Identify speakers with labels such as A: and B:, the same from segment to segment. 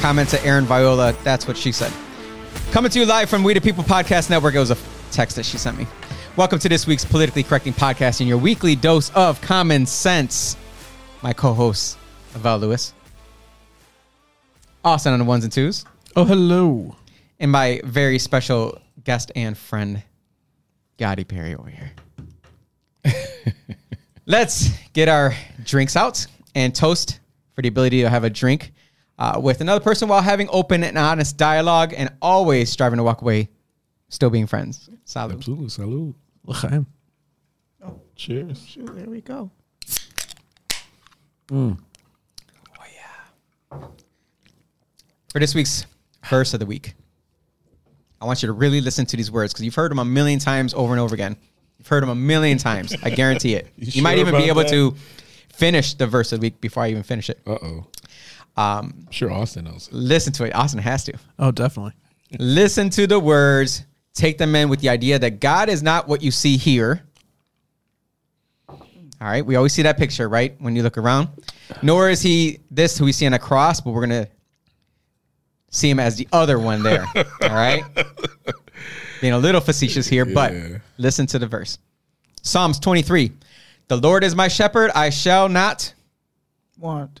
A: comment to Aaron Viola. That's what she said. Coming to you live from We the People Podcast Network. It was a text that she sent me. Welcome to this week's Politically Correcting Podcast and your weekly dose of common sense. My co host, Val Lewis. Austin on the ones and twos.
B: Oh, hello.
A: And my very special guest and friend, Gotti Perry over here. Let's get our drinks out and toast for the ability to have a drink uh, with another person while having open and honest dialogue and always striving to walk away still being friends. Salud.
B: Absolutely. Salud. L'chaim. Oh. Cheers.
A: There we go. Oh, yeah. For this week's verse of the week, I want you to really listen to these words because you've heard them a million times over and over again. You've heard them a million times. I guarantee it. you might
B: sure
A: even be
B: about
A: able
B: that?
A: to finish the verse of the week before I even finish it.
B: Uh oh. Um, sure, Austin knows.
A: Listen to it. Austin has to.
B: Oh, definitely.
A: Listen to the words, take them in with the idea that God is not what you see here. All right, we always see that picture, right? When you look around, nor is he this who we see on a cross, but we're gonna see him as the other one there. All right, being a little facetious here, but
B: Yeah.
A: listen to the verse Psalms 23 The Lord is my shepherd, I shall not
C: want.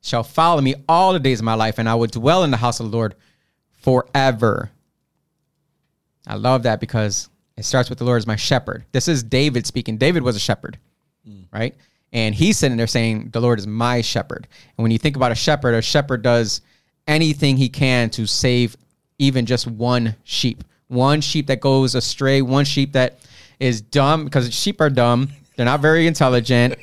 A: shall follow me all the days of my life, and I will dwell in the house of the Lord forever. I love that because it starts with the Lord is my shepherd. This is David speaking. David was a shepherd, right? And he's sitting there saying, The Lord is my shepherd. And when you think about a shepherd, a shepherd does anything he can to save even just one sheep. One sheep that goes astray, one sheep that is dumb, because sheep are dumb. They're not very intelligent.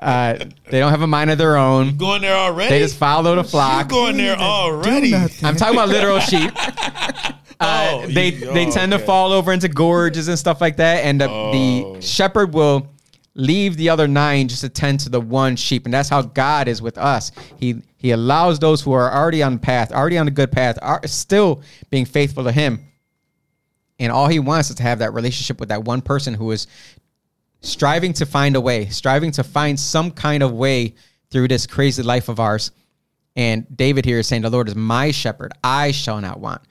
A: Uh, they don't have a mind of their own.
D: Going there already?
A: They just follow the flock.
D: going there already.
A: I'm talking about literal sheep. Uh,
D: Oh,
A: they
D: you-
A: they
D: oh,
A: tend to
D: okay. Oh.
A: fall over into gorges and stuff like that, and the, the shepherd will leave the other nine just to tend to the one sheep, and that's how God is with us. He he allows those who are already on the path, already on the good path, are still being faithful to Him, and all He wants is to have that relationship with that one person who is striving to find a way, striving to find some kind of way through this crazy life of ours. And David here is saying, The Lord is my shepherd. I shall not want.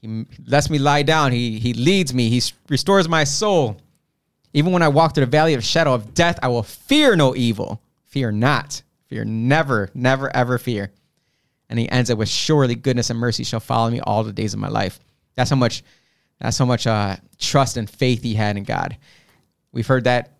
A: He lets me lie down. He, he leads me. He s- restores my soul. Even when I walk through the valley of shadow of death, I will fear no evil. Fear not. Fear never, never, ever fear. And he ends it with, Surely goodness and mercy shall follow me all the days of my life. That's how much, that's how much uh, trust and faith he had in God. We've heard that.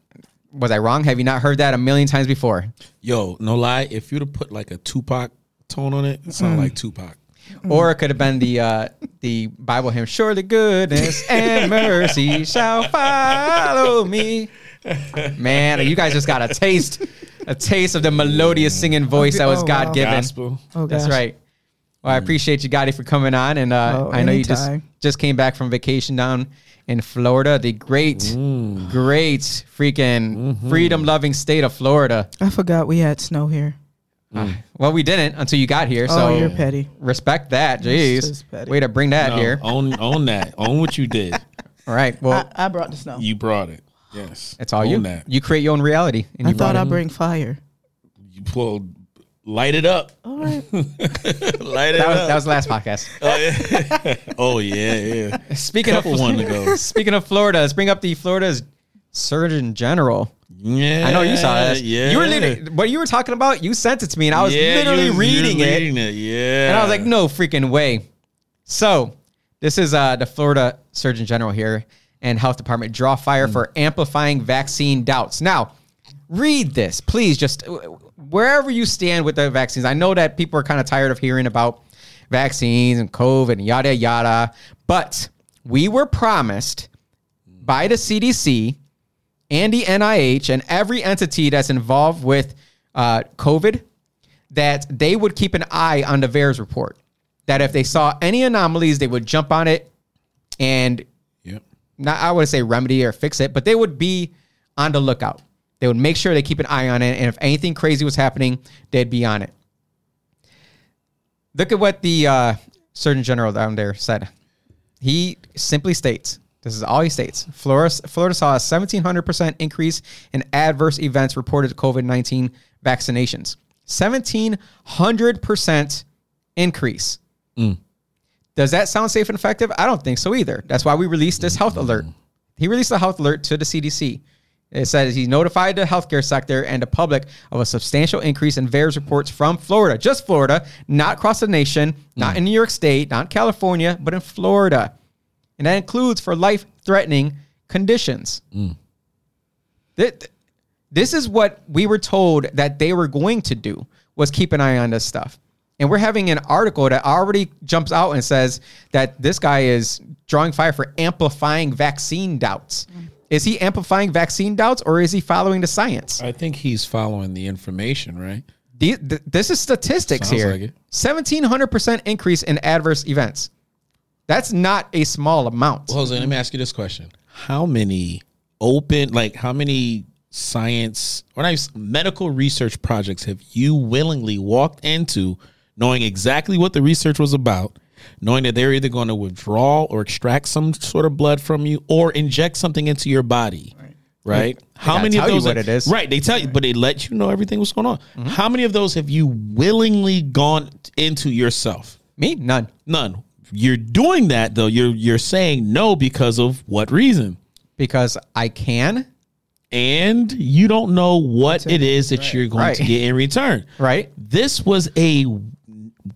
A: Was I wrong? Have you not heard that a million times before?
D: Yo, no lie. If you'd have put like a Tupac tone on it, it
A: Mm.
D: sound like Tupac.
C: Mm.
A: Or it could have been the uh, the Bible hymn, Surely goodness and mercy shall follow me. Man, you guys just got a taste, a taste of the melodious singing voice that was
C: Oh,
A: God
C: wow.
A: given.
D: Gospel. Mm.
C: Oh,
A: That's
C: gosh.
A: right. Well, I appreciate you, Gotti, for coming on. And uh,
C: Oh,
A: I know you just
C: anytime.
A: just came back from vacation down in Florida, the great,
D: Mm.
A: great freaking
D: Mm-hmm.
A: freedom loving state of Florida.
C: I forgot we had snow here.
D: Mm.
A: Well, we didn't until you got here.
C: oh,
A: so
C: you're petty.
A: respect that.
C: just
A: Jeez.
C: petty.
A: Way to bring that
D: No,
A: here.
D: Own, own that. own what you did.
A: All right. Well,
C: I, I brought the snow.
D: You brought it. Yes.
A: It's all
D: own
A: you.
D: That.
A: You create your own reality. And
C: I
A: you brought
C: thought
A: it.
C: I'd bring fire.
D: You pulled, light it up.
C: All right.
D: Light it
A: Oh. that was,
D: up.
A: that was the last podcast.
D: oh, yeah, yeah.
A: Speaking of
D: Couple one to go.
A: speaking of Florida, let's bring up the Florida's Surgeon General.
D: Yeah,
A: I know you saw this.
D: Yeah,
A: you were literally what you were talking about. You sent it to me, and I was
D: Yeah,
A: literally
D: you was- you was
A: reading it.
D: reading it. Yeah,
A: And I was like, no freaking way. So this is uh, the Florida Surgeon General here and Health Department draw fire for amplifying vaccine doubts. Now, read this, please. Just wherever you stand with the vaccines, I know that people are kind of tired of hearing about vaccines and COVID and yada yada, but we were promised by the CDC and the NIH and every entity that's involved with uh, COVID that they would keep an eye on the VAERS report. That if they saw any anomalies, they would jump on it and
D: Yep.
A: not, I would say remedy or fix it, but they would be on the lookout. They would make sure they keep an eye on it. And if anything crazy was happening, they'd be on it. Look at what the uh, Surgeon General down there said. He simply states this is all he states Florida, Florida saw a 1,700% increase in adverse events reported to COVID 19 vaccinations. 1,700% increase. Does that sound safe and effective? I don't think so either. That's why we released this health alert. He released a health alert to the CDC. It says he notified the healthcare sector and the public of a substantial increase in VAERS reports from Florida, just Florida, not across the nation, not in New York State, not California, but in Florida. And that includes for life threatening conditions.
D: Mm.
A: That- this is what we were told that they were going to do was keep an eye on this stuff and we're having an article that already jumps out and says that this guy is drawing fire for amplifying vaccine doubts
D: Mm.
A: is he amplifying vaccine doubts or is he following the science
D: I think he's following the information, right?
A: The- th- this is statistics
D: Sounds
A: here
D: like it.
A: 1700% increase in adverse events that's not a small amount
D: Well, Jose, let me ask you this question: How many open, like, how many science or not, even- medical research projects have you willingly walked into, knowing exactly what the research was about, knowing that they're either going to withdraw or extract some sort of blood from you or inject something into your body? Right. How
A: gotta
D: many of
A: tell you
D: those?
A: what it is.
D: Right. They tell you, but they let you know everything was going on. How many of those have you willingly gone into yourself?
A: me none
D: None. You're doing that though. You're you're saying no because of what reason?
A: because i can
D: And you don't know what it is that you're going to
A: Right.
D: get in return.
A: Right.
D: This was a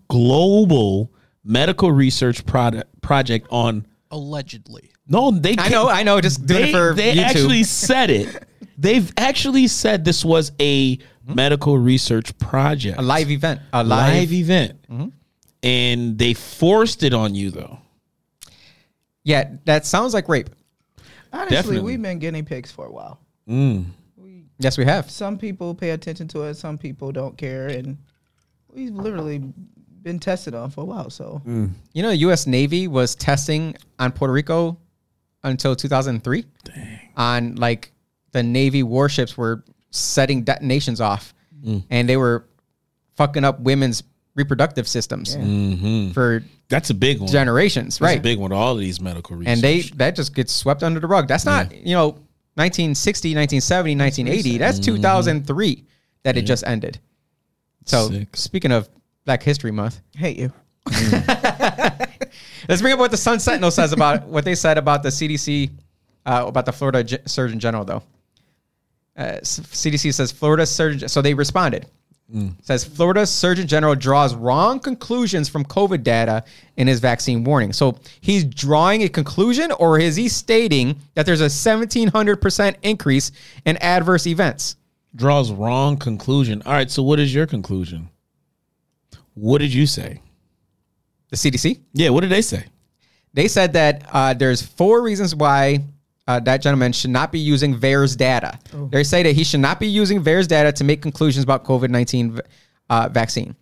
D: global medical research product project on
E: Allegedly.
D: no, they
A: i know i know just doing it for
D: they
A: youtube
D: actually said it. They've actually said this was a medical research project.
A: a live event a live
D: live,
A: Mm-hmm.
D: event. And they forced it on you though.
A: yeah that sounds like rape
C: Honestly,
D: Definitely.
C: we've been guinea pigs for a while.
A: yes we have
C: Some people pay attention to it, some people don't care, and we've literally been tested on for a while. So
D: Mm.
A: You know, the U.S. Navy was testing on Puerto Rico until 2003. On like the Navy warships were setting detonations off,
D: Mm.
A: and they were fucking up women's reproductive systems for
D: That's a big one.
A: generations,
D: That's
A: right?
D: Mm-hmm. a big one. All of these medical research.
A: and they that just gets swept under the rug. That's not you know 1960, 1970, 1980. That's
D: Mm-hmm.
A: 2003 that it just ended. So
D: Sick.
A: speaking of Black History Month.
C: hate you.
A: Let's bring up what the Sun Sentinel says about what they said about the CDC, uh, about the Florida G- Surgeon General, though. Uh, s- CDC says Florida Surgeon. So they responded. Says Florida Surgeon General draws wrong conclusions from COVID data in his vaccine warning. So he's drawing a conclusion, or is he stating that there's a 1700% increase in adverse events?
D: draws wrong conclusion. All right, so what is your conclusion? What did you say?
A: The CDC?
D: Yeah, what did they say?
A: They said that uh, there's four reasons why uh, that gentleman should not be using VAERS data. They say that he should not be using VAERS data to make conclusions about COVID 19 uh, vaccine.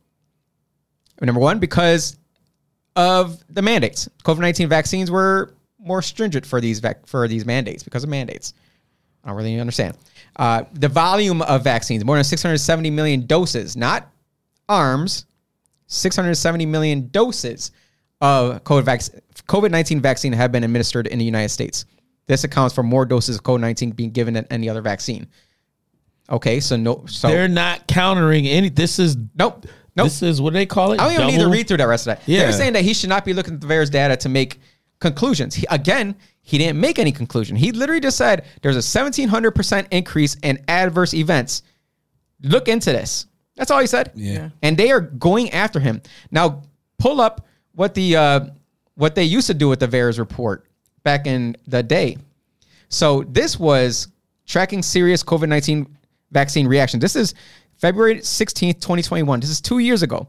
A: Number one, because of the mandates. COVID 19 vaccines were more stringent for these, vac- for these mandates because of mandates. I don't really understand. Uh, the volume of vaccines, more than 670 million doses, not arms, 670 million doses of COVID 19 vaccine have been administered in the United States. This accounts for more doses of COVID 19 being given than any other vaccine. Okay, so no, so
D: They're not countering any. This is
A: nope, nope.
D: This is what do they call it.
A: I don't even need to
D: Double-
A: read through that rest of that.
D: Yeah.
A: They're saying that he should not be looking at the VAERS data to make conclusions. He, again, He didn't make any conclusion. He literally just said there's a 1700% increase in adverse events. Look into this. That's all he said.
D: Yeah.
A: And they are going after him. Now pull up what the uh, what they used to do with the VAERS report back in the day. So this was tracking serious COVID 19 vaccine reaction. This is February 16th, 2021. This is two years ago.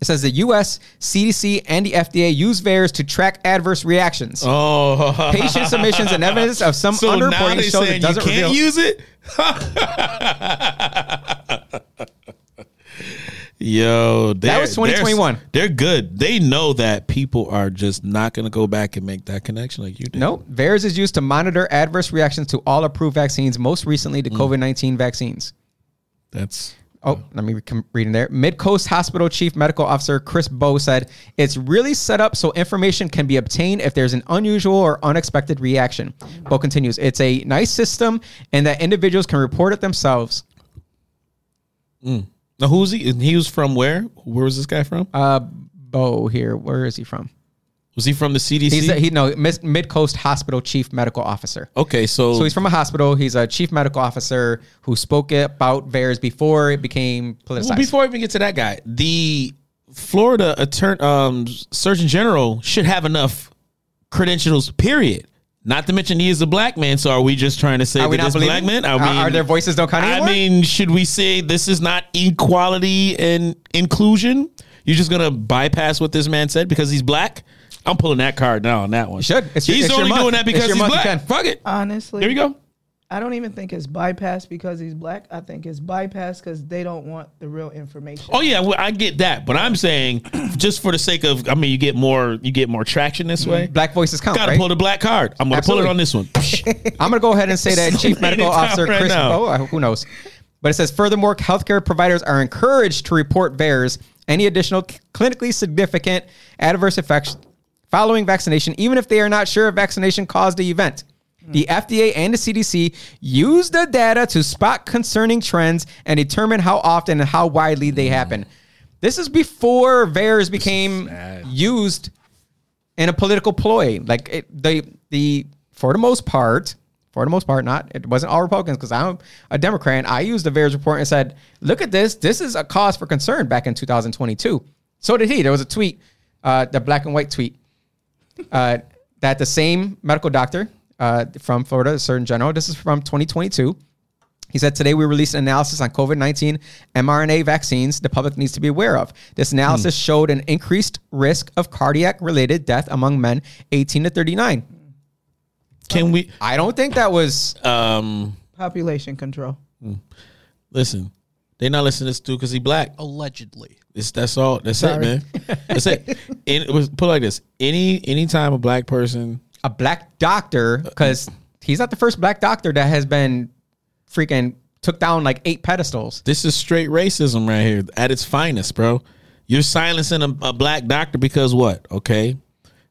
A: It says the US, CDC, and the FDA use VAERS to track adverse reactions.
D: Oh,
A: Patient submissions and evidence of some
D: so now
A: underreporting
D: they
A: shows it
D: saying you
A: doesn't
D: can't
A: reveal.
D: use it. Yo, they're-
A: was 2021.
D: They're, they're good. They know that people are just not going to go back and make that connection like you did.
A: no, VAERS is used to monitor adverse reactions to all approved vaccines, most recently
D: Mm.
A: the COVID 19 vaccines.
D: that's
A: Oh, let me com- read in there. Midcoast Hospital Chief Medical Officer Chris Bowe said, It's really set up so information can be obtained if there's an unusual or unexpected reaction. Bowe continues, It's a nice system and that individuals can report it themselves.
D: now who's he? And he was from where? Where was this guy from?
A: Uh, Bowe here, where is he from?
D: was he from the CDC?
A: He's a, he no Mis- Midcoast Hospital Chief Medical Officer.
D: okay, so,
A: So he's from a hospital. He's a chief medical officer who spoke about VAERS before it became politicized.
D: Well, before I even get to that guy, the Florida attorney, um, Surgeon General should have enough credentials. Period. Not to mention he is a black man. So are we just trying to say
A: Are we
D: that
A: not
D: this
A: believing-
D: black man? I
A: Are- are their voices don't count anymore?
D: I mean, should we say this is not equality and inclusion? You're just gonna bypass what this man said because he's black. I'm pulling that card now on that one. You
A: should. It's your-
D: he's
A: it's your
D: only
A: month.
D: doing that
A: It's
D: because
A: your
D: he's
A: month. You
D: black.
A: can.
D: Fuck it.
C: Honestly,
D: There you go.
C: I don't even think it's bypassed because he's black. I think it's bypassed because they don't want the real information.
D: Oh yeah, well, I get that, but I'm saying just for the sake of, I mean, you get more, you get more traction this way.
A: Mm-hmm. Black voices count,
D: Gotta
A: right?
D: pull the black card. I'm gonna pull it
A: Absolutely.
D: on this one.
A: I'm going to go ahead and say that Chief Medical
D: Anytime
A: Officer
D: right
A: Chris
D: now.
A: Bowe, who knows? But it says, furthermore, healthcare providers are encouraged to report VAERS, any additional c- clinically significant adverse effects following vaccination, even if they are not sure if vaccination caused the event.
D: Hmm.
A: The FDA and the CDC use the data to spot concerning trends and determine how often and how widely
D: Hmm.
A: they happen. This is before VAERS became used and a political ploy. Like it, the the for the most part, for the most part, not it wasn't all Republicans because I'm a Democrat. And I used the VAERS report and said, "Look at this. This is a cause for concern." Back in 2022, so did he. There was a tweet, uh, the black and white tweet, uh, that the same medical doctor uh, from Florida, the Surgeon General. This is from 2022. He said, Today we released an analysis on COVID 19 mRNA vaccines the public needs to be aware of. This analysis
D: Hmm.
A: showed an increased risk of cardiac related death among men 18 to 39.
D: Can we?
A: I don't think that was.
D: Um,
C: Population control.
D: listen, they not listening to this dude because he black.
B: Allegedly.
D: It's, that's all. That's it, man. That's it. And it was put like this: any any time a black person,
A: a black doctor
D: Uh,
A: because he's not the first black doctor that has been freaking took down like eight pedestals.
D: this is straight racism right here at its finest, bro. You're silencing a, a black doctor because what? Okay,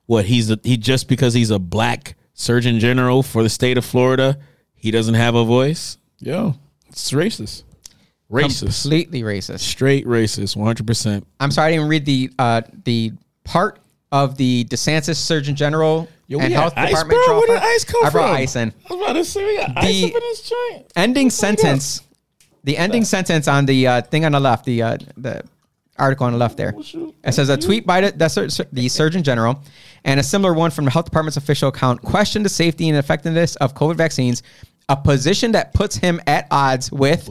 D: what he's a, he just because he's a black surgeon general for the state of Florida, he doesn't have a voice. Yo, it's racist. Racist.
A: Completely racist.
D: straight racist, one hundred percent.
A: I'm sorry, I didn't read the uh, the part of the DeSantis Surgeon General
D: Yo, we
A: and
D: had
A: Health
D: ice,
A: Department.
D: bro?
A: draw
D: Where did
A: from-
D: ice come
A: I brought
D: from?
A: ice in.
D: I was about to say we got
A: ice The- up in
D: this joint.
A: ending sentence the ending sentence on the uh, thing on the left the uh, the article on the left there it says a tweet by the, the, sur- the surgeon general and a similar one from the health department's official account questioned the safety and effectiveness of covid vaccines a position that puts him at odds with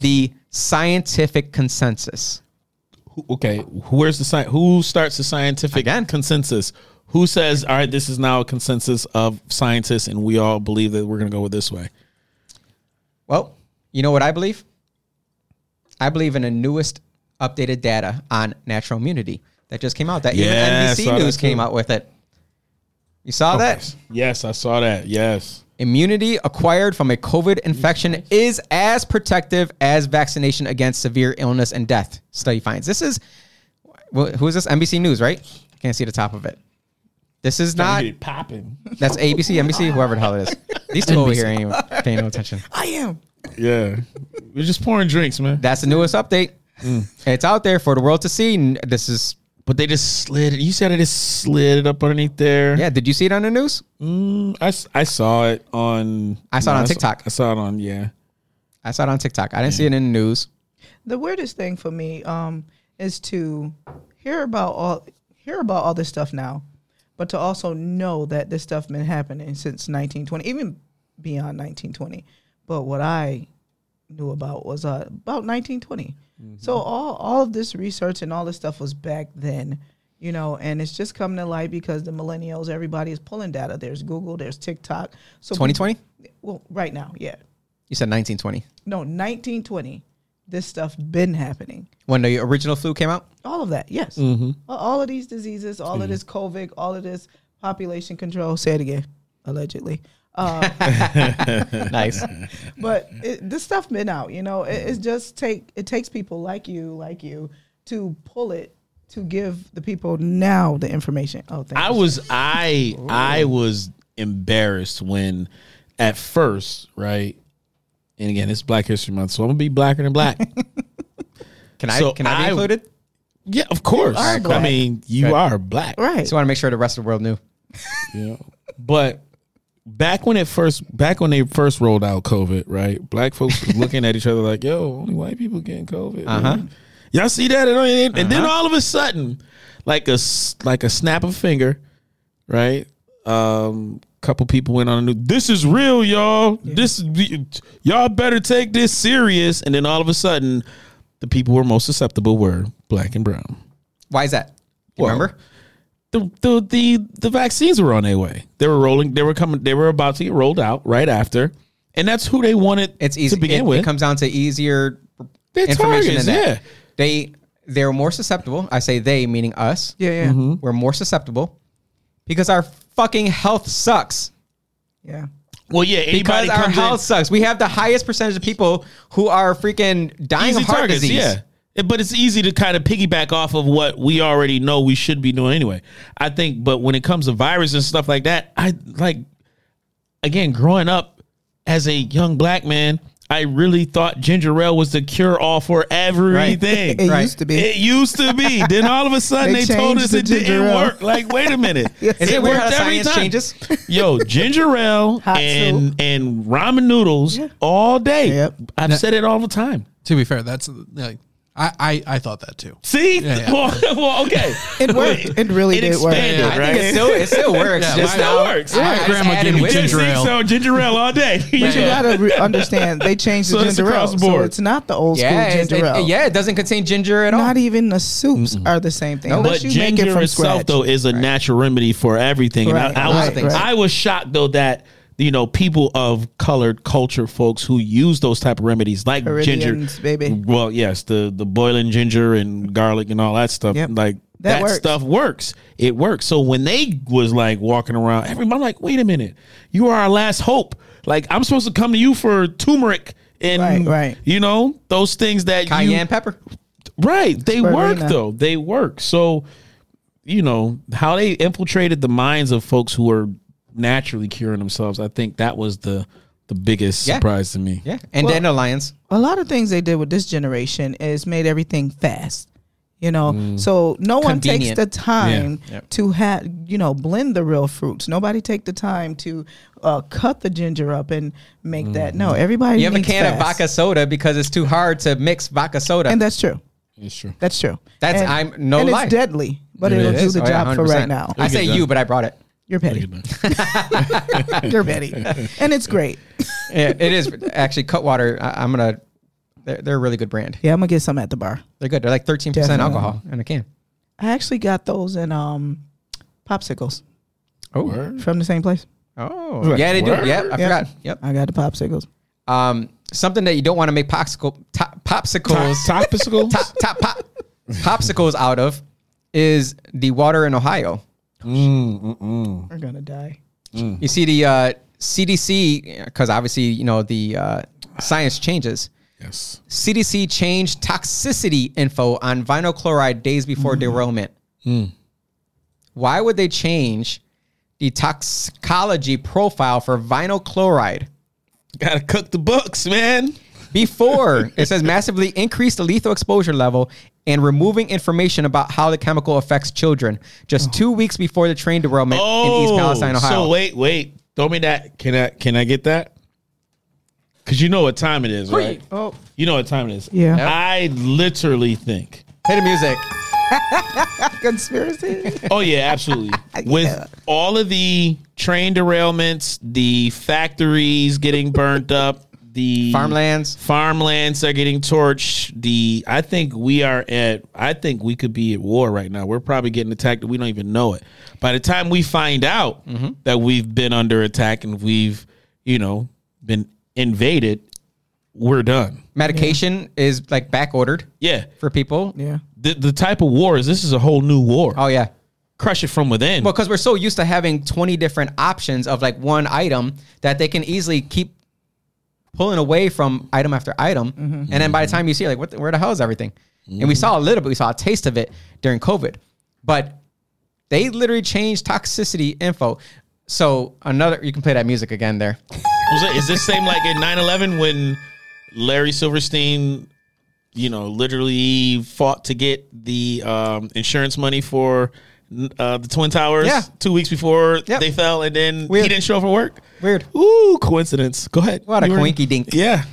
A: the scientific consensus
D: Okay, where's the sci- who starts the scientific
A: Again.
D: consensus? Who says all right? This is now a consensus of scientists, and we all believe that we're going to go with this way.
A: well you know what i believe i believe in the newest updated data on natural immunity that just came out that
D: Yeah, I
A: even
D: saw
A: nbc
D: that
A: news came
D: too.
A: out with it you saw that
D: Yes, I saw that. Yes,
A: Immunity acquired from a COVID infection is as protective as vaccination against severe illness and death, study finds. This is, wh- who is this? NBC News, right? Can't see the top of it. This is not,
D: popping.
A: that's ABC, NBC, whoever the hell it is. These two over here ain't even paying no attention.
C: I am.
D: Yeah, we're just pouring drinks, man.
A: That's the newest update. It's out there for the world to see. and This is
D: Mm. But they just slid. You said it just slid it up underneath there.
A: Yeah, did you see it on the news?
D: I, s- I saw it on.
A: I saw it on TikTok.
D: I saw it on yeah.
A: I saw it on TikTok. I didn't see it in the news.
C: The weirdest thing for me um, is to hear about all hear about all this stuff now, but to also know that this stuff been happening since 1920, even beyond 1920. But what I knew about was uh, about 1920. So all all of this research and all this stuff was back then, you know, and it's just coming to light because the millennials, everybody is pulling data. There's Google, there's TikTok. So
A: 2020?
C: Well, right now, yeah.
A: You said 1920.
C: No, 1920. This stuff been happening
A: When the original flu came out?
C: all of that yes
A: Mm-hmm.
C: all, all of these diseases all of this covid all of this population control say it again allegedly
A: nice.
C: but it, this stuff been out you know it, it's just take it takes people like you like you to pull it to give the people now the information oh thank
D: I
C: you.
D: was I I was embarrassed when at first, right? And again, it's Black History Month, so I'm gonna be blacker than black.
A: Can I
D: So
A: can I be
D: I-
A: included?
D: yeah, of course.
C: are
D: I
C: black.
D: mean, you
A: Good.
D: are black.
C: right
A: Just want to make sure the rest of the world knew.
D: Yeah. But back when it first back when they first rolled out COVID, right? Black folks was looking at each other like, yo, only white people getting COVID.
A: Uh-huh.
D: man." Y'all see that? And, and then all of a sudden, like a s- like a snap of a finger, right? Um couple people went on a new this is real, y'all. This y'all better take this serious. And then all of a sudden, the people who were most susceptible were black and brown
A: Why is that? You
D: Well,
A: remember?
D: the the the, the vaccines were on their way. They were rolling. They were coming. They were about to get rolled out right after, and that's who they wanted.
A: It's easy
D: to begin
A: it,
D: with.
A: It comes down to easier
D: They're
A: information
D: targets,
A: than that.
D: yeah.
A: They they're more susceptible. I say they meaning us.
C: yeah yeah
A: We're more susceptible because our fucking health sucks.
C: yeah
D: well, yeah. Anybody
A: Because our
D: comes
A: health sucks. We have the highest percentage of people who are freaking
D: in,
A: dying
D: easy
A: of heart
D: targets.
A: disease.
D: Yeah. Yeah, But it's easy to kind of piggyback off of what we already know we should be doing anyway. I think, but when it comes to virus and stuff like that, I like again growing up as a young black man, I really thought ginger ale was the cure all for everything.
C: it
A: Right.
C: used to be
D: It used to be. then all of a sudden they,
C: They
D: told
C: changed
D: us
C: the
D: it didn't
C: ginger ale.
D: work. Like, wait a minute.
A: Is it, weird how science changes?
D: Yo, ginger ale
C: Hot
D: and
C: soup.
D: and ramen noodles all day.
C: Yep.
D: I've said it all the time.
B: To be fair, that's uh, like I I, I thought that too.
D: See?
B: Yeah, yeah.
D: Well, well, okay.
C: it worked it really
D: It
C: did work
D: expanded,
A: I think it
D: Right.
A: still it still works.
B: Yeah,
A: just
B: my-
A: now.
D: works.
A: I
D: My
A: just
B: grandma
A: added
B: gave me
A: with it.
B: ginger
D: Just
B: ale.
D: think So ginger ale all day.
C: But you gotta re- understand they changed
D: So
C: the
D: it's
C: ginger ale
D: across the board.
C: so it's not the old
A: Yeah,
C: school
A: it's-
C: ginger ale
A: it, yeah, it doesn't contain ginger at all.
C: not even the soups are the same thing
D: But
C: unless you make
D: ginger
C: it from
D: itself,
C: scratch
D: though, is a natural remedy for everything.
C: Right,
D: and I, I was,
C: right, right.
D: I was shocked though that you know people of colored culture, folks who use those type of remedies like
C: Iridians,
D: ginger,
C: baby.
D: Well, yes, the the boiling ginger and garlic and all that stuff,
C: Yep.
D: like that,
C: That works.
D: stuff works. It works. So when they was like walking around, everybody like, wait a minute, you are our last hope. Like I'm supposed to come to you for turmeric and
C: Right, right.
D: you know those things that
A: Cayenne
D: you,
A: pepper.
D: Right. They work
C: Spirulina.
D: though. They work. So, you know, how they infiltrated the minds of folks who were naturally curing themselves, I think that was the the biggest
A: Yeah.
D: surprise to me.
A: Yeah, and dandelions.
C: a lot of things they did with this generation is made everything fast. You know, so no one
A: Convenient.
C: takes the
D: Mm.
C: time
D: Yeah. Yep.
C: to have you know blend the real fruits. Nobody take the time to uh, cut the ginger up and make
D: Mm-hmm.
C: that. No, everybody.
A: You have a
C: needs
A: can of
C: fast.
A: vodka soda because it's too hard to mix vodka soda.
C: and that's true.
D: It's true.
C: That's true.
A: That's-
C: and,
A: I'm- no
C: and
A: lie.
C: it's deadly, but
D: It
C: it will
D: is.
C: do the
A: Oh, yeah,
C: job for
A: 100%.
C: right now.
A: I say
D: Okay,
A: you,
D: done.
A: but I brought it.
C: You're petty. You're petty, and it's great.
A: Yeah, it is actually Cutwater. I, I'm gonna. They're, they're a really good brand.
C: Yeah, I'm gonna get some at the bar.
A: They're good. They're like 13%
C: Definitely.
A: alcohol in a can.
C: I actually got those in um, popsicles
A: Oh,
C: from the same place.
A: oh, yeah, they do.
D: Word.
A: Yep, I
C: Yep.
A: forgot. Yep.
C: I got the popsicles.
A: Um, something that you don't want to make popsicle top, popsicles
D: Topsicle?
A: top top pop popsicles out of is the water in Ohio.
C: We're gonna die.
A: You see the uh, CDC because obviously you know the uh, science changes.
D: Yes.
A: CDC changed toxicity info on vinyl chloride days before derailment. Why would they change the toxicology profile for vinyl chloride?
D: Gotta cook the books, man.
A: Before it says massively increase the lethal exposure level and removing information about how the chemical affects children.
C: Oh.
A: Just two weeks before the train derailment in East Palestine, Ohio.
D: Oh, So wait, wait. Throw me that. Can I can I get that? Cause you know what time it is, right?
C: Oh.
D: You know what time it is.
C: Yeah. Yep.
D: I literally think.
A: Play the music.
C: Conspiracy.
D: Oh yeah, absolutely. With all of the train derailments, the factories getting burnt up, the
A: Farmlands.
D: farmlands are getting torched. The I think we are at I think we could be at war right now. We're probably getting attacked and we don't even know it. By the time we find out
A: Mm-hmm.
D: that we've been under attack and we've, you know, been invaded, we're done.
A: Medication is like back ordered
D: Yeah.
A: for people.
C: yeah.
D: The the type of war is this is a whole new war.
A: Oh yeah.
D: Crush it from within.
A: because we're so used to having 20 different options of like one item that they can easily keep pulling away from item after item
C: Mm-hmm.
A: and then by the time you see it, like what the, where the hell is everything and we saw a little bit we saw a taste of it during covid but they literally changed toxicity info so another you can play that music again there
D: Was it- Is this same like in 9-11 when Larry Silverstein, you know, literally fought to get the um, insurance money for uh, the Twin Towers
A: Yeah.
D: two weeks before
A: Yep.
D: they fell and then
A: Weird.
D: he didn't show up for work?
A: Weird.
D: Ooh, coincidence. Go ahead.
A: What a
D: You were-
A: coinky dink.
D: Yeah.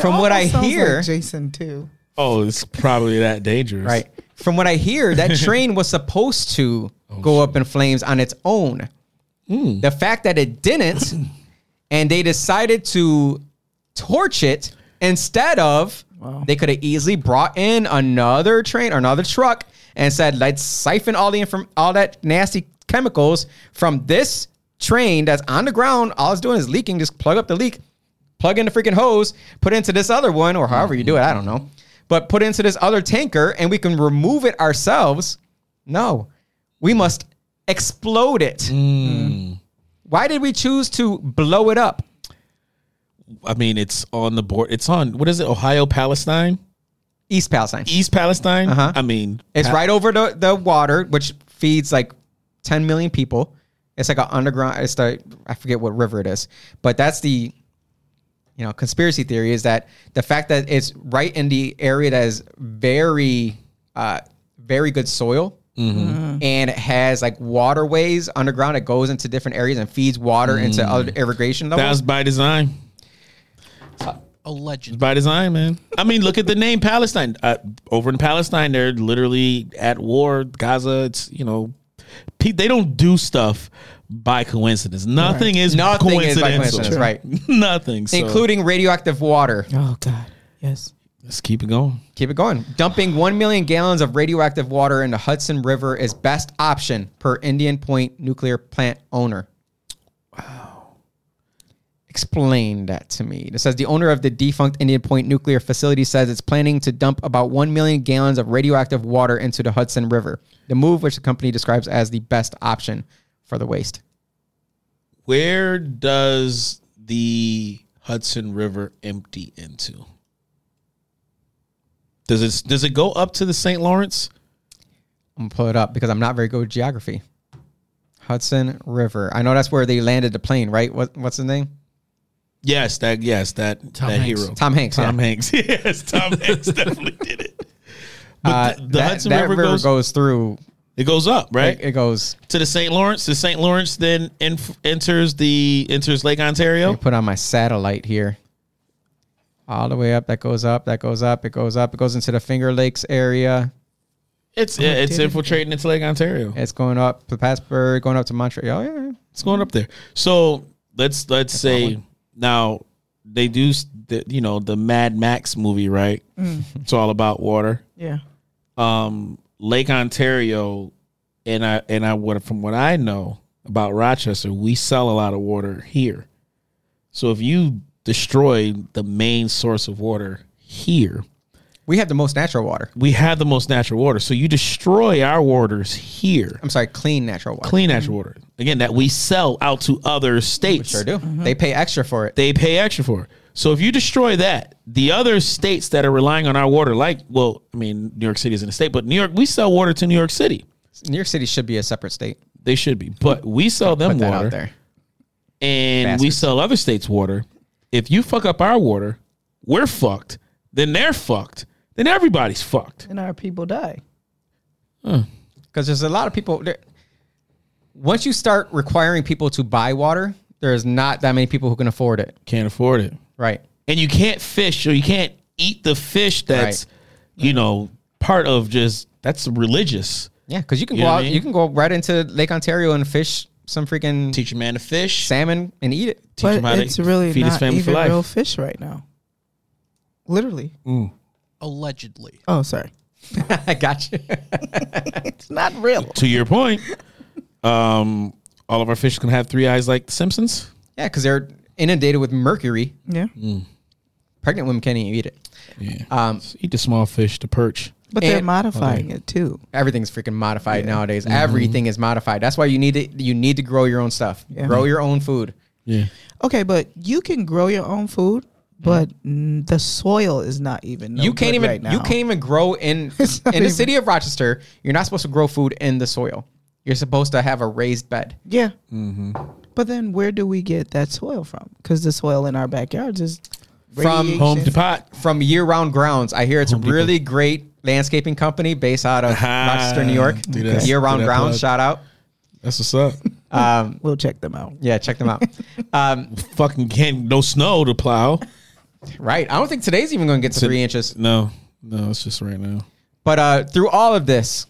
A: from what i
C: Sounds like
A: hear
C: Jason too.
D: Oh, it's probably that dangerous.
A: Right. From what I hear, that train was supposed to go up in flames on its own. The fact that it didn't, and they decided to torch it instead of they could have easily brought in another train or another truck and said, let's siphon all the inform all that nasty chemicals from this train that's on the ground. All it's doing is leaking. Just plug up the leak, plug in the freaking hose, put it into this other one, or however you do it. I don't know. But put it into this other tanker and we can remove it ourselves. No, we must explode it. Why did we choose to blow it up?
D: I mean, it's on the board. It's on, what is it, Ohio, Palestine?
A: East Palestine.
D: East Palestine? Uh-huh. I mean,
A: It's right over the, the water, which feeds like 10 million people. It's like an underground, it's the, I forget what river it is, but that's the, you know, conspiracy theory is that the fact that it's right in the area that is very, uh, very good soil and it has like waterways underground. It goes into different areas and feeds water into other irrigation
D: that was
A: levels.
D: by design.
E: A legend.
D: By design, man. I mean, look at the name Palestine. Uh, over in Palestine, they're literally at war. Gaza, it's you know, pe- they don't do stuff by coincidence. Nothing is
A: Nothing is
D: coincidental.
A: by coincidence, right.
D: Nothing, so-
A: Including radioactive water.
C: Oh God. Yes.
D: Let's keep it going.
A: Keep it going. Dumping 1 million gallons of radioactive water in the Hudson River is best option per Indian Point nuclear plant owner. Explain that to me. It says the owner of the defunct Indian Point nuclear facility says it's planning to dump about 1 million gallons of radioactive water into the Hudson River. The move, which the company describes as the best option for the waste.
D: Where does the Hudson River empty into? Does it does it go up to the St. Lawrence?
A: I'm gonna pull it up because I'm not very good with geography. Hudson River. I know that's where they landed the plane, right? What, what's the name?
D: Yes, that yes, that
E: Tom
D: that
E: Hanks.
D: hero.
A: Tom Hanks. yeah.
D: Tom Hanks. Yes, Tom Hanks definitely did it. But
A: Uh,
D: the, the
A: that,
D: Hudson
A: that
D: River, goes,
A: through.
D: It goes up, right?
A: It, it goes.
D: to the St. Lawrence. The St. Lawrence then inf- enters the enters Lake
A: I
D: Ontario.
A: put on my satellite here. All the way up. That goes up. That goes up. It goes up. It goes into the Finger Lakes area.
D: It's yeah, it's infiltrating into Lake Ontario.
A: It's going up to Plattsburgh, going up to Montreal. Oh, Yeah, yeah.
D: It's going up there. So let's let's say now they do s- the, you know the Mad Max movie, right?
A: Mm.
D: It's all about water.
C: Yeah.
D: um, Lake Ontario, and I and I what from what I know about Rochester, we sell a lot of water here. So if you destroy the main source of water here,
A: We have the most natural water.
D: we have the most natural water. So you destroy our waters here,
A: I'm sorry, clean natural water.
D: clean natural water again that we sell out to other states.
A: Sure do. They pay extra for it.
D: They pay extra for it. So if you destroy that, the other states that are relying on our water, like well, I mean, New York City isn't a state, but New York, we sell water to New York City.
A: New York City should be a separate state.
D: They should be, but we sell them
A: Put that
D: water.
A: out there.
D: and we sell other states' water. If you fuck up our water, we're fucked. Then they're fucked. Then everybody's fucked.
C: and our people die.
A: because there's a lot of people. There, once you start requiring people to buy water, there's not that many people who can afford it.
D: Can't afford it.
A: Right.
D: and you can't fish or you can't eat the fish that's you know part of just that's religious
A: Yeah, because you can
D: You
A: go
D: know what
A: out,
D: I mean?
A: you can go right into Lake Ontario and fish some freaking
D: teach a man to fish
A: salmon and eat it.
D: teach him how
C: it's
D: to
C: really
D: feed
C: not
D: his family for
C: even
D: life
C: real fish right now. Literally.
E: Allegedly.
C: Oh, sorry.
A: I got you.
C: It's not real.
D: to your point um all of our fish can have three eyes like the simpsons
A: Yeah, because they're inundated with mercury.
C: Yeah.
D: Mm.
A: Pregnant women can't even eat it.
D: yeah
A: Um,
D: eat the small fish the perch
C: But they're
A: And-
C: modifying it too.
A: everything's freaking modified nowadays.
C: Mm-hmm.
A: Everything is modified. That's why you need to you need to grow your own stuff.
C: Yeah.
A: Grow your own food.
D: yeah
C: Okay, but you can grow your own food, but mm, the soil is not even. no
A: you can't
C: good
A: even
C: right now.
A: you can't even grow in in
C: It's not
A: the
C: even-
A: city of Rochester. You're not supposed to grow food in the soil. You're supposed to have a raised bed.
C: Yeah.
D: Mm-hmm.
C: But then, where do we get that soil from? Because the soil in our backyards is
A: From
C: radiation.
D: home to pot
A: From year round grounds, I hear it's a really great landscaping company based out of
D: Aha.
A: Rochester, New York.
D: Ah, Do that.
A: Year round
D: Do that
A: grounds,
D: plug.
A: shout out.
D: that's what's up
C: We'll check them out.
A: Yeah, check them out. um,
D: fucking can't no snow to plow
A: right. I don't think today's even going to get to three inches.
D: no no it's just right now
A: But uh, through all of this,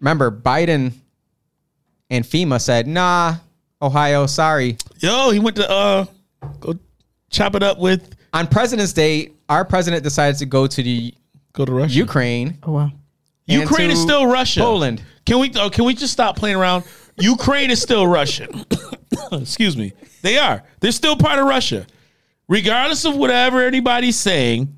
A: remember Biden and FEMA said, "Nah, Ohio, sorry."
D: yo he went to uh go chop it up with
A: On President's Day, our president decides to go to the
D: go to russia
A: Ukraine.
C: Oh wow.
A: and
D: Ukraine
A: to
D: is still Russia.
A: Poland.
D: Can we oh, can we just stop playing around? Ukraine is still Russia. Excuse me. They are. They're still part of Russia. Regardless of whatever anybody's saying,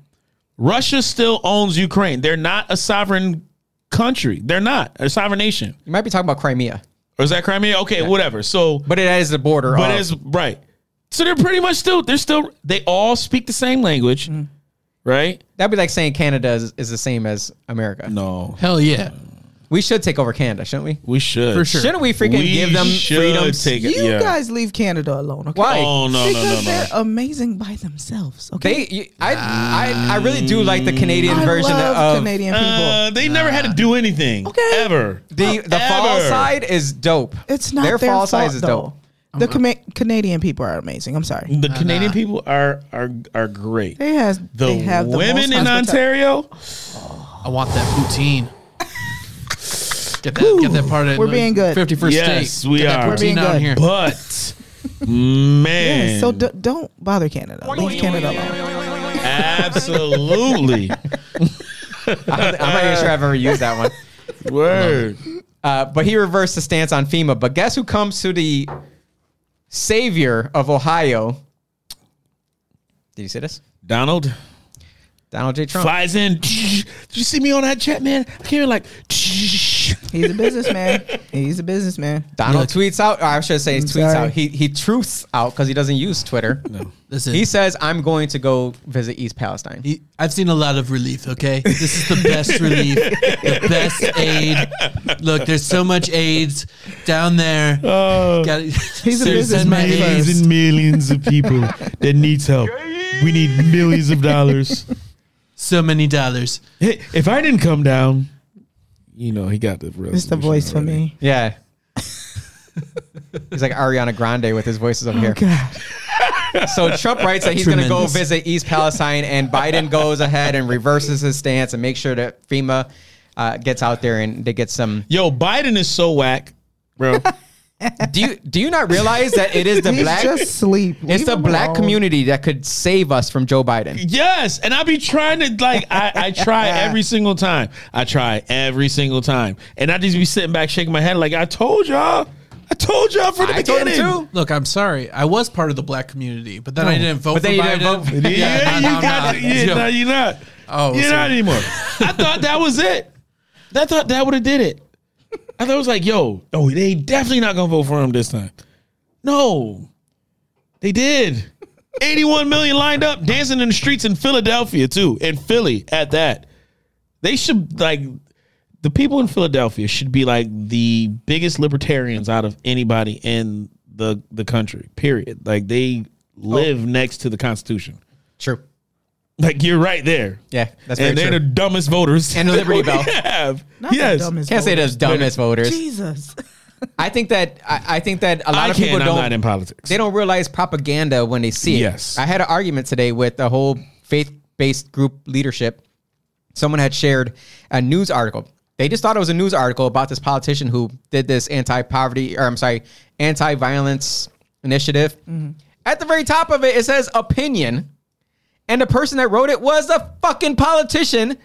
D: Russia still owns Ukraine. They're not a sovereign country. They're not a sovereign nation.
A: You might be talking about Crimea,
D: Or is that Crimea? Okay, whatever. So
A: but it is the border.
D: but
A: of-
D: it's right. So they're pretty much still they're still they all speak the same language.
E: Mm.
D: Right?
A: that'd be like saying Canada is, is the same as America.
D: No.
E: Hell yeah.
A: We should take over Canada, shouldn't we?
D: We should.
E: For sure.
A: Shouldn't we freaking
D: We
A: give them
D: should
A: freedoms?
D: take it.
C: You
D: yeah.
C: guys leave Canada alone, okay?
A: Why?
D: Oh no, no,
C: Because
D: no, no.
C: they're amazing by themselves. Okay.
A: They, you- I, I, I really do like the Canadian
C: I
A: version
C: love
A: of
C: Canadian people.
D: Uh, they never had to do anything.
C: Okay.
D: Ever. Uh,
A: the the fall
D: Ever.
A: side is dope.
C: it's not their,
A: fall
C: fault,
A: side is
C: though.
A: dope.
C: The Cama- Canadian people are amazing. I'm sorry.
D: The Canadian people are are are great.
C: They has
D: The
C: they have the
D: women
C: most
D: in
C: hospita-
D: Ontario.
E: I want that poutine. Get that, get that part of
C: We're being good.
E: 51st
D: Yes,
E: state.
D: we
E: Get that
D: are. We're
E: poutine
C: being
E: out
C: good.
E: here.
D: But man,
C: Yeah, so d- don't bother Canada. Leave Canada alone.
D: absolutely.
A: I'm not even sure I've ever used that one.
D: Word.
A: Uh, but he reversed the stance on FEMA. But guess who comes to the savior of Ohio? Did you see this?
D: Donald
A: Donald J. Trump.
D: flies in. Did you see me on that chat, man? I came in like.
C: He's a businessman. He's a businessman.
A: Donald tweets out, or I should say, tweets
C: sorry.
A: out. He he truths out because he doesn't use Twitter. No.
E: This
A: He
E: is,
A: says, "I'm going to go visit East Palestine."
E: he- I've seen a lot of relief, okay? This is the best relief, the best aid. Look, there's so much AIDS down there.
B: Oh.
E: Got
C: He's a businessman first.
D: and Uh, millions of people that needs help. We need millions of dollars.
E: So many dollars.
D: Hey, if I didn't come down, you know, he got the
C: It's the
D: resolution
C: voice for
D: already.
C: me.
A: yeah. He's like Ariana Grande with his voices over here.
C: God.
A: So Trump writes that he's going to go
E: Tremendous.
A: visit East Palestine, and Biden goes ahead and reverses his stance and makes sure that FEMA uh, gets out there and they get some.
D: Yo, Biden is so whack, bro.
A: Do you do you not realize that it is the
C: He's
A: black
C: just sleep.
A: it's
C: Leave
A: the
C: him
A: black
C: alone.
A: community that could save us from Joe Biden?
D: yes, and I be trying to like, I, I try every single time. I try every single time, and I just be sitting back shaking my head like, I told y'all, I told y'all from the
A: I told him
D: beginning.
A: too.
E: Look, I'm sorry. I was part of the black community, but then I didn't vote
A: But
E: for
A: then you
E: Biden.
A: didn't vote for-
D: Yeah,
E: Yeah, no,
D: you
E: no,
D: got
E: no.
D: it. Yeah,
E: Yeah.
D: no, you're not.
E: Oh,
D: you're
E: so-
D: not anymore. I thought that was it. I thought that would have did it. I thought it was like, yo, oh, they definitely not gonna vote for him this time. No, they did. 81 million lined up dancing in the streets in Philadelphia too, in Philly at that. They should like the people in Philadelphia should be like the biggest libertarians out of anybody in the the country. Period. Like they live next to the Constitution.
A: True.
D: Like you're right there.
A: Yeah, that's
D: and
A: very
D: they're
A: true.
D: the dumbest voters.
A: And the Liberty
D: we
A: Bell.
D: have.
C: Not
D: yes.
C: the dumbest
A: Can't say
C: voter.
A: those dumbest voters.
C: Jesus.
A: I think that I, I think that a lot
D: I
A: of people
D: can. I'm
A: don't.
D: not in politics.
A: They don't realize propaganda when they see it.
D: Yes.
A: I had an argument today with a whole faith based group leadership. Someone had shared a news article. They just thought it was a news article about this politician who did this anti poverty, or I'm sorry, anti violence initiative. At the very top of it, it says opinion. And the person that wrote it was a fucking politician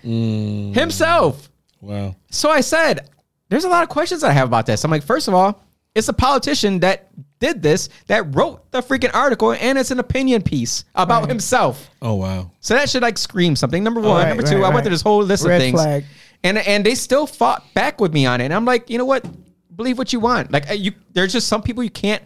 A: himself.
D: Wow.
A: So I said, there's a lot of questions I have about this. I'm like, first of all, it's a politician that did this, that wrote the freaking article, and it's an opinion piece about himself.
D: Oh wow.
A: So that should like scream something. Number one.
C: Right,
A: Number two,
C: right,
A: I went
C: right.
A: through this whole list of
C: Red
A: things.
C: flag.
A: And and they still fought back with me on it. And I'm like, you know what? Believe what you want. Like uh, you there's just some people you can't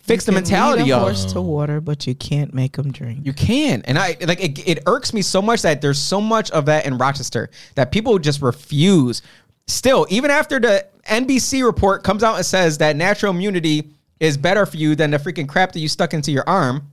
A: fix the
C: You can lead
A: mentality
C: a
A: of.
C: horse to water, but you can't make them drink.
A: You can, and I like it, it. irks me so much that there's so much of that in Rochester that people just refuse. Still, even after the NBC report comes out and says that natural immunity is better for you than the freaking crap that you stuck into your arm,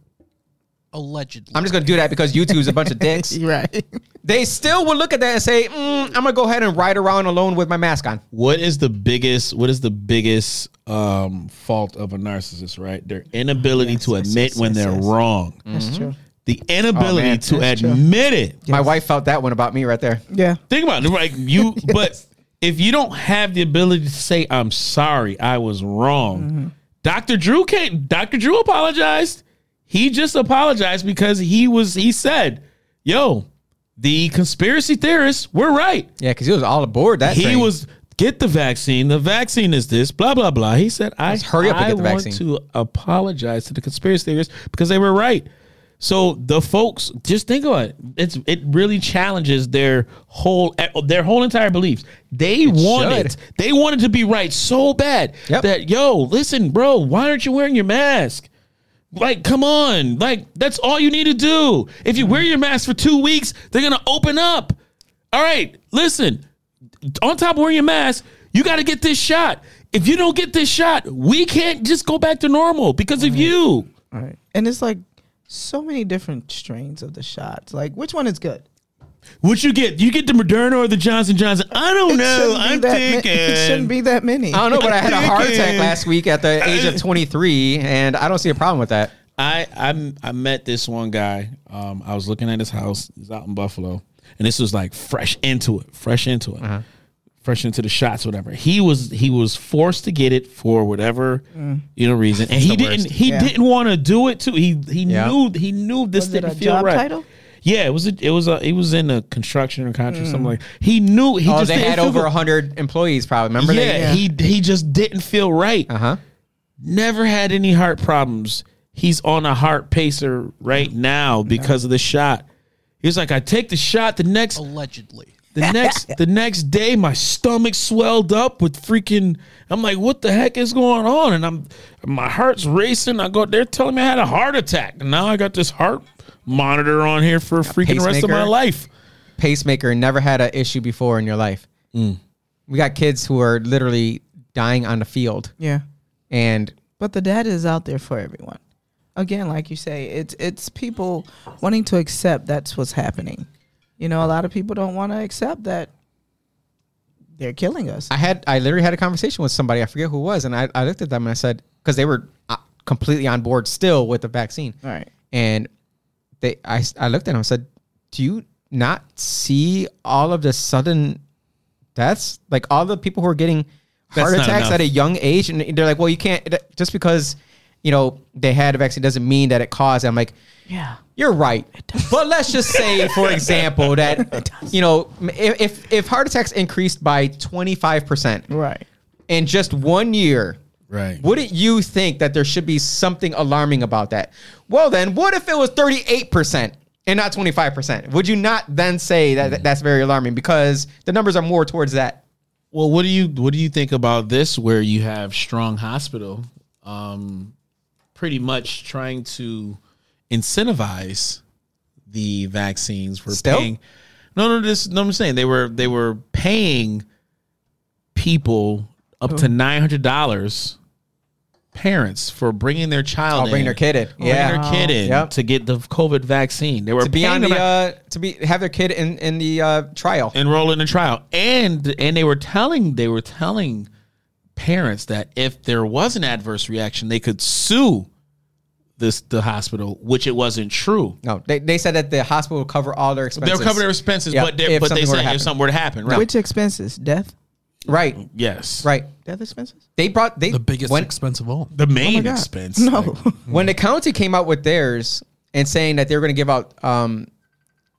E: Allegedly.
A: I'm just gonna do that because YouTube's a bunch of dicks.
C: right.
A: They still would look at that and say, mm, "I'm gonna go ahead and ride around alone with my mask on."
D: What is the biggest? What is the biggest um, fault of a narcissist? Right, their inability to admit when they're wrong.
C: That's true.
D: The inability
A: Mm-hmm. Oh, man,
D: to
A: that's
D: admit it.
A: My wife felt that one about me right there.
C: Yeah.
D: Think about it. Like you, but if you don't have the ability to say "I'm sorry, I was wrong," Dr. Drew can't. Dr. Drew apologized. He just apologized because he was. He said, "Yo, the conspiracy theorists were right."
A: Yeah, because he was all aboard that.
D: he
A: train.
D: was get the vaccine. The vaccine is this. Blah blah blah. He said, "I
A: hurry up and
D: I
A: get the
D: want
A: vaccine."
D: to apologize to the conspiracy theorists because they were right." So the folks, just think about it. It's it really challenges their whole eh, their whole entire beliefs. They want
A: should.
D: it. They wanted to be right so bad
A: Yep.
D: that yo, listen, bro, why aren't you wearing your mask? Like, come on. Like, that's all you need to do. If you wear your mask for two weeks, they're going to open up. All right, listen. On top of wearing your mask, you got to get this shot. If you don't get this shot, we can't just go back to normal because of you.
C: All right. And it's like so many different strains of the shots. Like, which one is good?
D: What you get? You get the Moderna or the Johnson Johnson? I don't know.
C: shouldn't be
D: I'm
C: that ma-
D: thinking.
C: it shouldn't be that many.
A: I don't know, but I had a heart attack
D: Thinking.
A: last week at the age of 23, and I don't see a problem with that.
D: I I'm- I met this one guy. Um, I was looking at his house. He's out in Buffalo, and this was like fresh into it, fresh into it,
A: Uh-huh.
D: fresh into the shots, whatever. He was he was forced to get it for whatever
C: Mm.
D: you know reason, and he
A: the worst.
D: didn't he didn't want to do it too. He he
A: Yeah.
D: knew he knew this
C: Was it
D: didn't
C: a
D: feel
C: job
D: right.
C: title?
D: Yeah, it was a, it was a it was in a construction or contract
C: Mm.
D: something like. He knew he
A: oh,
D: just
A: they
D: didn't
A: had
D: feel
A: over
D: good.
A: 100 employees, probably. Remember
D: yeah,
A: they
D: he he just didn't feel right. Uh
A: Uh-huh.
D: Never had any heart problems. He's on a heart pacer right now because of the shot. He was like, I take the shot the next
E: Allegedly.
D: the next the next day my stomach swelled up with freaking I'm like, what the heck is going on? And I'm my heart's racing. I go, they're telling me I had a heart attack. Now I got this heart monitor on here for freaking rest of my
A: pacemaker.
D: life.
A: pacemaker never had an issue before in your life. We got kids who are literally dying on the field,
C: Yeah.
A: and
C: But the data is out there for everyone. Again, like you say, it's it's people wanting to accept that's what's happening. You know, a lot of people don't want to accept that they're killing us.
A: I had I literally had a conversation with somebody I forget who it was, and I, I looked at them and I said because they were uh, completely on board still with the vaccine,
C: Right.
A: And they I I looked at them and said, do you not see all of the sudden deaths? Like all the people who are getting heart
D: That's not
A: attacks
D: enough.
A: at a young age, and they're like, well, you can't it- just because you know they had a vaccine doesn't mean that it caused. I'm like.
C: Yeah.
A: You're right. But let's just say, for example, that you know, m- if if- if heart attacks increased by 25 percent
C: Right.
A: in just one year,
D: Right.
A: Wouldn't you think that there should be something alarming about that? Well, then, what if it was 38 percent and not 25 percent? Would you not then say that that- that's very alarming because the numbers are more towards that?
E: Well, what do you what do you think about this? Where you have Strong Hospital, um, pretty much trying to
D: incentivize the vaccines were
A: Still?
D: paying. No, no, this. No, I'm saying they were they were paying people up to nine hundred dollars parents for bringing their child
A: I'll
D: in.
A: bring Oh, their kid in.
D: Bring
A: Yeah.
D: their kid in
A: Yep.
D: to get the COVID vaccine. They were
A: to be on
D: paying
A: the
D: them
A: uh, to be have their kid in in the uh, trial.
D: enroll in a trial and and they were telling they were telling parents that if there was an adverse reaction they could sue this the hospital which it wasn't true
A: No, they, they said that the hospital would cover all their
D: they
A: expenses.
D: were covering their expenses
A: Yeah,
D: but they,
A: if
D: but they
A: something were to
D: said
A: happen.
D: if something were to happen right
C: Which expenses? Death?
A: Right,
D: yes
A: right.
C: Death expenses?
A: They brought they
E: The biggest
A: when,
E: expense of all.
D: the
C: Oh my
D: main
C: God.
D: expense
C: No.
A: when the county came out with theirs and saying that they were going to give out um,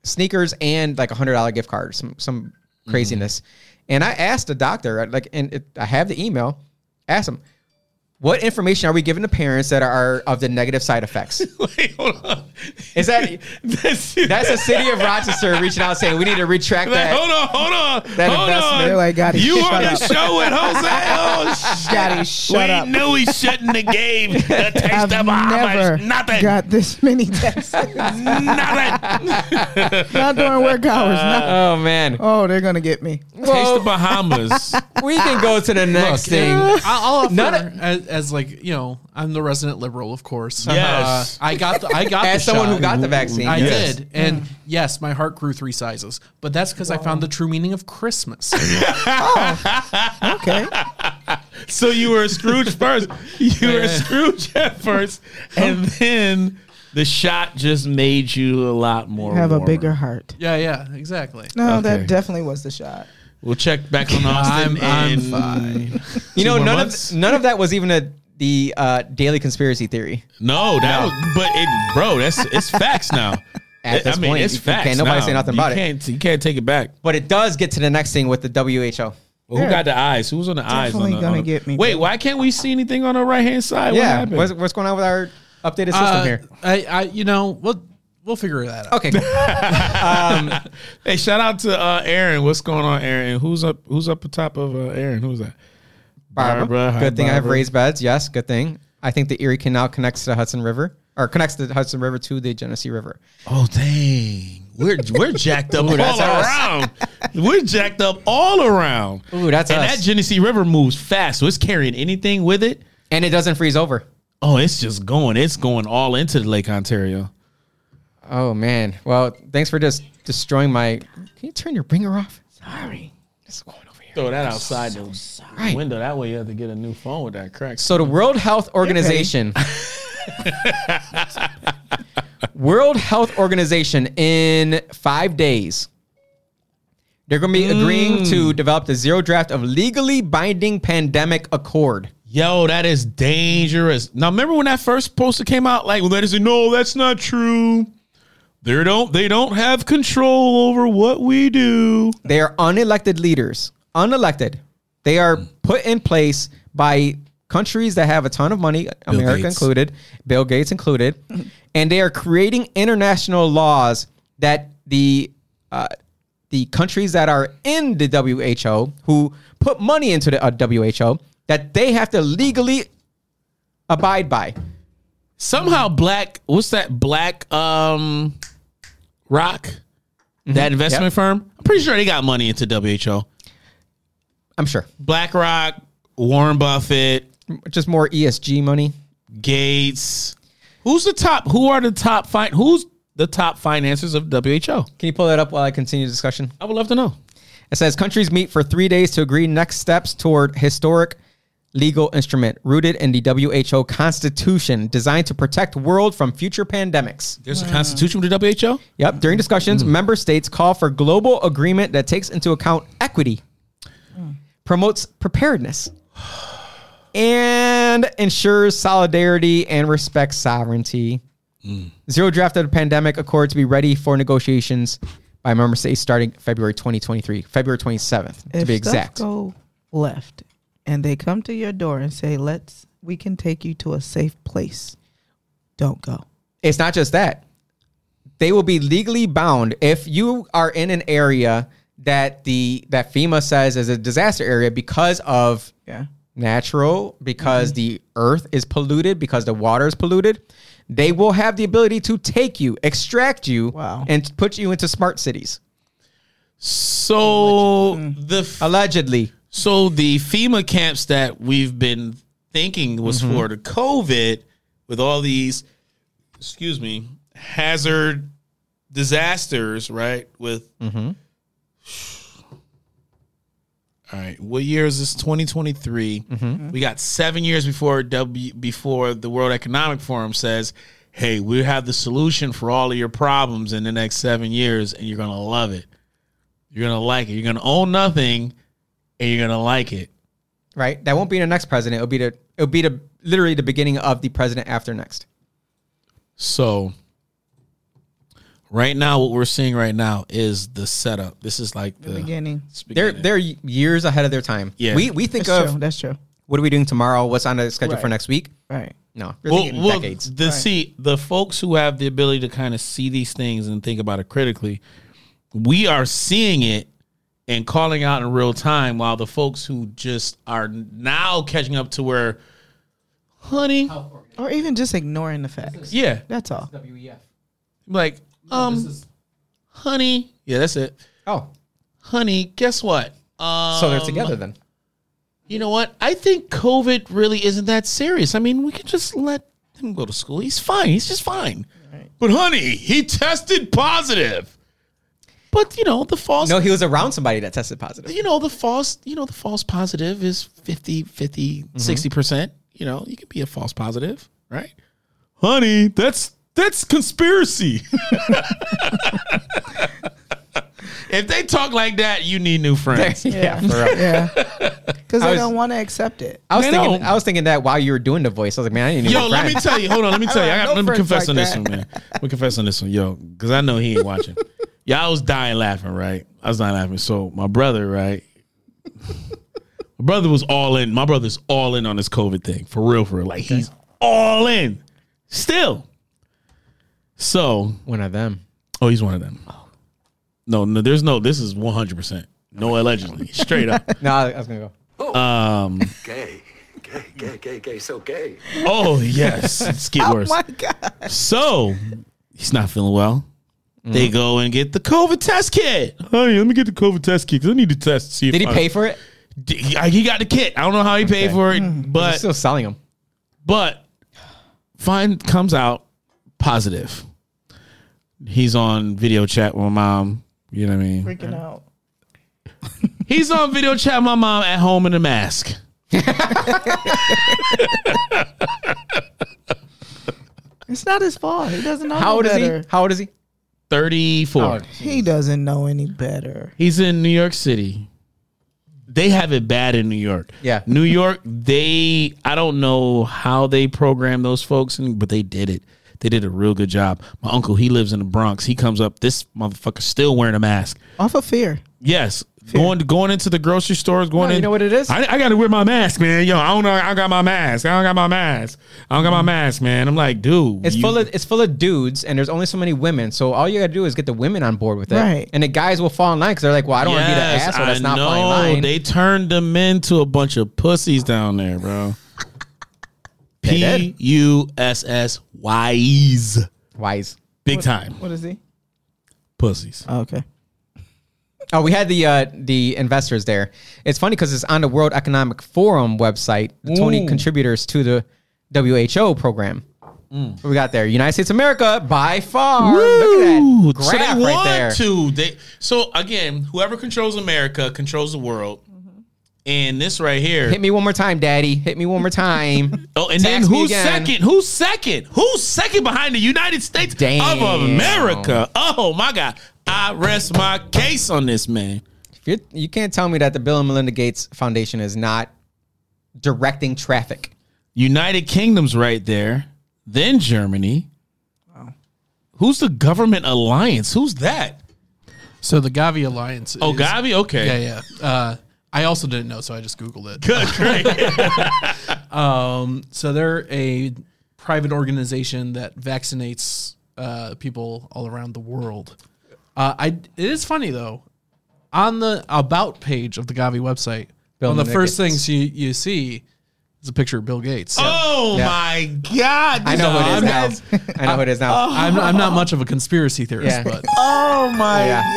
A: sneakers and like a hundred dollar gift card, some some craziness.
E: Mm-hmm.
A: And I asked the doctor, like, and it, I have the email. Asked him, what information are we giving to parents that are of the negative side effects?
D: Wait, hold on.
A: Is that
D: That's,
A: that's the city of Rochester reaching out saying we need to retract
D: like,
A: that?
D: hold on, hold on,
A: that
D: hold
A: investment.
D: on.
C: They're like, "Gotti,
D: you
C: shut
D: on the
C: up."
D: show with Jose? Oh, shit.
C: Scotty, shut
D: we
C: up.
D: knew he shouldn't have gave the taste
C: I've
D: of
C: never
D: Bahamas. Nothing.
C: got this many texts.
D: Nothing.
C: not during work hours.
E: Uh,
C: not-
A: Oh man.
C: oh, they're gonna get me.
D: taste
A: Well,
D: the Bahamas.
A: we can go to the next thing.
E: I'll I'll offer
A: None
E: as, as like you know, I'm the resident liberal, of course.
D: Yes.
E: Uh, I got the, I got
A: As
E: the
A: someone
E: shot.
A: who got the vaccine,
E: I
A: yes.
E: did, and yes, my heart grew three sizes, but that's because I found the true meaning of Christmas.
C: Okay.
D: so you were a Scrooge first. You were a Scrooge at first, and then the shot just made you a lot more.
C: Have a
D: warmer.
C: bigger heart.
E: yeah, yeah, exactly.
C: No,
D: Okay.
C: that definitely was the shot.
D: We'll check back on Austin.
E: I'm- I'm
D: in
E: fine.
A: You
D: two
A: know,
D: more
A: none
D: months?
A: of none of that was even a the uh, daily conspiracy theory.
D: No, that was, but it, bro, that's it's facts now.
A: At this
D: I mean,
A: point,
D: it's
A: you
D: facts.
A: can't- nobody
D: now.
A: say nothing
D: You
A: about it.
D: can't- You can't take it back.
A: But it does get to the next thing with the WHO.
D: Well, who got the eyes? Who was on the eyes? on
C: Definitely
D: the- on
C: gonna
D: the-
C: get me,
D: Wait,
C: bro.
D: why can't we see anything on the right hand side?
A: yeah,
D: what
A: what's,
D: happened?
A: what's going on with our updated system
E: Uh,
A: here?
E: I, I, you know, we'll we'll figure that out.
A: Okay, cool.
D: Hey, shout out to uh, Aaron. What's going on, Aaron? Who's up? Who's up atop of uh, Aaron? Who's that?
A: Barbara.
D: Barbara, hi,
A: good thing I have
D: Barbara.
A: raised beds. Yes, good thing. I think the Erie Canal connects to the Hudson River or connects the Hudson River to the Genesee River.
D: Oh dang, we're we're jacked up all
A: that's us.
D: around. we're jacked up all around.
A: Ooh, that's
D: and
A: us.
D: that Genesee River moves fast, so it's carrying anything with it.
A: And it doesn't freeze over.
D: Oh, it's just going. It's going all into the Lake Ontario.
A: Oh man. Well, thanks for just destroying my Can you turn your ringer off? Sorry. It's going over here.
D: Throw that outside the window. That way you have to get a new phone with that crack.
A: So the World Health Organization. World Health Organization in five days. They're going to be agreeing to develop the zero draft of legally binding pandemic accord.
D: Yo, that is dangerous. Now remember when that first poster came out? Like, well, that is no, that's not true. They don't they don't have control over what we do.
A: They are unelected leaders. Unelected. They are put in place by countries that have a ton of money, America
D: Gates.
A: included, Bill Gates included, and they are creating international laws that the uh, the countries that are in the WHO who put money into the uh, WHO that they have to legally abide by.
D: Somehow black, what's that black um rock? That investment
A: Yep.
D: firm? I'm pretty sure they got money into WHO.
A: I'm sure.
D: BlackRock, Warren Buffett,
A: Just more ESG money.
D: Gates. Who's the top? Who are the top fin- who's the top financiers of WHO?
A: Can you pull that up while I continue the discussion?
D: I would love to know.
A: It says countries meet for three days to agree next steps toward historic legal instrument rooted in the WHO constitution designed to protect world from future pandemics.
D: There's a constitution with the WHO?
A: Yep. During discussions,
C: Mm.
A: member states call for global agreement that takes into account equity,
C: Mm.
A: promotes preparedness, and ensures solidarity and respects sovereignty.
C: Mm.
A: Zero draft of the pandemic accord to be ready for negotiations by member states starting February 2023, February 27th to
C: If
A: be
C: stuff
A: exact.
C: go left, and they come to your door and say, "Let's, we can take you to a safe place." Don't go.
A: it's not just that they will be legally bound if you are in an area that the that FEMA says is a disaster area because of
C: Yeah.
A: natural
C: Mm-hmm.
A: because the earth is polluted because the water is polluted they will have the ability to take you extract you
C: Wow.
A: and put you into smart cities
D: So the f-
A: allegedly
D: so the FEMA camps that we've been thinking was for the COVID with all these, excuse me, hazard disasters, right? With, All right, what year is this? 2023. We got seven years before W before the World Economic Forum says, "Hey, we have the solution for all of your problems in the next seven years, and you're gonna love it. You're gonna like it. You're gonna own nothing, and you're gonna like it."
A: right? That won't be the next president. It'll be the it'll be the literally the beginning of the president after next.
D: So right now what we're seeing right now is the setup. This is like the,
C: beginning.
D: it's
A: They're
D: beginning.
A: they're years ahead of their time.
D: Yeah.
A: we we think
C: That's
A: of
C: true. That's true.
A: what are we doing tomorrow? What's on the schedule for
C: Right.
A: next week?
C: Right.
A: No, we're
D: well,
A: thinking
D: well,
A: decades.
D: the see the folks who have the ability to kind of see these things and think about it critically, we are seeing it and calling out in real time while the folks who just are now catching up to where honey
C: Or even just ignoring the facts.
D: yeah
C: That's all.
D: like um honey yeah that's it
A: Oh,
D: honey guess what um,
A: so they're together then.
D: you know what? I think COVID really isn't that serious. I mean, we can just let him go to school. He's fine. He's just fine. But honey, he tested positive. But you know the false.
A: No, he was around somebody that tested positive.
D: you know the false. You know the false positive is 50, 50, 60 percent. You know you could be a false positive, right? Honey, that's that's conspiracy. if they talk like that, you need new friends.
A: yeah, for real.
C: Yeah. oh. Because
A: I
C: they
A: was-
C: don't want to accept it.
A: I was
D: They
A: thinking.
D: don't.
A: I was thinking that while you were doing the voice, I was like, man, I didn't even.
D: Yo, let me tell you. Hold on, let me tell you. I
C: No
D: got, let me
C: friends
D: confess
C: like
D: on this
C: that.
D: one, man. We confess on this one, yo, because I know he ain't watching. yeah, I was dying laughing, right? I was dying laughing. So my brother, right? my brother was all in. My brother's all in on this COVID thing for real, for real. Like he's all in, still. So
A: one of them.
D: Oh, he's one of them. No, no, there's no. This is 100. percent No, allegedly, straight up.
A: No, I, I was gonna go.
D: Oh yes, it's get worse.
C: Oh My God.
D: So he's not feeling well. They go and get the COVID test kit. Honey, let me get the COVID test kit 'cause I need to test. to See
A: Did he pay for it?
D: it? He got the kit. I don't know how he paid
A: Okay.
D: for it,
A: He's
D: but
A: still selling them.
D: but fine comes out positive. He's on video chat with my mom. You know what I mean?
C: Freaking out.
D: He's on video chat with my mom at home in a mask.
C: It's not his fault. He doesn't know
A: How old
C: any
A: is
C: better.
A: he? How old is he?
D: 34.
A: Oh,
C: he? doesn't know any better.
D: He's in New York City. They have it bad in New York.
A: Yeah.
D: New York, they I don't know how they program those folks and but they did it. They did a real good job. My uncle, he lives in the Bronx. He comes up, this motherfucker still wearing a mask.
C: Off of fear.
D: Yes. Going going into the grocery stores, going
A: No, you
D: in-
A: know what it is?
D: I, I gotta wear my mask, man. Yo, I don't know. I got my mask. I don't got my mask. I don't got my mask, man. I'm like, dude.
A: It's
D: you-
A: full of it's full of dudes, and there's only so many women. So all you gotta do is get the women on board with it,
C: Right.
A: And the guys will fall in line because they're like, "Well, I don't want to be
D: Yes,
A: the asshole that's
D: I
A: not falling
D: know.
A: in line."
D: They turned them into a bunch of pussies down there, bro. P
A: did.
D: U S S Y's.
A: Wise.
D: Big time.
C: What is he?
D: Pussies.
C: Oh, okay.
A: Oh, we had the uh, the investors there. It's funny because it's on the World Economic Forum website. The 20 contributors to the WHO program.
D: Mm.
A: What We got there. United States of America by far. Look
D: Ooh,
A: at that
D: so they
A: graph right
D: want
A: there.
D: to. They, so again, whoever controls America controls the world. And this right here.
A: Hit me one more time, Daddy. Hit me one more time.
D: Oh,
A: Tax
D: and then
A: me
D: who's
A: again.
D: second? Who's second? Who's second behind the United States
A: Damn.
D: of America? Oh my God! I rest my case on this man.
A: If You're, you can't tell me that the Bill and Melinda Gates Foundation is not directing traffic.
D: United Kingdom's right there, then Germany. Who's the government alliance? Who's that?
E: So the Gavi Alliance.
D: Oh,
E: is-
D: Gavi. Okay.
E: Yeah, yeah. Uh, I also didn't know, so I just Googled it.
D: Good. Great.
E: So they're a private organization that vaccinates uh, people all around the world. Uh, I it is funny though, on the about page of the Gavi website,
A: Bill
E: one of the
A: Gates.
E: first things you you see is a picture of Bill Gates.
D: oh
A: Yeah.
D: my God!
A: I know who it
D: I'm-
A: is now. I know who it is now.
E: I'm, I'm not much of a conspiracy theorist,
A: Yeah.
E: but
D: Oh my
A: Yeah.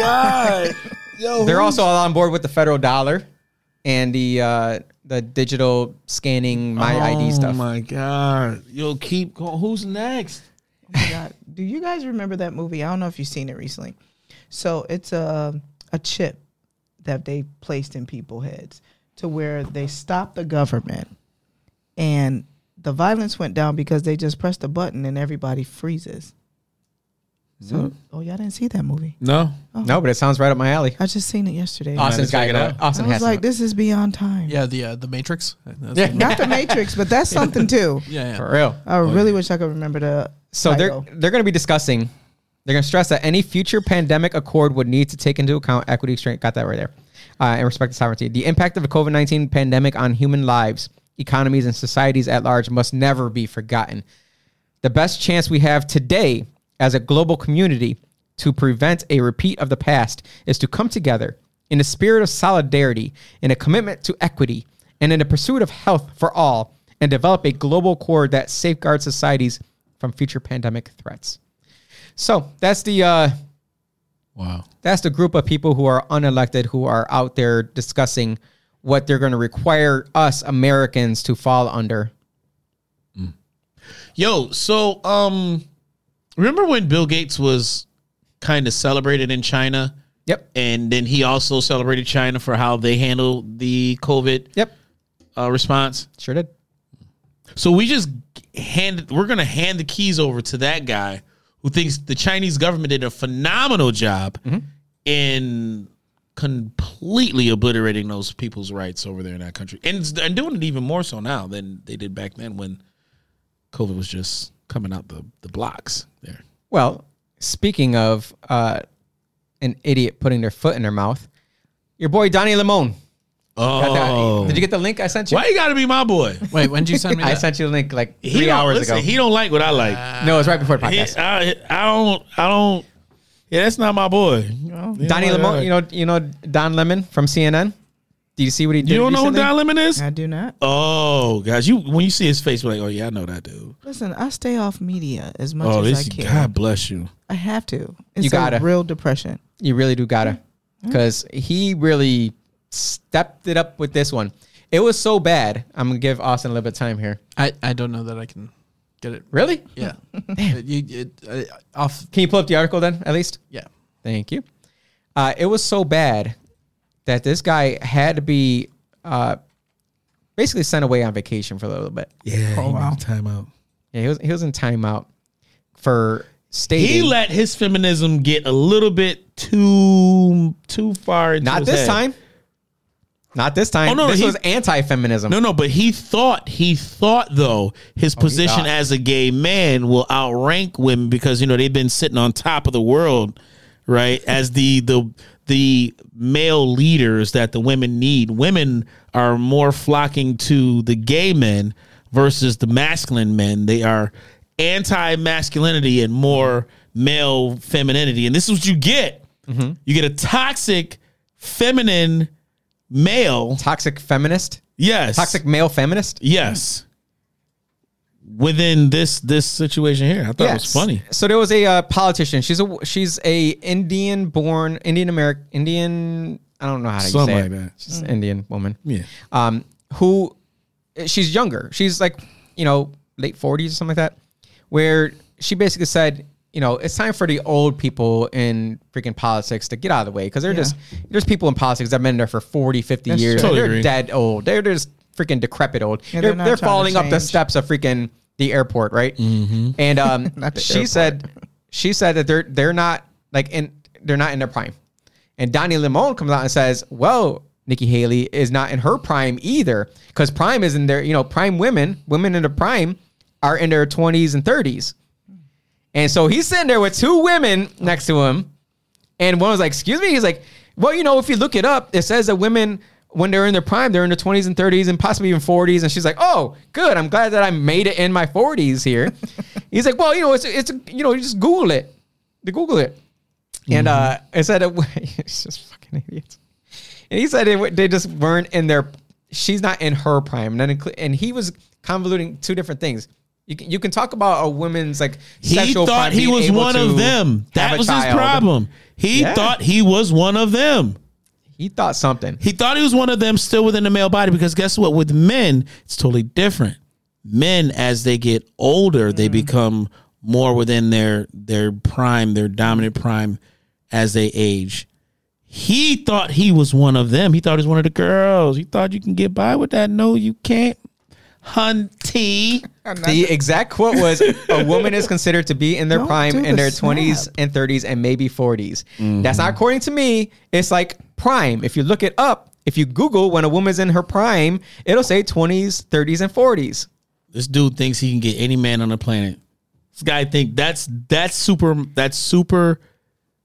D: God! Yo,
A: They're also all on board with the federal dollar and the uh, the digital scanning my ID
D: Oh
A: stuff.
D: my god! Yo, keep going. Who's next?
C: God. Do you guys remember that movie? I don't know if you've seen it recently. So it's a a chip that they placed in people's heads to where they stopped the government and the violence went down because they just pressed a button and everybody freezes. So oh y'all didn't see that movie.
D: No,
A: No, but it sounds right up my alley.
C: I just seen it yesterday.
A: Austin's got
D: check
A: it.
D: it out.
C: I
A: Austin
C: was
A: has
C: like,
A: like,
C: this is beyond time.
E: Yeah, the uh, the Matrix. That's-
A: Yeah.
C: Not the Matrix, but that's something too.
E: yeah, yeah.
A: for real.
C: I really wish I could remember the
A: So
C: title.
A: they're they're going to be discussing. They're going to stress that any future pandemic accord would need to take into account equity, strength, got that right there, uh, and respect to sovereignty. The impact of the COVID nineteen pandemic on human lives, economies, and societies at large must never be forgotten. The best chance we have today as a global community to prevent a repeat of the past is to come together in a spirit of solidarity, in a commitment to equity, and in the pursuit of health for all, and develop a global core that safeguards societies from future pandemic threats. So that's the uh,
D: wow.
A: that's the group of people who are unelected who are out there discussing what they're going to require us Americans to fall under.
D: Yo, so um, remember when Bill Gates was kind of celebrated in China?
A: Yep.
D: And then he also celebrated China for how they handled the COVID
A: Yep.
D: uh, response.
A: Sure did.
D: So we just hand we're gonna hand the keys over to that guy who thinks the Chinese government did a phenomenal job in completely obliterating those people's rights over there in that country, and it's- and doing it even more so now than they did back then when COVID was just coming out the the blocks there.
A: Well, speaking of uh, an idiot putting their foot in their mouth, your boy Donnie Limone. Got that-
D: Oh,
A: Did you get the link I sent you?
D: why you gotta be my boy?
E: Wait, when did you send me
A: I
E: that?
A: sent you the link like
D: He
A: three
D: don't-
A: hours
D: listen,
A: ago.
D: He don't like what I like.
A: no, it was right before the
D: He- uh,
A: podcast.
D: Ah, I, I don't. I don't. Yeah, that's not my boy.
A: Donnie Limone, you know, you know Don Lemon from CNN. Do you see what he did?
D: You don't know who
A: recently?
D: Don Lemon is?
C: I do not.
D: Oh, guys, you when you see his face, you're like, oh yeah, I know that dude.
C: Listen, I stay off media as much
D: Oh,
C: as
D: this
C: I can.
D: God bless you.
C: I have to. It's
A: You gotta.
C: a real depression.
A: You really do gotta, because he really stepped it up with this one. It was so bad. I'm gonna give Austin a little bit of time here.
E: I, I don't know that I can get it.
A: Really?
E: Yeah. It- you, it, uh, off.
A: Can you pull up the article then, at least?
E: Yeah.
A: Thank you. Uh, it was so bad that this guy had to be uh, basically sent away on vacation for a little bit.
D: Yeah. Oh wow. Time out.
A: Yeah, he was he was in timeout for stating
D: He let his feminism get a little bit too too far. Into
A: not
D: his
A: this
D: head.
A: time. Not this time.
D: Oh, no, no,
A: this
D: he-
A: was anti-feminism.
D: No, no, but he thought he thought though his position
A: Oh, thought.
D: as a gay man will outrank women because you know they've been sitting on top of the world, right? As the the the male leaders that the women need. Women are more flocking to the gay men versus the masculine men. They are anti masculinity and more male femininity, and this is what you get.
A: Mm-hmm.
D: You get a toxic feminine male.
A: Toxic feminist.
D: Yes.
A: Toxic male feminist.
D: Yes. Within this this situation here, I thought it was funny.
A: So there was a uh, politician. She's a she's a Indian-born Indian American Indian. I don't know how to
D: Something
A: say
D: like
A: it.
D: that.
A: She's an Indian woman.
D: Yeah.
A: um, who she's younger. She's like, you know, late 40s or something like that, where she basically said, you know, it's time for the old people in freaking politics to get out of the way because they're just, there's people in politics that have been there for 40, 50 years.
D: true.
A: and they're
D: Totally agree.
A: dead old. They're just freaking decrepit old.
C: Yeah,
A: they're
C: they're
A: they're,
C: not trying to
A: falling up the
C: change.
A: steps of freaking the airport, right? And um, she said, she said that they're, they're not like, in, they're not in their prime. And Donnie Limon comes out and says, "Well, Nikki Haley is not in her prime either, because prime is in their, you know, prime women, women in the prime, are in their twenties and 30s. And so he's sitting there with two women next to him, and one was like, "Excuse me," he's like, "Well, you know, if you look it up, it says that women." When they're in their prime, they're in their 20s and 30s and possibly even 40s. And she's like, "Oh, good. I'm glad that I made it in my 40s here." He's like, "Well, you know, it's it's you know, you just Google it, They Google it." And
D: Mm-hmm.
A: uh, I said, it, it's just fucking idiots. And he said they, w- they just weren't in their, she's not in her prime. And, then inclu- and he was convoluting two different things. You can, you can talk about a woman's like
D: He
A: sexual
D: thought
A: prime
D: he
A: being
D: was
A: able
D: one
A: to
D: of them.
A: have
D: That
A: a
D: was his
A: child.
D: problem. He
A: Yeah.
D: thought he was one of them.
A: He thought something.
D: He thought he was one of them still within the male body because guess what? With men, it's totally different. Men, as they get older, they become more within their their prime, their dominant prime as they age. He thought he was one of them. He thought he was one of the girls. He thought you can get by with that. No, you can't. Hunty.
A: The exact quote was a woman is considered to be in their
C: Don't
A: prime
C: do
A: in
C: the
A: their
C: snap.
A: 20s and 30s and maybe 40s.
D: Mm-hmm.
A: That's not according to me. It's like prime. If you look it up, if you Google when a woman's in her prime, it'll say 20s, 30s, and 40s.
D: This dude thinks he can get any man on the planet. This guy think that's that's super that's super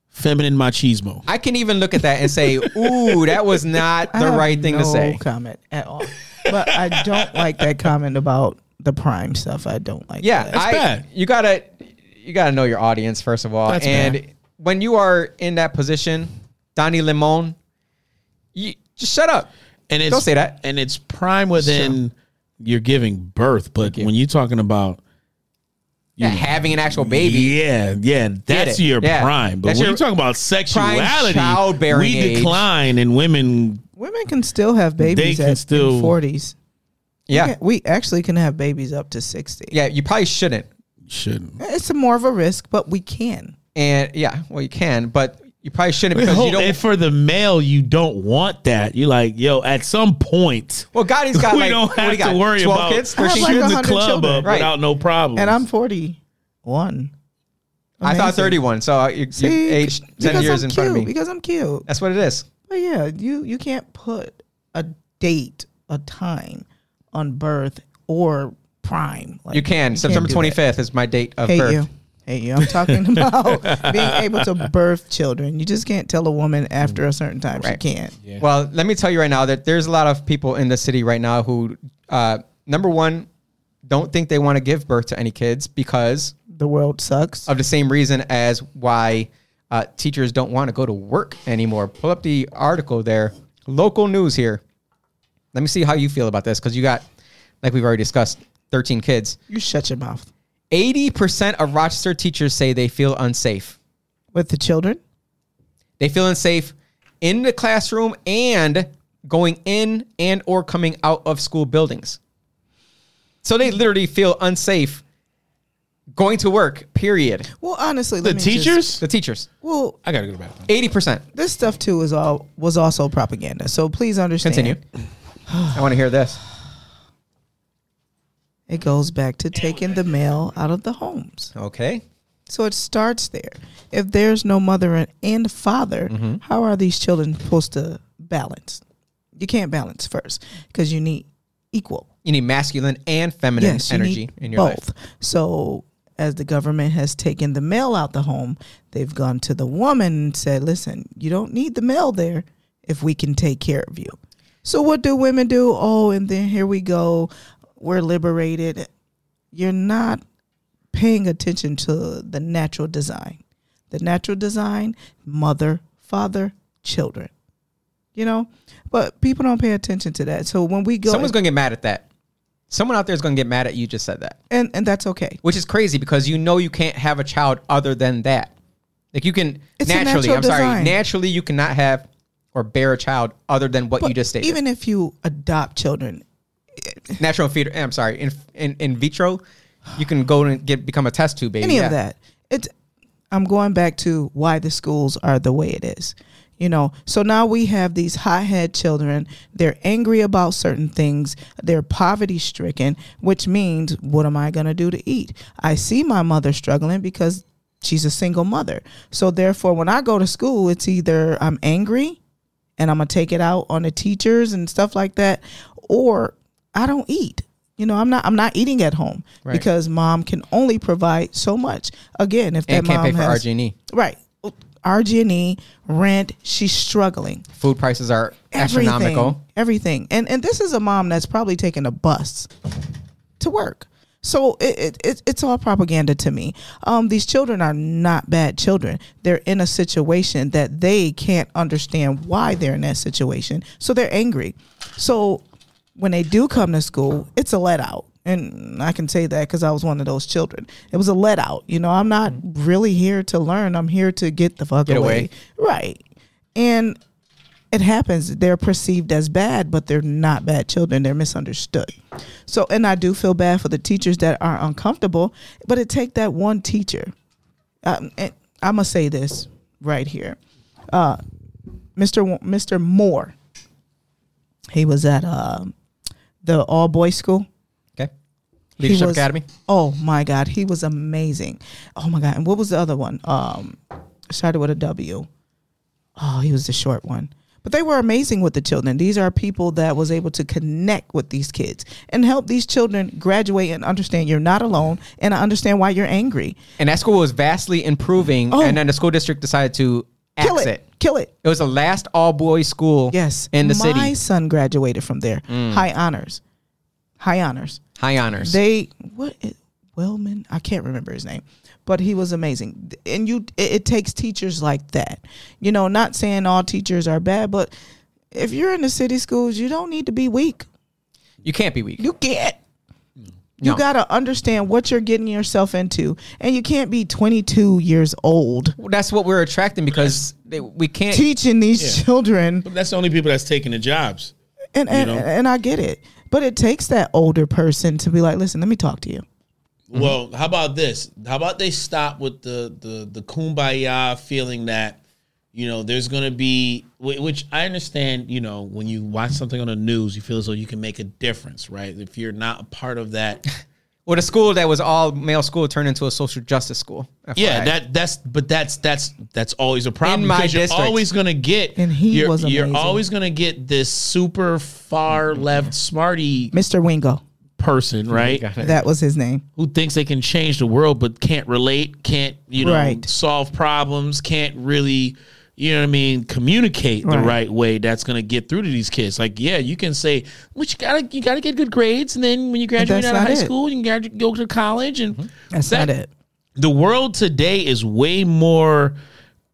D: feminine machismo.
A: I can even look at that and say, ooh, that was not
C: I
A: the
C: have
A: right thing to
C: no
A: say.
C: comment at all. But I don't like that comment about the prime stuff. I don't like
A: Yeah,
C: that.
D: That's
A: I,
D: bad.
A: you gotta you gotta know your audience first of all.
D: That's
A: and
D: bad.
A: when you are in that position, Donnie Limon, you just shut up.
D: And it's
A: Don't say that.
D: And it's prime within you're giving birth, but when you're talking about
A: Yeah, having an actual baby.
D: Yeah, yeah, that's
A: it.
D: your
A: Yeah.
D: prime. But
A: That's
D: when
A: your
D: you're talking about sexuality,
A: childbearing
D: we
A: age.
D: decline, and women
C: Women can still have babies
D: can
C: at
D: still-
C: still forties.
A: Yeah.
C: we actually can have babies up to sixty.
A: Yeah, you probably shouldn't.
D: shouldn't.
C: It's a more of a risk, but we can.
A: And yeah, well, you can, but you probably shouldn't because you
D: Hold-
A: don't.
D: and for the male, you don't want that. You're like, yo, at some point,
A: well, Gotti's got
D: we
A: like
D: don't
A: what
D: have
A: he got,
D: to worry
A: 12
D: about
A: kids,
C: I have
A: 13
C: like
D: shooting
A: kids?
D: the
C: 100
D: club
C: children.
D: up
A: Right.
D: without no problem.
C: And I'm forty one.
A: I thought
C: Amazing.
A: 31, so uh, you, you
C: See,
A: age 10
C: because
A: years
C: I'm
A: in front of
C: cute,
A: me.
C: Because I'm cute.
A: That's what it is.
C: But yeah, you you can't put a date, a time on birth or prime. Like,
A: You can.
C: can't
A: September
C: do that.
A: 25th is my date of
C: Hate
A: birth.
C: you. Hate you. I'm talking about being able to birth children. You just can't tell a woman after a certain time
A: Right.
C: she can't.
A: Well, let me tell you right now that there's a lot of people in the city right now who, uh, number one, don't think they want to give birth to any kids because
C: The world sucks.
A: of the same reason as why uh, teachers don't want to go to work anymore. Pull up the article there. Local news here. Let me see how you feel about this because you got, like we've already discussed, 13 kids.
C: You shut your mouth.
A: 80% of Rochester teachers say they feel unsafe.
C: With the children?
A: They feel unsafe in the classroom and going in and or coming out of school buildings. So they literally feel unsafe going to work, period.
C: Well, honestly,
D: the
C: let me just-
D: teachers.
A: The teachers,
C: well,
D: I gotta go to the bathroom.
A: 80%.
C: this stuff too is all was also propaganda. So please understand.
A: Continue. I want to hear this.
C: It goes back to taking the male out of the homes.
A: Okay.
C: So it starts there. If there's no mother and, and father, how are these children supposed to balance? You can't balance first because you need equal.
A: You need masculine and feminine
C: you
A: energy
C: need
A: in your
C: both.
A: life.
C: So as the government has taken the male out the home, they've gone to the woman and said, "Listen, you don't need the male there if we can take care of you." So what do women do? Oh, and then here we go. We're liberated. You're not paying attention to the natural design. The natural design, mother, father, children. You know? But people don't pay attention to that. So when we go
A: Someone's going to get mad at that. Someone out there is going to get mad at you just said that,
C: and, and that's okay.
A: which is crazy because you know you can't have a child other than that. Like you can
C: It's a
A: naturally,
C: natural
A: I'm sorry,
C: design.
A: naturally you cannot have or bear a child other than what you just stated.
C: Even if you adopt children,
A: Natural feeder, I'm sorry, in, in in vitro, you can go and get become a test tube baby.
C: any
A: yeah.
C: of that, it's. I'm going back to why the schools are the way it is. You know, so now we have these hothead children. They're angry about certain things. They're poverty stricken, which means, what am I going to do to eat? I see my mother struggling because she's a single mother. So, therefore, when I go to school, it's either I'm angry and I'm gonna take it out on the teachers and stuff like that, or I don't eat. You know, I'm not I'm not eating at home because mom can only provide so much. Again, if
A: And E.
C: that
A: can't
C: mom
A: pay for
C: has
A: RG&E.
C: right, RG&E E, rent, she's struggling.
A: Food prices are
C: Everything,
A: astronomical.
C: everything, and and this is a mom that's probably taking a bus to work. So it, it, it it's all propaganda to me. Um, these children are not bad children. They're in a situation that they can't understand why they're in that situation. So they're angry. So when they do come to school, it's a let out. And I can say that because I was one of those children. It was a let out. You know, I'm not really here to learn. I'm here to get the fuck
A: Get away.
C: away. Right. And it happens. They're perceived as bad, but they're not bad children. They're misunderstood. So, and I do feel bad for the teachers that are uncomfortable, but it take that one teacher. Um, and I'm gonna say this right here, uh, Mr. Wa- Mr. Moore. He was at um the all boys school.
A: Okay.
C: He
A: Leadership
C: was-
A: Academy.
C: Oh my God, he was amazing. Oh my God, and what was the other one? Um, started with a W. Oh, he was the short one. But they were amazing with the children. These are people that was able to connect with these kids and help these children graduate and understand you're not alone. And I understand why you're angry.
A: And that school was vastly improving.
C: Oh.
A: And then the school district decided to axe
C: Kill it.
A: it.
C: Kill it.
A: It was the last all boys school
C: Yes.
A: in the
C: My
A: city. Mm.
C: son graduated from there. High honors. High honors.
A: High honors.
C: They what is, Wellman? I can't remember his name, but he was amazing. And you, it, it takes teachers like that. You know, not saying all teachers are bad, but if you're in the city schools, you don't need to be weak.
A: you can't be weak.
C: You can't.
A: No.
C: You got to understand what you're getting yourself into, and you can't be 22 years old
A: That's what we're attracting because they, we can't.
C: teaching these
D: Yeah.
C: children.
D: But that's the only people that's taking the jobs.
C: And and,
D: know?
C: and I get it, but it takes that older person to be like, listen, let me talk to you. Mm-hmm.
D: Well, how about this? How about they stop with the the the kumbaya feeling that you know there's going to be whi- which I understand, you know, when you watch something on the news, you feel as though you can make a difference, right? If you're not a part of that.
A: Well, the school that was all male school turned into a social justice school.
D: Yeah,
A: FYI.
D: that that's but that's that's that's always a problem
A: In my
D: because you're
A: district.
D: always gonna get
C: And he
D: you're,
C: was
D: you're
C: amazing. Mm-hmm.
D: always gonna get this super far left smarty
C: Mr. Wingo,
D: person, right?
C: that was his name.
D: Who thinks they can change the world but can't relate, can't you know
C: Right.
D: solve problems, can't really you know what I mean, communicate the
C: Right.
D: right way that's gonna get through to these kids. Like, yeah, you can say, well, you gotta you gotta get good grades and then when you graduate
C: that's
D: out of
C: not
D: high
C: it.
D: school you can gradu- go to college and
A: Mm-hmm.
C: That's
D: That-
C: not it.
D: the world today is way more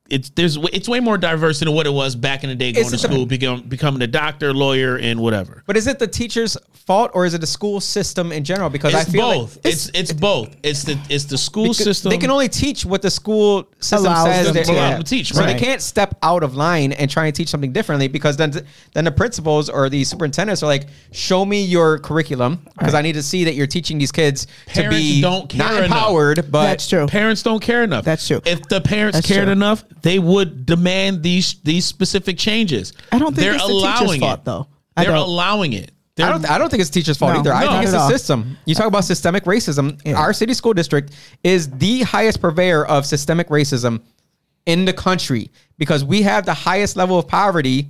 D: it's there's it's way more diverse than what it was back in the day going
A: Is
D: to
A: it the-
D: school become, becoming a doctor lawyer and whatever
A: But is it the teacher's fault or is it the school system in general? Because I
D: it's
A: feel like-
D: both it's, it's both it's the it's the school
A: Because
D: system
A: They can only teach what the school system
C: Allows
A: says
C: them
A: they
D: to allow them to teach,
A: So
D: right.
A: they can't step out of line and try and teach something differently because then then the principals or the superintendents are like, "Show me your curriculum because I need to see that you're teaching these kids
D: Parents
A: to be
D: don't care
A: not
D: enough.
A: empowered, but
C: That's true.
D: parents don't care enough
C: That's true.
D: if the parents
C: That's
D: cared
C: true.
D: enough they would demand these these specific changes
C: I don't think it's the teacher's fault, though. I
D: they're
C: don't.
D: allowing it they're,
A: I don't. I don't think it's teachers' fault
C: No,
A: either. I
C: no.
A: think it's
C: Not
A: the
C: at all.
A: system. You talk about systemic racism. Our city school district is the highest purveyor of systemic racism in the country because we have the highest level of poverty,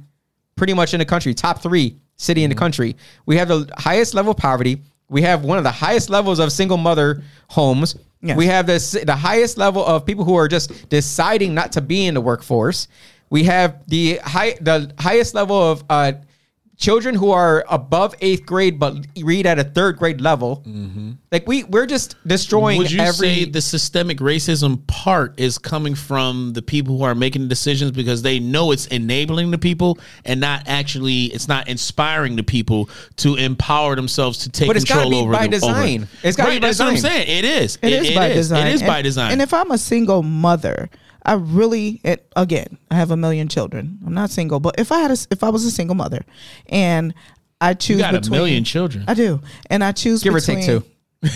A: pretty much in the country. Top three city in
D: Mm-hmm.
A: the country. We have the highest level of poverty. We have one of the highest levels of single mother homes.
C: Yes.
A: We have this the highest level of people who are just deciding not to be in the workforce. We have the high the highest level of uh, children who are above eighth grade but read at a third grade level. Like we we're just destroying
D: Mm-hmm. Would you
A: every.
D: say the systemic racism part is coming from the people who are making the decisions because they know it's enabling the people and not actually it's not inspiring the people to empower themselves to take
A: But it's gotta
D: control
A: be
D: over
A: by
D: the, over it.
A: design. It's gotta
D: right,
A: be by
D: that's what I'm
A: design.
D: saying. It is.
C: it is by design.
D: It is
C: and,
D: by design.
C: And if I'm a single mother, I really, it, again, I have a million children. I'm not single, but if I had, a, if I was a single mother, and I choose
D: got a
C: between
D: million children.
C: I do, and I choose
A: Give or
C: between,
A: take two.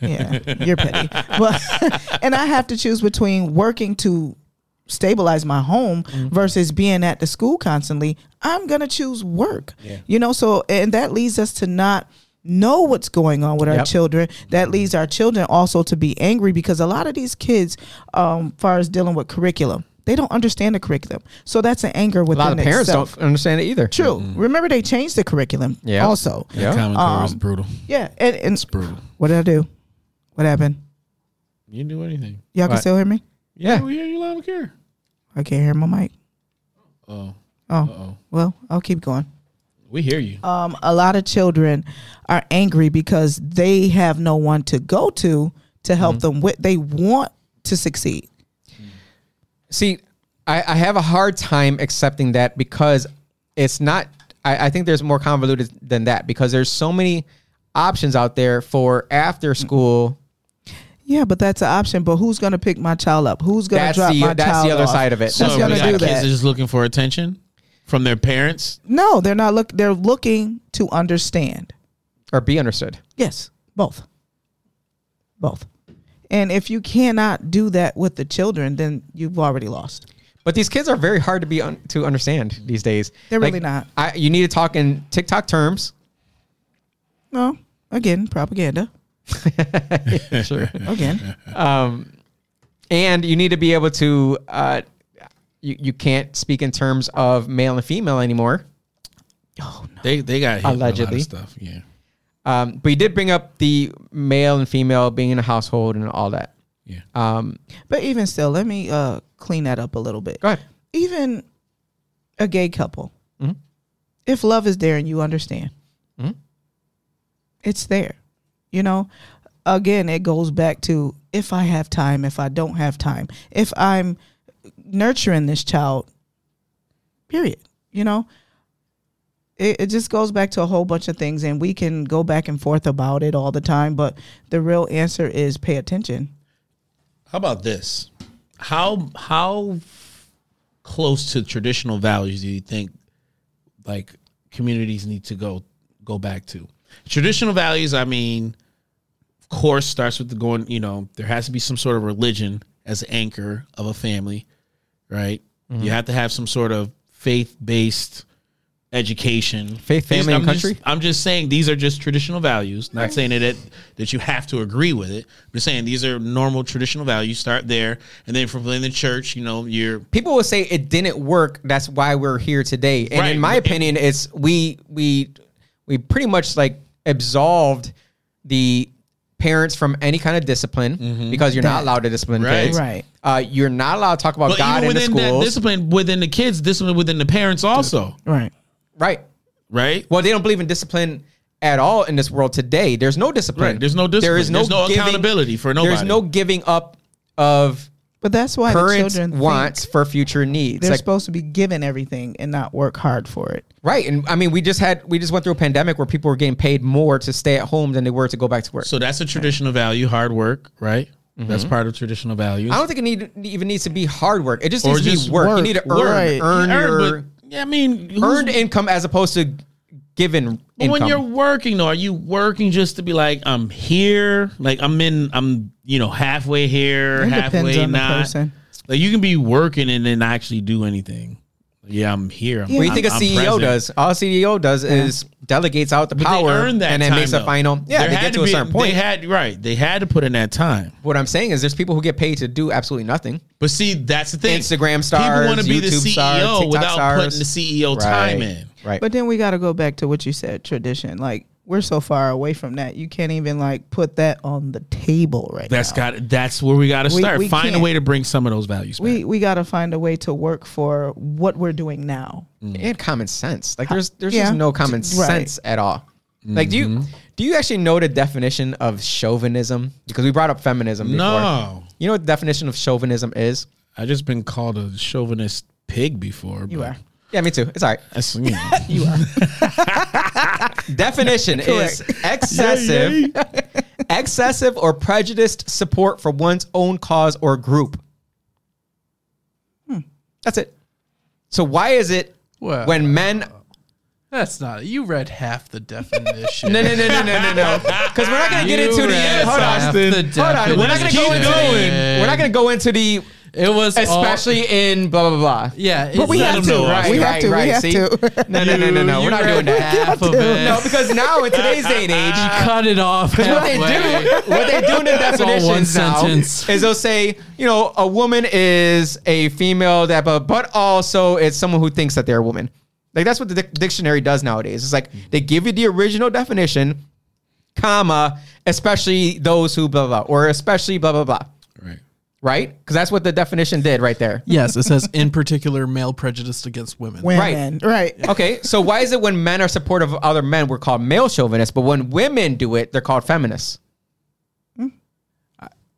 C: Yeah, you're petty, but and I have to choose between working to stabilize my home
A: Mm-hmm.
C: versus being at the school constantly. I'm gonna choose work. You know, so and that leads us to not know what's going on with our
A: Yep. Mm-hmm.
C: children that leads our children also to be angry because a lot of these kids um far as dealing with curriculum they don't understand the curriculum so that's an anger
A: a
C: within
A: lot of parents
C: itself.
A: don't Mm-hmm. understand it either.
C: true remember they changed the curriculum
A: Yeah.
C: also
A: Yeah.
D: Common Core is
C: Um,
D: brutal.
C: yeah, and, and it's
D: brutal.
C: What did I do? What happened?
D: You didn't do anything.
C: Y'all can
A: What?
C: still hear me?
A: Yeah.
D: We hear you loud and care.
C: I can't hear my mic.
D: Oh,
C: Oh, well, I'll keep going.
D: we hear you.
C: Um, a lot of children are angry because they have no one to go to to help
A: Mm-hmm.
C: them with. They want to succeed.
A: See, I, I have a hard time accepting that because it's not. I, I think there's more convoluted than that because there's so many options out there for after school.
C: Yeah, but that's an option. But who's going to pick my child up? Who's going to
A: That's
C: drop
A: the-
C: my
A: that's the
C: child
A: other
C: off?
A: side of it.
C: Who's
A: So
D: we
C: going to
D: got
C: do
D: kids
C: that?
D: just looking for attention. from their parents?
C: No, they're not look. They're looking to understand.
A: or be understood.
C: Yes, both. Both. And if you cannot do that with the children, then you've already lost.
A: But these kids are very hard to be un- to understand these days.
C: They're really not.
A: I, you need to talk in TikTok terms.
C: No, again, propaganda.
A: Sure.
C: Again,
A: and you need to be able to. Uh, you you can't speak in terms of male and female anymore.
D: They they got hit
A: Allegedly.
D: allegedly stuff. Yeah,
A: Um, but you did bring up the male and female being in a household and all that.
D: yeah.
A: Um,
C: but even still, let me uh, clean that up a little bit.
A: go ahead.
C: Even a gay couple,
A: Mm-hmm.
C: if love is there and you understand, it's there. You know, again, it goes back to if I have time, if I don't have time, if I'm nurturing this child, period. You know, it, it just goes back to a whole bunch of things, and we can go back and forth about it all the time, but the real answer is pay attention.
D: How about this? How how close to traditional values do you think like communities need to go go back to? Traditional values, I mean, of course, starts with the going. You know, there has to be some sort of religion as the anchor of a family, right?
A: Mm-hmm.
D: You have to have some sort of faith based education,
A: Faith,
D: These-
A: family,
D: I'm
A: and
D: just-
A: country?
D: I'm just saying these are just traditional values. Not saying that it, that you have to agree with it. I'm just saying these are normal traditional values. Start there, and then from within the church, you know, you're
A: People will say it didn't work. That's why we're here today. And
D: Right.
A: in my opinion, it's we we we pretty much like absolved the parents from any kind of discipline because you're not allowed to discipline
D: Mm-hmm. Right.
A: kids.
C: Right.
A: Uh, you're not allowed to talk about
D: but
A: God
D: even
A: in the
D: within that
A: schools.
D: discipline, within the kids, discipline within the parents also,
C: Right.
A: right.
D: right?
A: Well, they don't believe in discipline at all in this world today. There's no discipline.
D: Right. There's no
A: There
D: discipline.
A: is no,
D: There's no
A: giving-
D: accountability for
A: There's
D: nobody.
A: no giving up of
C: But that's why the
A: current
C: children think
A: wants for future needs.
C: they're
A: Like,
C: supposed to be given everything and not work hard for it.
A: right. And I mean, we just had we just went through a pandemic where people were getting paid more to stay at home than they were to go back to work.
D: So that's a traditional value, hard work, right?
A: Mm-hmm.
D: That's part of traditional values.
A: I don't think it need, even needs to be hard work. It just
D: Or
A: needs to
D: just
A: be work. You
D: work,
A: need to earn
C: right.
A: earn
D: Earn,
A: your
D: but- yeah, I mean, who's-
A: earned income as opposed to given
D: But
A: income.
D: when you're working, though, are you working just to be like, I'm here, like I'm in, I'm you know halfway here,
C: It depends
D: halfway
C: on the
D: not.
C: person.
D: Like you can be working and then not actually do anything. Yeah, I'm here. I'm,
A: what do you
D: I'm-
A: think a
D: I'm
A: CEO
D: present.
A: does? All a CEO does is delegates out the
D: But
A: power
D: they earned that
A: and then
D: time,
A: makes
D: though.
A: a final. Yeah,
D: There
A: they
D: had
A: get to a
D: be-
A: certain point.
D: They had right. They had to put in that time.
A: what I'm saying is, there's people who get paid to do absolutely nothing.
D: But see, that's the thing.
A: Instagram
D: People
A: stars,
D: wanna be the
A: YouTube
D: CEO
A: stars, TikTok
D: without
A: stars.
D: putting the CEO time in.
A: Right.
C: But then we got to go back to what you said, tradition. Like we're so far away from that, you can't even like put that on the table right
D: That's
C: now.
D: got. That's where we got to
C: We-
D: start.
C: we
D: Find a
C: can't-
D: way to bring some of those values. Back.
C: we we got to find a way to work for what we're doing now.
A: and common sense. Like there's there's
C: Yeah.
A: just no common
C: Right.
A: sense at all. Like do you do you actually know the definition of chauvinism? Because we brought up feminism before.
D: No.
A: You know what the definition of chauvinism is?
D: I just been called a chauvinist pig before.
C: You
D: but
C: are.
A: Yeah, me too. It's all right.
D: That's, you know.
A: Definition is excessive excessive or prejudiced support for one's own cause or group.
C: Hmm.
A: That's it. So why is it
E: Well-
A: when men
E: That's not. You read half the definition.
A: No no no no no no no because we're not gonna get into the end. Hold on.
E: half
D: Austin.
E: the
A: Hold on. We're not gonna go into
E: definition.
A: the, we're not gonna go into the
E: It was all-
A: especially in blah blah blah.
E: yeah.
C: But we
D: Let
E: it's-
D: them
C: have to,
D: know,
C: right?
D: Austin.
C: We have
A: right,
C: to.
A: right,
C: we have
A: see?
C: to.
A: No, no, no, no, no.
E: You
A: We're not
E: read
A: doing that.
E: Half of it.
A: No, because now in today's day and age,
E: cut it off.
A: what they
E: halfway.
A: do, what they do in the
E: That's all one
A: definitions now
E: sentence.
A: is they'll say, you know, a woman is a female that, but but also it's someone who thinks that they're a woman. Like that's what the dic- dictionary does nowadays. It's like they give you the original definition, comma, especially those who blah blah, blah or especially blah blah blah.
D: right.
A: Right? Because that's what the definition did right there.
E: Yes, it says in particular male prejudice against women.
C: Women, right?
A: Okay, so why is it when men are supportive of other men, we're called male chauvinists, but when women do it, they're called feminists?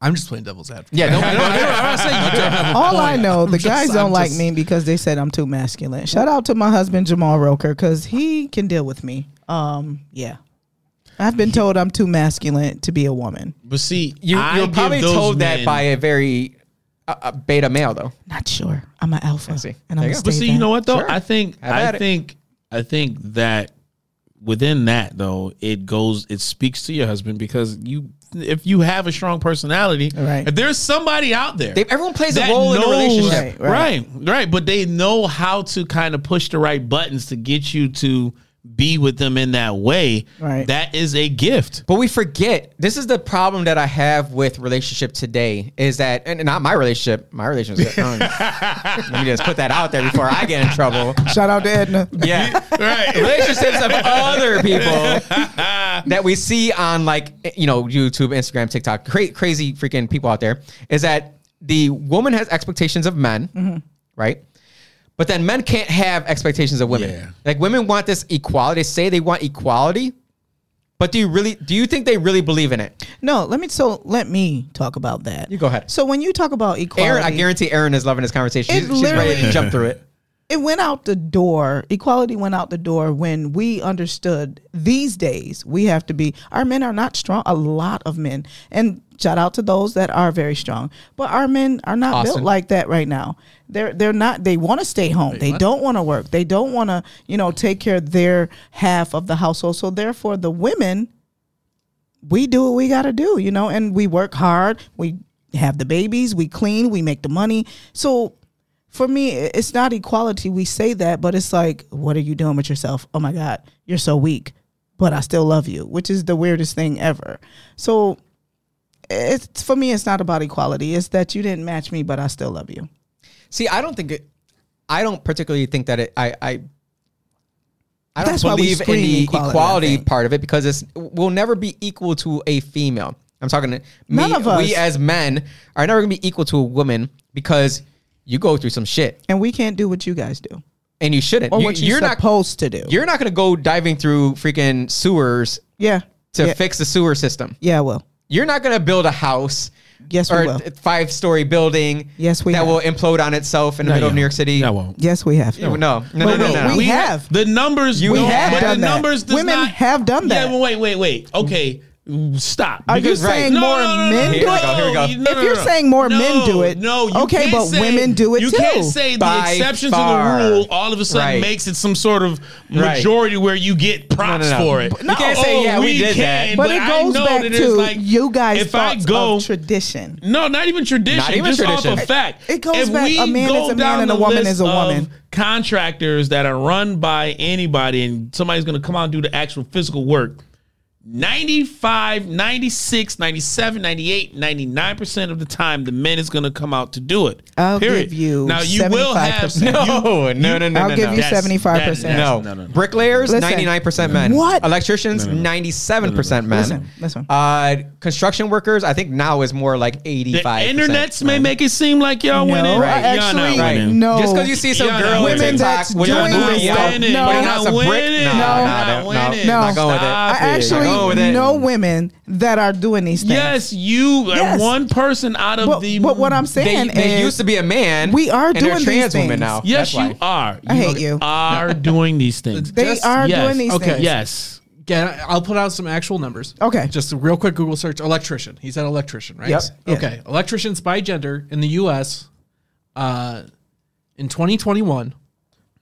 E: I'm just playing devil's advocate.
A: Yeah, don't,
C: All I know, the
E: just-
C: guys don't
E: I'm
C: like
E: just-
C: me because they said I'm too masculine. Shout out to my husband Jamal Roker because he can deal with me. Um, yeah, I've been told I'm too masculine to be a woman.
D: But see,
A: You,
D: I
A: you're
D: give
A: probably
D: those
A: told
D: men-
A: that by a very uh, a, a beta male though.
C: Not sure. I'm an alpha,
A: I see.
C: and
A: There
C: I'm
A: you
C: a
A: go.
D: But see, you know what though? I think
A: Have
D: I
A: at it.
D: think I think that within that though, it goes it speaks to your husband because you if you have a strong personality,
C: Right.
D: if there's somebody out there
A: They, everyone plays
D: that
A: a role in a
D: knows-
A: relationship.
C: Right,
D: right, right, But they know how to kind of push the right buttons to get you to be with them in that way.
C: Right.
D: That is a gift.
A: But we forget. This is the problem that I have with relationship today is that, and and not my relationship, my relationship. I don't- Let me just put that out there before I get in trouble.
C: Shout out to Edna.
A: Yeah.
D: Right.
A: Relationships of other people that we see on like, you know, YouTube, Instagram, TikTok, cra- crazy freaking people out there is that the woman has expectations of men,
C: Mm-hmm.
A: right? But then men can't have expectations of women.
D: Yeah.
A: Like women want this equality. They say they want equality, but do you really, do you think they really believe in it?
C: No, let me. So let me talk about that.
A: You go ahead.
C: So when you talk about equality,
A: Aaron, I guarantee Aaron is loving this conversation.
C: It
A: She's, she's ready to
C: literally-
A: jump through it.
C: it went out the door. Equality went out the door when we understood these days we have to be, our men are not strong, a lot of men. And shout out to those that are very strong. But our men are not built
A: Austin.
C: like that right now. They're they're not they want to stay home. they don't want to work. They don't want to, you know, take care of their half of the household. So therefore the women we do what we got to do, you know, and we work hard. We have the babies, we clean, we make the money. So for me, i- it's not equality. We say that, but it's like, what are you doing with yourself? Oh my God, you're so weak, but I still love you, which is the weirdest thing ever. So it's for me, it's not about equality. It's that you didn't match me, but I still love you.
A: See, I don't think it, I don't particularly think that it, I, I, I don't
C: That's why we
A: believe in
C: scream
A: the
C: equality, I
A: equality,
C: think.
A: part of it because it's we'll never be equal to a female. I'm talking to me,
C: None of us.
A: we as men are never gonna be equal to a woman because you go through some shit
C: And we can't do what you guys do
A: and you shouldn't.
C: or
A: you,
C: what you're,
A: not
C: supposed to do.
A: you're not gonna go diving through freaking sewers
C: yeah.
A: to
C: yeah.
A: fix the sewer system.
C: Yeah, well,
A: You're not gonna buld a house
C: yes, we
A: or
C: will.
A: five story building
C: Yes, we
A: that
C: have.
A: will implode on itself in the middle of New York City.
D: I won't.
C: Yes, we have.
A: No, no, no, no,
C: But
A: no,
C: wait,
A: no.
C: we-
A: We-
D: ha-
C: have.
D: the numbers.
A: You
D: don't-
A: have
D: but
A: done
D: the
A: that.
D: numbers. Does
C: Women
D: not,
C: have done that.
D: Yeah, but wait, wait, wait. Okay, stop.
C: Are you
D: Because-
C: saying more men
A: do it? Here we go, here we go.
D: no,
C: If you're saying more men do it,
D: no. You
C: okay,
D: can't
C: but
D: say-
C: women do it
D: You
C: too.
D: can't say the
A: By
D: exception to
A: far.
D: the rule all of a sudden
A: Right.
D: makes it some sort of
A: Right.
D: majority where you get props
A: no.
D: for it.
A: You can't say, yeah, we did that.
C: But, it
D: I
C: goes
D: know
C: back
D: that it's
C: to
D: like,
C: you guys.
D: If I
C: thoughts
D: go,
C: of tradition.
D: No, not even tradition.
A: Not even
D: just off
A: tradition.
D: of fact.
C: It goes back, a man
D: go
C: is a man
D: down
C: and a
D: the
C: woman
D: list
C: is a
D: of
C: woman.
D: Contractors that are run by anybody and somebody's going to come out and do the actual physical work. 95, 96, 97, 98, 99% of the time, the men is going to come out to do it.
C: I'll
D: Period.
C: give you
D: Now, you will have.
C: 75%.
A: no, no, no, no,
C: I'll
A: no,
C: give
A: no.
C: you
D: That's-
C: 75%.
D: that-
A: no.
D: No, no, no.
A: Bricklayers,
C: Listen.
A: ninety nine percent men.
C: What?
A: Electricians, ninety seven percent men.
C: Listen, listen.
A: Uh, construction workers, I think now is more like eighty
D: The
A: five.
D: internets may make it seem like y'all
C: No,
D: winning.
C: I
D: Y'all not
C: actually
A: Right.
D: winning.
C: No.
A: Just because you see some
D: Y'all
A: girl
D: not
A: on
D: winning.
A: TikTok
C: That's
A: with her
C: doing
A: booty
C: this
A: out,
C: stuff.
A: putting
C: No.
A: out some
D: Not
A: brick.
D: winning.
A: No,
D: No.
A: no, no,
D: Not
A: no,
D: winning.
A: Not going with it.
D: Stop
C: I
D: it.
C: actually
A: Go with it.
C: know women that are doing these things.
D: Yes, you are
C: Yes.
D: one person out of
C: But,
D: the.
C: but what I'm
A: They,
C: saying
A: they
C: is,
A: used to be a man.
C: we are
A: and
C: doing
A: they're
C: these
A: trans women
C: things.
A: now.
D: Yes,
A: That's why.
D: you are.
C: I hate you.
D: Are doing these things.
C: they
E: Just-
C: are
D: yes.
C: doing these
E: Okay.
C: things.
D: Yes.
E: Yeah, I'll put out some actual numbers.
C: Okay.
E: Just a real quick Google search electrician. He's an electrician, right?
C: Yep. Yeah.
E: Okay. Electricians by gender in the US uh, in 2021,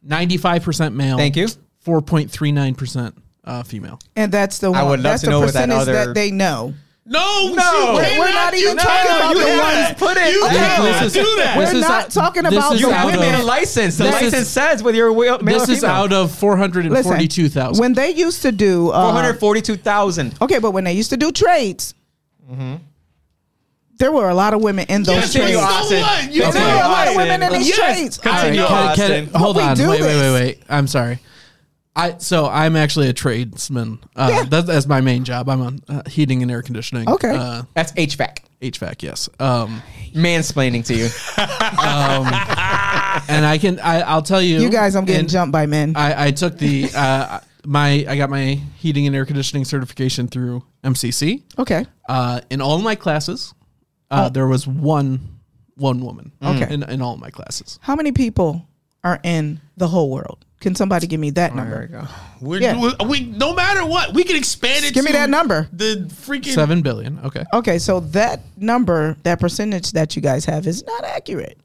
E: 95% male.
A: Thank you.
E: 4.39% uh, female.
C: And that's the one.
A: would love
C: that's
A: to
C: the
A: know what that
C: percentage that,
A: other-
C: they know.
D: No,
A: No.
D: you
A: We're
D: cannot
C: not even
D: do
C: talking
D: that.
C: about
D: You
C: the
D: cannot
C: ones put
D: You
C: Okay.
D: cannot
C: This
D: do that.
C: We're not talking about
E: is
C: the
E: out
A: You
E: of-
C: women.
A: need a license. The
E: This is-
A: license says whether you're a whale- male or
E: This is
A: female.
E: out of
C: Listen,
E: 442,000.
C: When they used to do uh,
A: 442,000.
C: Okay, but when they used to do trades,
A: Mm-hmm.
C: there were a lot of women in those
D: Yes,
A: Continue,
D: you
C: trades.
D: are.
A: Oh, Austin.
D: what? You
C: There were
A: Continue,
D: know
C: a lot of
A: Austin.
C: women in these
D: Yes.
C: trades.
D: God,
E: Sorry,
D: no.
E: can- can-
C: But
E: hold
C: we
E: on.
C: do
E: Wait, wait, wait,
C: this.
E: wait. I'm sorry. I so I'm actually a tradesman. Uh,
C: Yeah.
E: that's, that's my main job. I'm on uh, heating and air conditioning.
C: Okay.
E: Uh,
A: That's HVAC.
E: HVAC, yes. Um,
A: Mansplaining to you.
E: and I can I, I'll tell you.
C: You guys, I'm getting
E: and
C: jumped by men.
E: I, I took the uh, my I got my heating and air conditioning certification through MCC.
C: okay.
E: Uh, in all my classes, uh, there was one one woman.
C: Oh. Mm. Okay.
E: In, in all my classes,
C: How many people are in the whole world? Can somebody give me that number?
D: We're,
C: Yeah.
D: we're- we no matter what, we can expand it.
C: Give me
D: to
C: that number.
D: The freaking
E: Seven billion. Okay.
C: Okay, so that number, that percentage that you guys have is not accurate.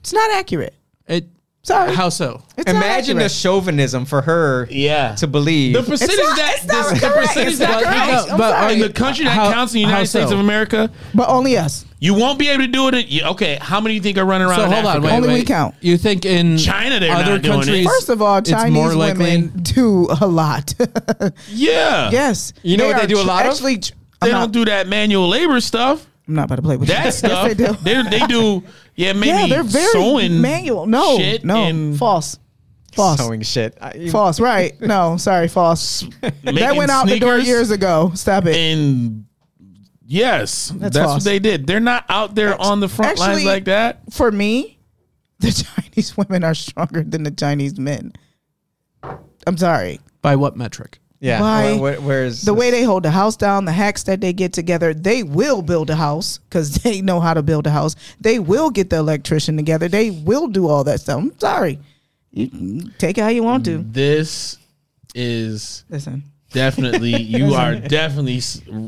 C: It's not accurate.
E: It.
C: Sorry.
E: How so?
C: It's not E
A: Imagine the
C: accurate.
A: chauvinism for her
D: Yeah.
A: to believe.
D: the percentage
C: not-
D: that
C: it's not
D: this- the
C: correct.
D: percentage
C: It's
D: that
C: not correct. I'm
E: are
C: sorry.
D: in
E: you-
D: the country that
E: how-
D: counts in the
E: how
D: United States
E: so?
D: of America,
C: but only us.
D: you won't be able to do it. You- Okay, how many do you think are running around?
E: So
D: in
E: hold on.
D: Africa?
E: Wait,
C: Only we
E: wait.
C: count.
E: You think in
D: China they're
E: other
D: not doing it.
E: countries?
C: First of all,
E: it's
C: Chinese
E: more likely-
C: women do a lot.
D: Yeah,
C: yes.
A: You know what they
C: are
A: do a
C: tr-
A: lot of?
C: actually, tr-
D: They
C: I'm not,
D: don't do that manual labor stuff.
C: I'm not about to play with you.
D: That stuff.
C: yes, they do.
D: They, they do. Yeah, maybe
C: yeah, they're very
D: sewing
C: manual. No,
D: shit
C: no,
D: and
C: false, false,
A: Sewing shit. I- you-
C: false. Right? No, sorry, false. that
D: making
C: went out the door
D: sneakers.
C: years ago. Stop it.
D: and yes, that's,
C: false.
D: what they did. They're not out there on the front lines
C: Actually-
D: like that.
C: For me, the Chinese women are stronger than the Chinese men. I'm sorry.
E: by what metric?
A: yeah.
C: Why-
A: Where- where- where's
C: The way they hold the house down, the hacks that they get together, they will build a house because they know how to build a house. They will get the electrician together. They will do all that stuff. I'm sorry. You take it how you want to.
D: This is
C: Listen,
D: definitely you are definitely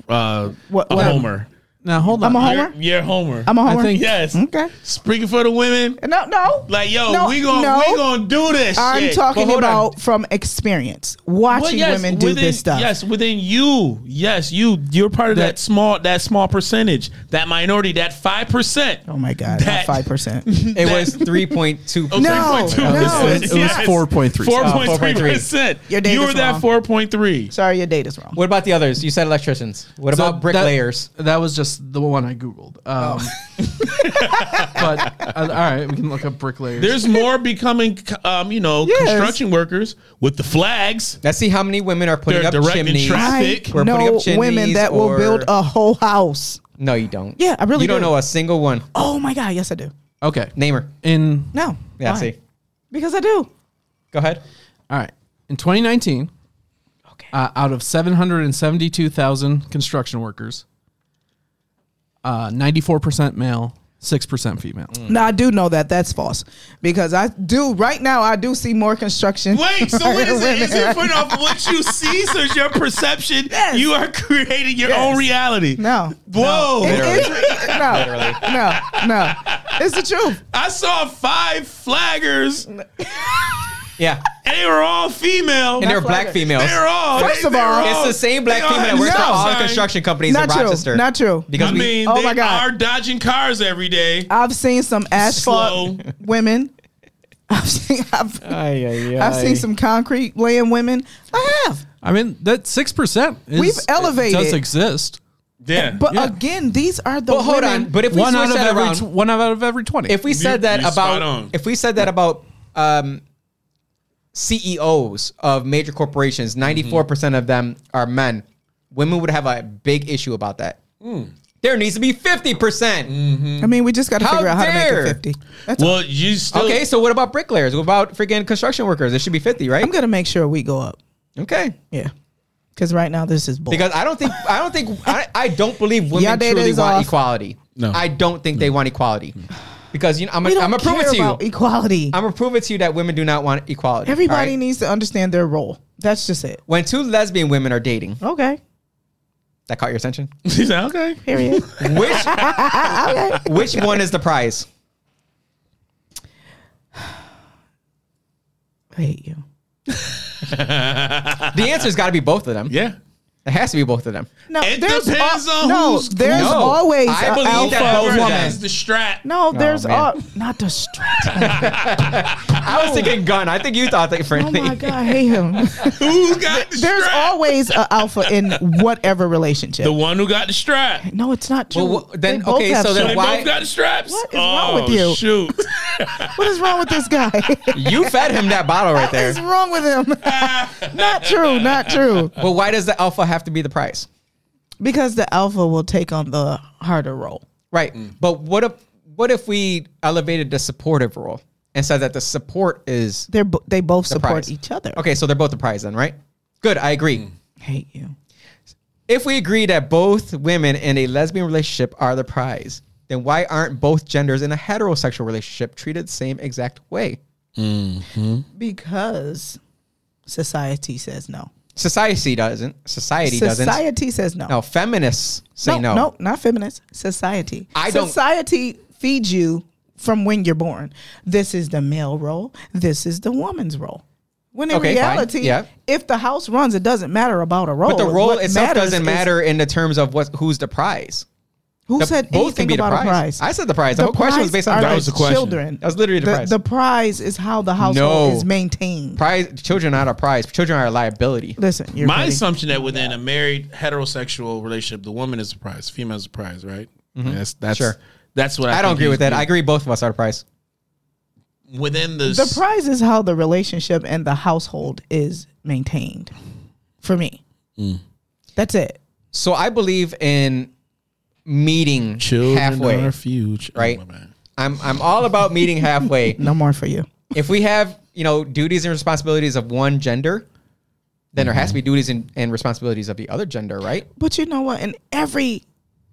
D: uh,
C: What-
D: a
C: what-
D: homer.
E: Now hold
C: I'm
E: on.
C: a
D: You're,
C: homer.
D: you're Homer.
C: I'm a homer.
E: think-
D: yes.
C: okay.
D: Speaking for the women,
C: No, no.
D: like yo,
C: No,
D: we gonna
C: no.
D: we gonna do this.
C: I'm
D: shit.
C: talking
D: But hold on.
C: about from experience, watching
D: Well, yes,
C: women do
D: within-
C: this stuff.
D: Yes, within you. Yes, you. You're part of that, small that small percentage, that minority, that five percent.
C: Oh my God,
D: That-
C: five percent.
A: it was 3.2.
C: No, no.
E: It was- it was 4.3.
D: Four
E: Oh,
D: point three
A: 4.3.
D: percent.
C: Your data's
D: You were that
C: wrong.
D: four point three.
C: Sorry, your data's wrong.
A: What about the others? You said electricians. What
E: So
A: about bricklayers?
E: That, that was just the one I googled.
C: Oh.
E: Um, but uh, all right, we can look up bricklayers.
D: There's more becoming, um, you know,
C: Yes.
D: construction workers with the flags.
A: Let's see how many women are putting
D: They're
A: up
D: directing
A: chimneys.
D: traffic.
C: I
D: thick.
A: We're putting
C: know
A: up chimneys
C: women that
A: or-
C: will build a whole house.
A: No, you don't.
C: Yeah, I really
A: You don't
C: do.
A: know a single one.
C: Oh my God, yes I do.
E: okay.
A: Name her.
E: In
C: No,
A: Yeah,
C: Why?
A: see.
C: because I do.
A: Go ahead.
E: all right, in 2019,
C: Okay.
E: uh, out of 772,000 construction workers, uh, 94% male, 6% female.
A: Mm.
C: No, I do know that that's false because I do right now. I do see more construction.
D: Wait, so what is it? Is it putting off what you see? So it's your perception.
C: Yes.
D: You are creating your
C: Yes.
D: own reality.
C: No.
D: Whoa.
C: It is- no, no, no. It's the truth.
D: I saw five flaggers and
A: Yeah.
D: they were all female.
A: And they're black
C: flaggers.
A: females.
D: They're all.
C: First
D: they-
C: of
D: they're
C: all-
A: It's the same black
D: they
A: female that
D: had
A: works for
D: a
C: No.
A: all
D: sign.
A: construction companies
C: Not
A: in
C: true.
A: Rochester.
C: Not true.
A: Because
D: I
A: we,
D: mean,
C: Oh
D: they
C: my God. Uh,
D: are dodging cars every day.
C: I've seen some asphalt
D: Slow.
C: women. I've seen. I've, I've seen some concrete laying women. I have.
E: I mean, that 6% is,
C: We've elevated.
E: does exist.
D: Yeah.
C: But
E: Yeah.
C: again, these are the
A: but hold
C: women.
A: on. But if we
E: One
A: switch
E: out of
A: that
E: every
A: around,
E: tw- one out of every 20.
A: if we said that
D: you spot
A: about
D: on.
A: if we said that about um, CEOs of major corporations,
D: Mm-hmm.
A: ninety four percent of them are men. Women would have a big issue about that.
D: Mm.
A: There needs to be fifty percent.
C: I mean, we just got to
A: How
C: figure out how to make
A: dare.
C: it fifty. That's
D: well, you still.
A: Okay, so what about bricklayers? What about freaking construction workers? It should be fifty, right?
C: I'm gonna make sure we go up.
A: Okay,
C: Yeah, because right now this is bull.
A: because I don't think I don't think I, I don't believe
C: Y'all
A: women
C: data
A: truly
C: is
A: want
C: off.
A: equality.
D: No.
A: I don't think they want equality because you know I'm
C: we
A: gonna
C: don't
A: I'm gonna prove it
C: care
A: to you.
C: about e- equality.
A: I'm gonna prove it to you that women do not want equality. all
C: Everybody
A: right?
C: needs to understand their role. That's just it.
A: when two lesbian women are dating.
C: Okay.
A: That caught your attention.
D: She's like, okay.
C: Period.
A: Which which one is the prize?
C: I hate you.
A: The answer's got to be both of them.
D: Yeah.
A: It has to be both of them.
C: No,
D: It
C: there's
D: depends
C: al-
D: on
C: no,
D: who's-
C: there's
A: No,
C: always
A: I
C: a
A: believe
C: alpha.
A: that both
D: Or
A: women-
D: That's the strap.
C: No, there's
A: man.
C: al- not the strap.
A: I was thinking gun. I think you thought that
C: Oh
A: friendly.
C: my god, I hate him.
D: Who got the
C: There's
D: strap?
C: always a alpha in whatever relationship.
D: the one who got the strap.
C: no, it's not true.
A: Well, well, then-
C: They both
A: okay,
C: have
A: so then
D: So they
C: strap.
A: why-
D: both got the straps.
C: What is wrong with
D: Oh,
C: you?
D: Shoot.
C: what is wrong with this guy?
A: You fed him that bottle right
C: What
A: there.
C: is wrong with him? not true. Not true.
A: But why does the alpha have to be the prize?
C: Because the alpha will take on the harder role.
A: Right. But what if what if we elevated the supportive role and said that the support is
C: They're bo- they both
A: the
C: support
A: prize?
C: each other.
A: Okay, so they're both the prize then, right? Good. I agree.
C: I hate you.
A: If we agree that both women in a lesbian relationship are the prize, then why aren't both genders in a heterosexual relationship treated the same exact way?
C: because society says no.
A: Society doesn't. Society, doesn't.
C: Society says no.
A: No, feminists say no.
C: no, no, not feminists. Society.
A: I don't-
C: society feeds you from when you're born. This is the male role. This is the woman's role. When in
A: Okay, fine.
C: reality,
A: Yeah.
C: if the house runs, it doesn't matter about a role.
A: But the role
C: What
A: itself
C: matters
A: doesn't
C: is-
A: matter in the terms of what who's the prize.
C: Who
A: The-
C: said
A: both can
C: anything
A: be the
C: about a
A: prize.
C: prize?
A: I said the prize. The whole question was
C: prize
A: based on-
C: are
A: That was the
D: question.
C: Children.
A: That was literally the prize.
C: The prize is how the household
A: No.
C: is maintained.
A: Prize children are not a prize. Children are a liability.
C: Listen, you're
D: My
C: funny.
D: assumption that within a married heterosexual relationship, the woman is the prize, female is the prize, right? That's that's
A: Mm-hmm. Sure.
D: that's what I,
A: I don't
D: think
A: agree
D: he's
A: with that. I
D: being-
A: agree both of us are a prize.
D: within the,
C: the prize is how the relationship and the household is maintained. For me,
A: Mm.
C: that's it.
A: So I believe in meeting
D: children
A: halfway.
D: are future, oh,
A: right?
D: my bad.
A: I'm I'm all about meeting halfway.
C: No more for you.
A: if we have you know duties and responsibilities of one gender, then there has to be duties and, and responsibilities of the other gender, right?
C: But you know what? In every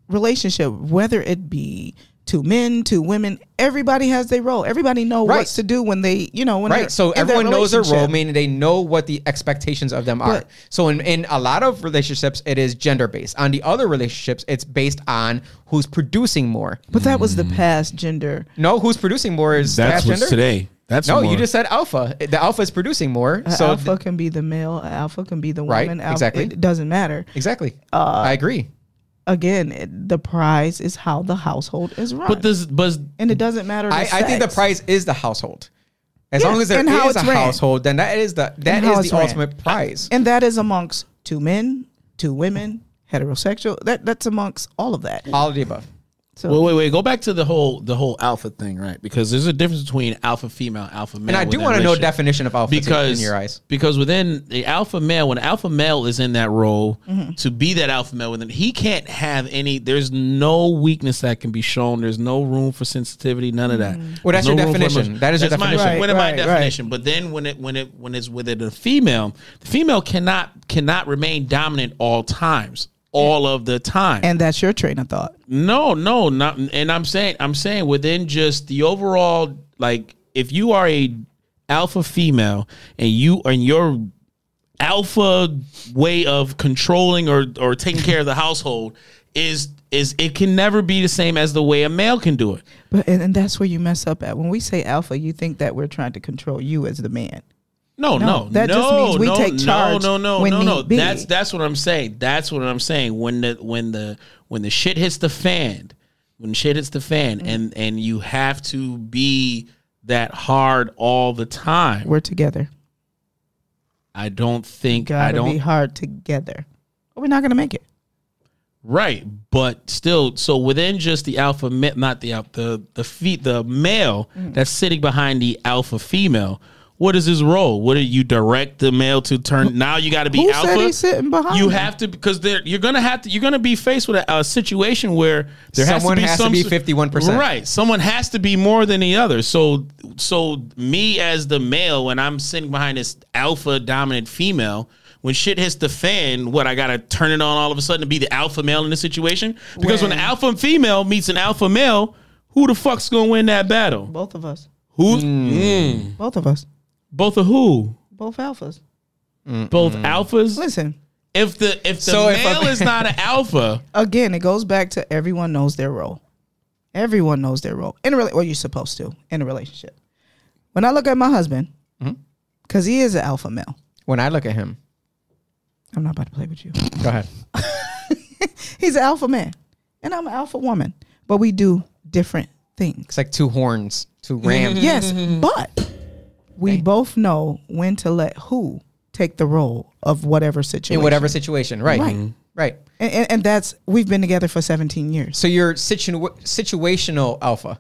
C: relationship, whether it be two men, two women, everybody has their role. Everybody know
A: Right.
C: what to do when they, you know, when they're
A: Right. So
C: in
A: everyone knows their role,
C: relationship.
A: meaning they know what the expectations of them are.
C: But-
A: so in, in a lot of relationships, it is gender based. On the other relationships, it's based on who's producing more.
C: But that was the
A: Mm-hmm.
C: past gender.
A: No, who's producing more is
B: That's
A: that
B: what's
A: gender.
B: today. That's
A: No, you
B: more-
A: just said alpha. The alpha is producing more.
C: A
A: so
C: Uh, alpha
A: th-
C: can be the male. a Alpha can be the
A: Right,
C: woman. alpha-
A: exactly.
C: It doesn't matter.
A: exactly.
C: Uh,
A: I agree.
C: Again, it, the prize is how the household is run.
D: But this, but
C: and it doesn't matter. the
A: I, I think the
C: sex.
A: prize is the household. As
C: Yes,
A: long as there
C: and how
A: is a
C: it's ran.
A: household, then that is the that
C: And how
A: is
C: it's
A: the
C: ran.
A: ultimate prize.
C: and that is amongst two men, two women, heterosexual. That that's amongst all of that.
A: All of the above.
C: So
D: wait, wait, wait. Go back to the whole the whole alpha thing, right? Because there's a difference between alpha female, alpha male.
A: And I do
D: within
A: want to know
D: relationship.
A: definition of alpha too,
D: because
A: in your eyes.
D: because within the alpha male, when alpha male is in that role
A: Mm-hmm.
D: to be that alpha male, within he can't have any. There's no weakness that can be shown. There's no room for sensitivity. None of that.
A: Mm. Well, that's
D: There's
A: your
D: room for
A: definition.
D: emotion.
A: That is your
D: That's my-
A: definition.
D: When
C: Right,
D: my
C: right, right.
D: definition, but then when it when it when it's within a female, the female cannot cannot remain dominant all times, all of the time.
C: and that's your train of thought.
D: No, no, not. And I'm saying, I'm saying within just the overall, like, if you are a alpha female and you and your alpha way of controlling or or taking care of the household is is it can never be the same as the way a male can do it.
C: But and, and that's where you mess up at. When we say alpha, you think that we're trying to control you as the man.
D: No,
C: No,
D: no,
C: that
D: no,
C: just means we
D: no,
C: take charge
D: No, no, no,
C: when
D: no, no.
C: need be.
D: That's that's what I'm saying. That's what I'm saying. When the when the when the shit hits the fan, when shit hits the fan,
C: Mm.
D: and and you have to be that hard all the time.
C: We're together.
D: I don't think I
C: Gotta
D: don't
C: be hard together. Or we're not gonna make it.
D: right, but still. So within just the alpha, ma- not the alpha, the the feet, the male
C: Mm.
D: that's sitting behind the alpha female. What is his role? What do you direct the male to turn? Now you got to be
C: Who
D: alpha.
C: said he's sitting behind?
D: You
C: him?
D: have to because there you're gonna have to you're gonna be faced with a, a situation where there
A: Someone has to
D: some-
A: be 51%.
D: Right, someone has to be more than the other. So so me as the male when I'm sitting behind this alpha dominant female. When shit hits the fan, what I gotta turn it on all of a sudden to be the alpha male in this situation? Because when,
C: When-
D: an alpha female meets an alpha male, who the fuck's gonna win that battle?
C: both of us.
D: Who?
C: Both of us.
D: Both of who?
C: Both alphas.
D: Both alphas.
C: Listen,
D: If the if the
A: So if
D: male
A: a-
D: is not an alpha,
C: again, it goes back to everyone knows their role. Everyone knows their role in a rela- well, you're supposed to in a relationship. When I look at my husband,
A: Mm-hmm.
C: because he is an alpha male,
A: When I look at him,
C: I'm not about to play with you.
A: go ahead.
C: He's an alpha man, and I'm an alpha woman, but we do different things.
A: It's like two horns, two
C: Mm-hmm.
A: rams.
C: Yes, but we both know when to let who take the role of whatever situation.
A: in whatever situation. Right.
C: Right.
A: Right. Right.
C: and, and, and that's we've been together for 17 years.
A: So you're situ- situational alpha.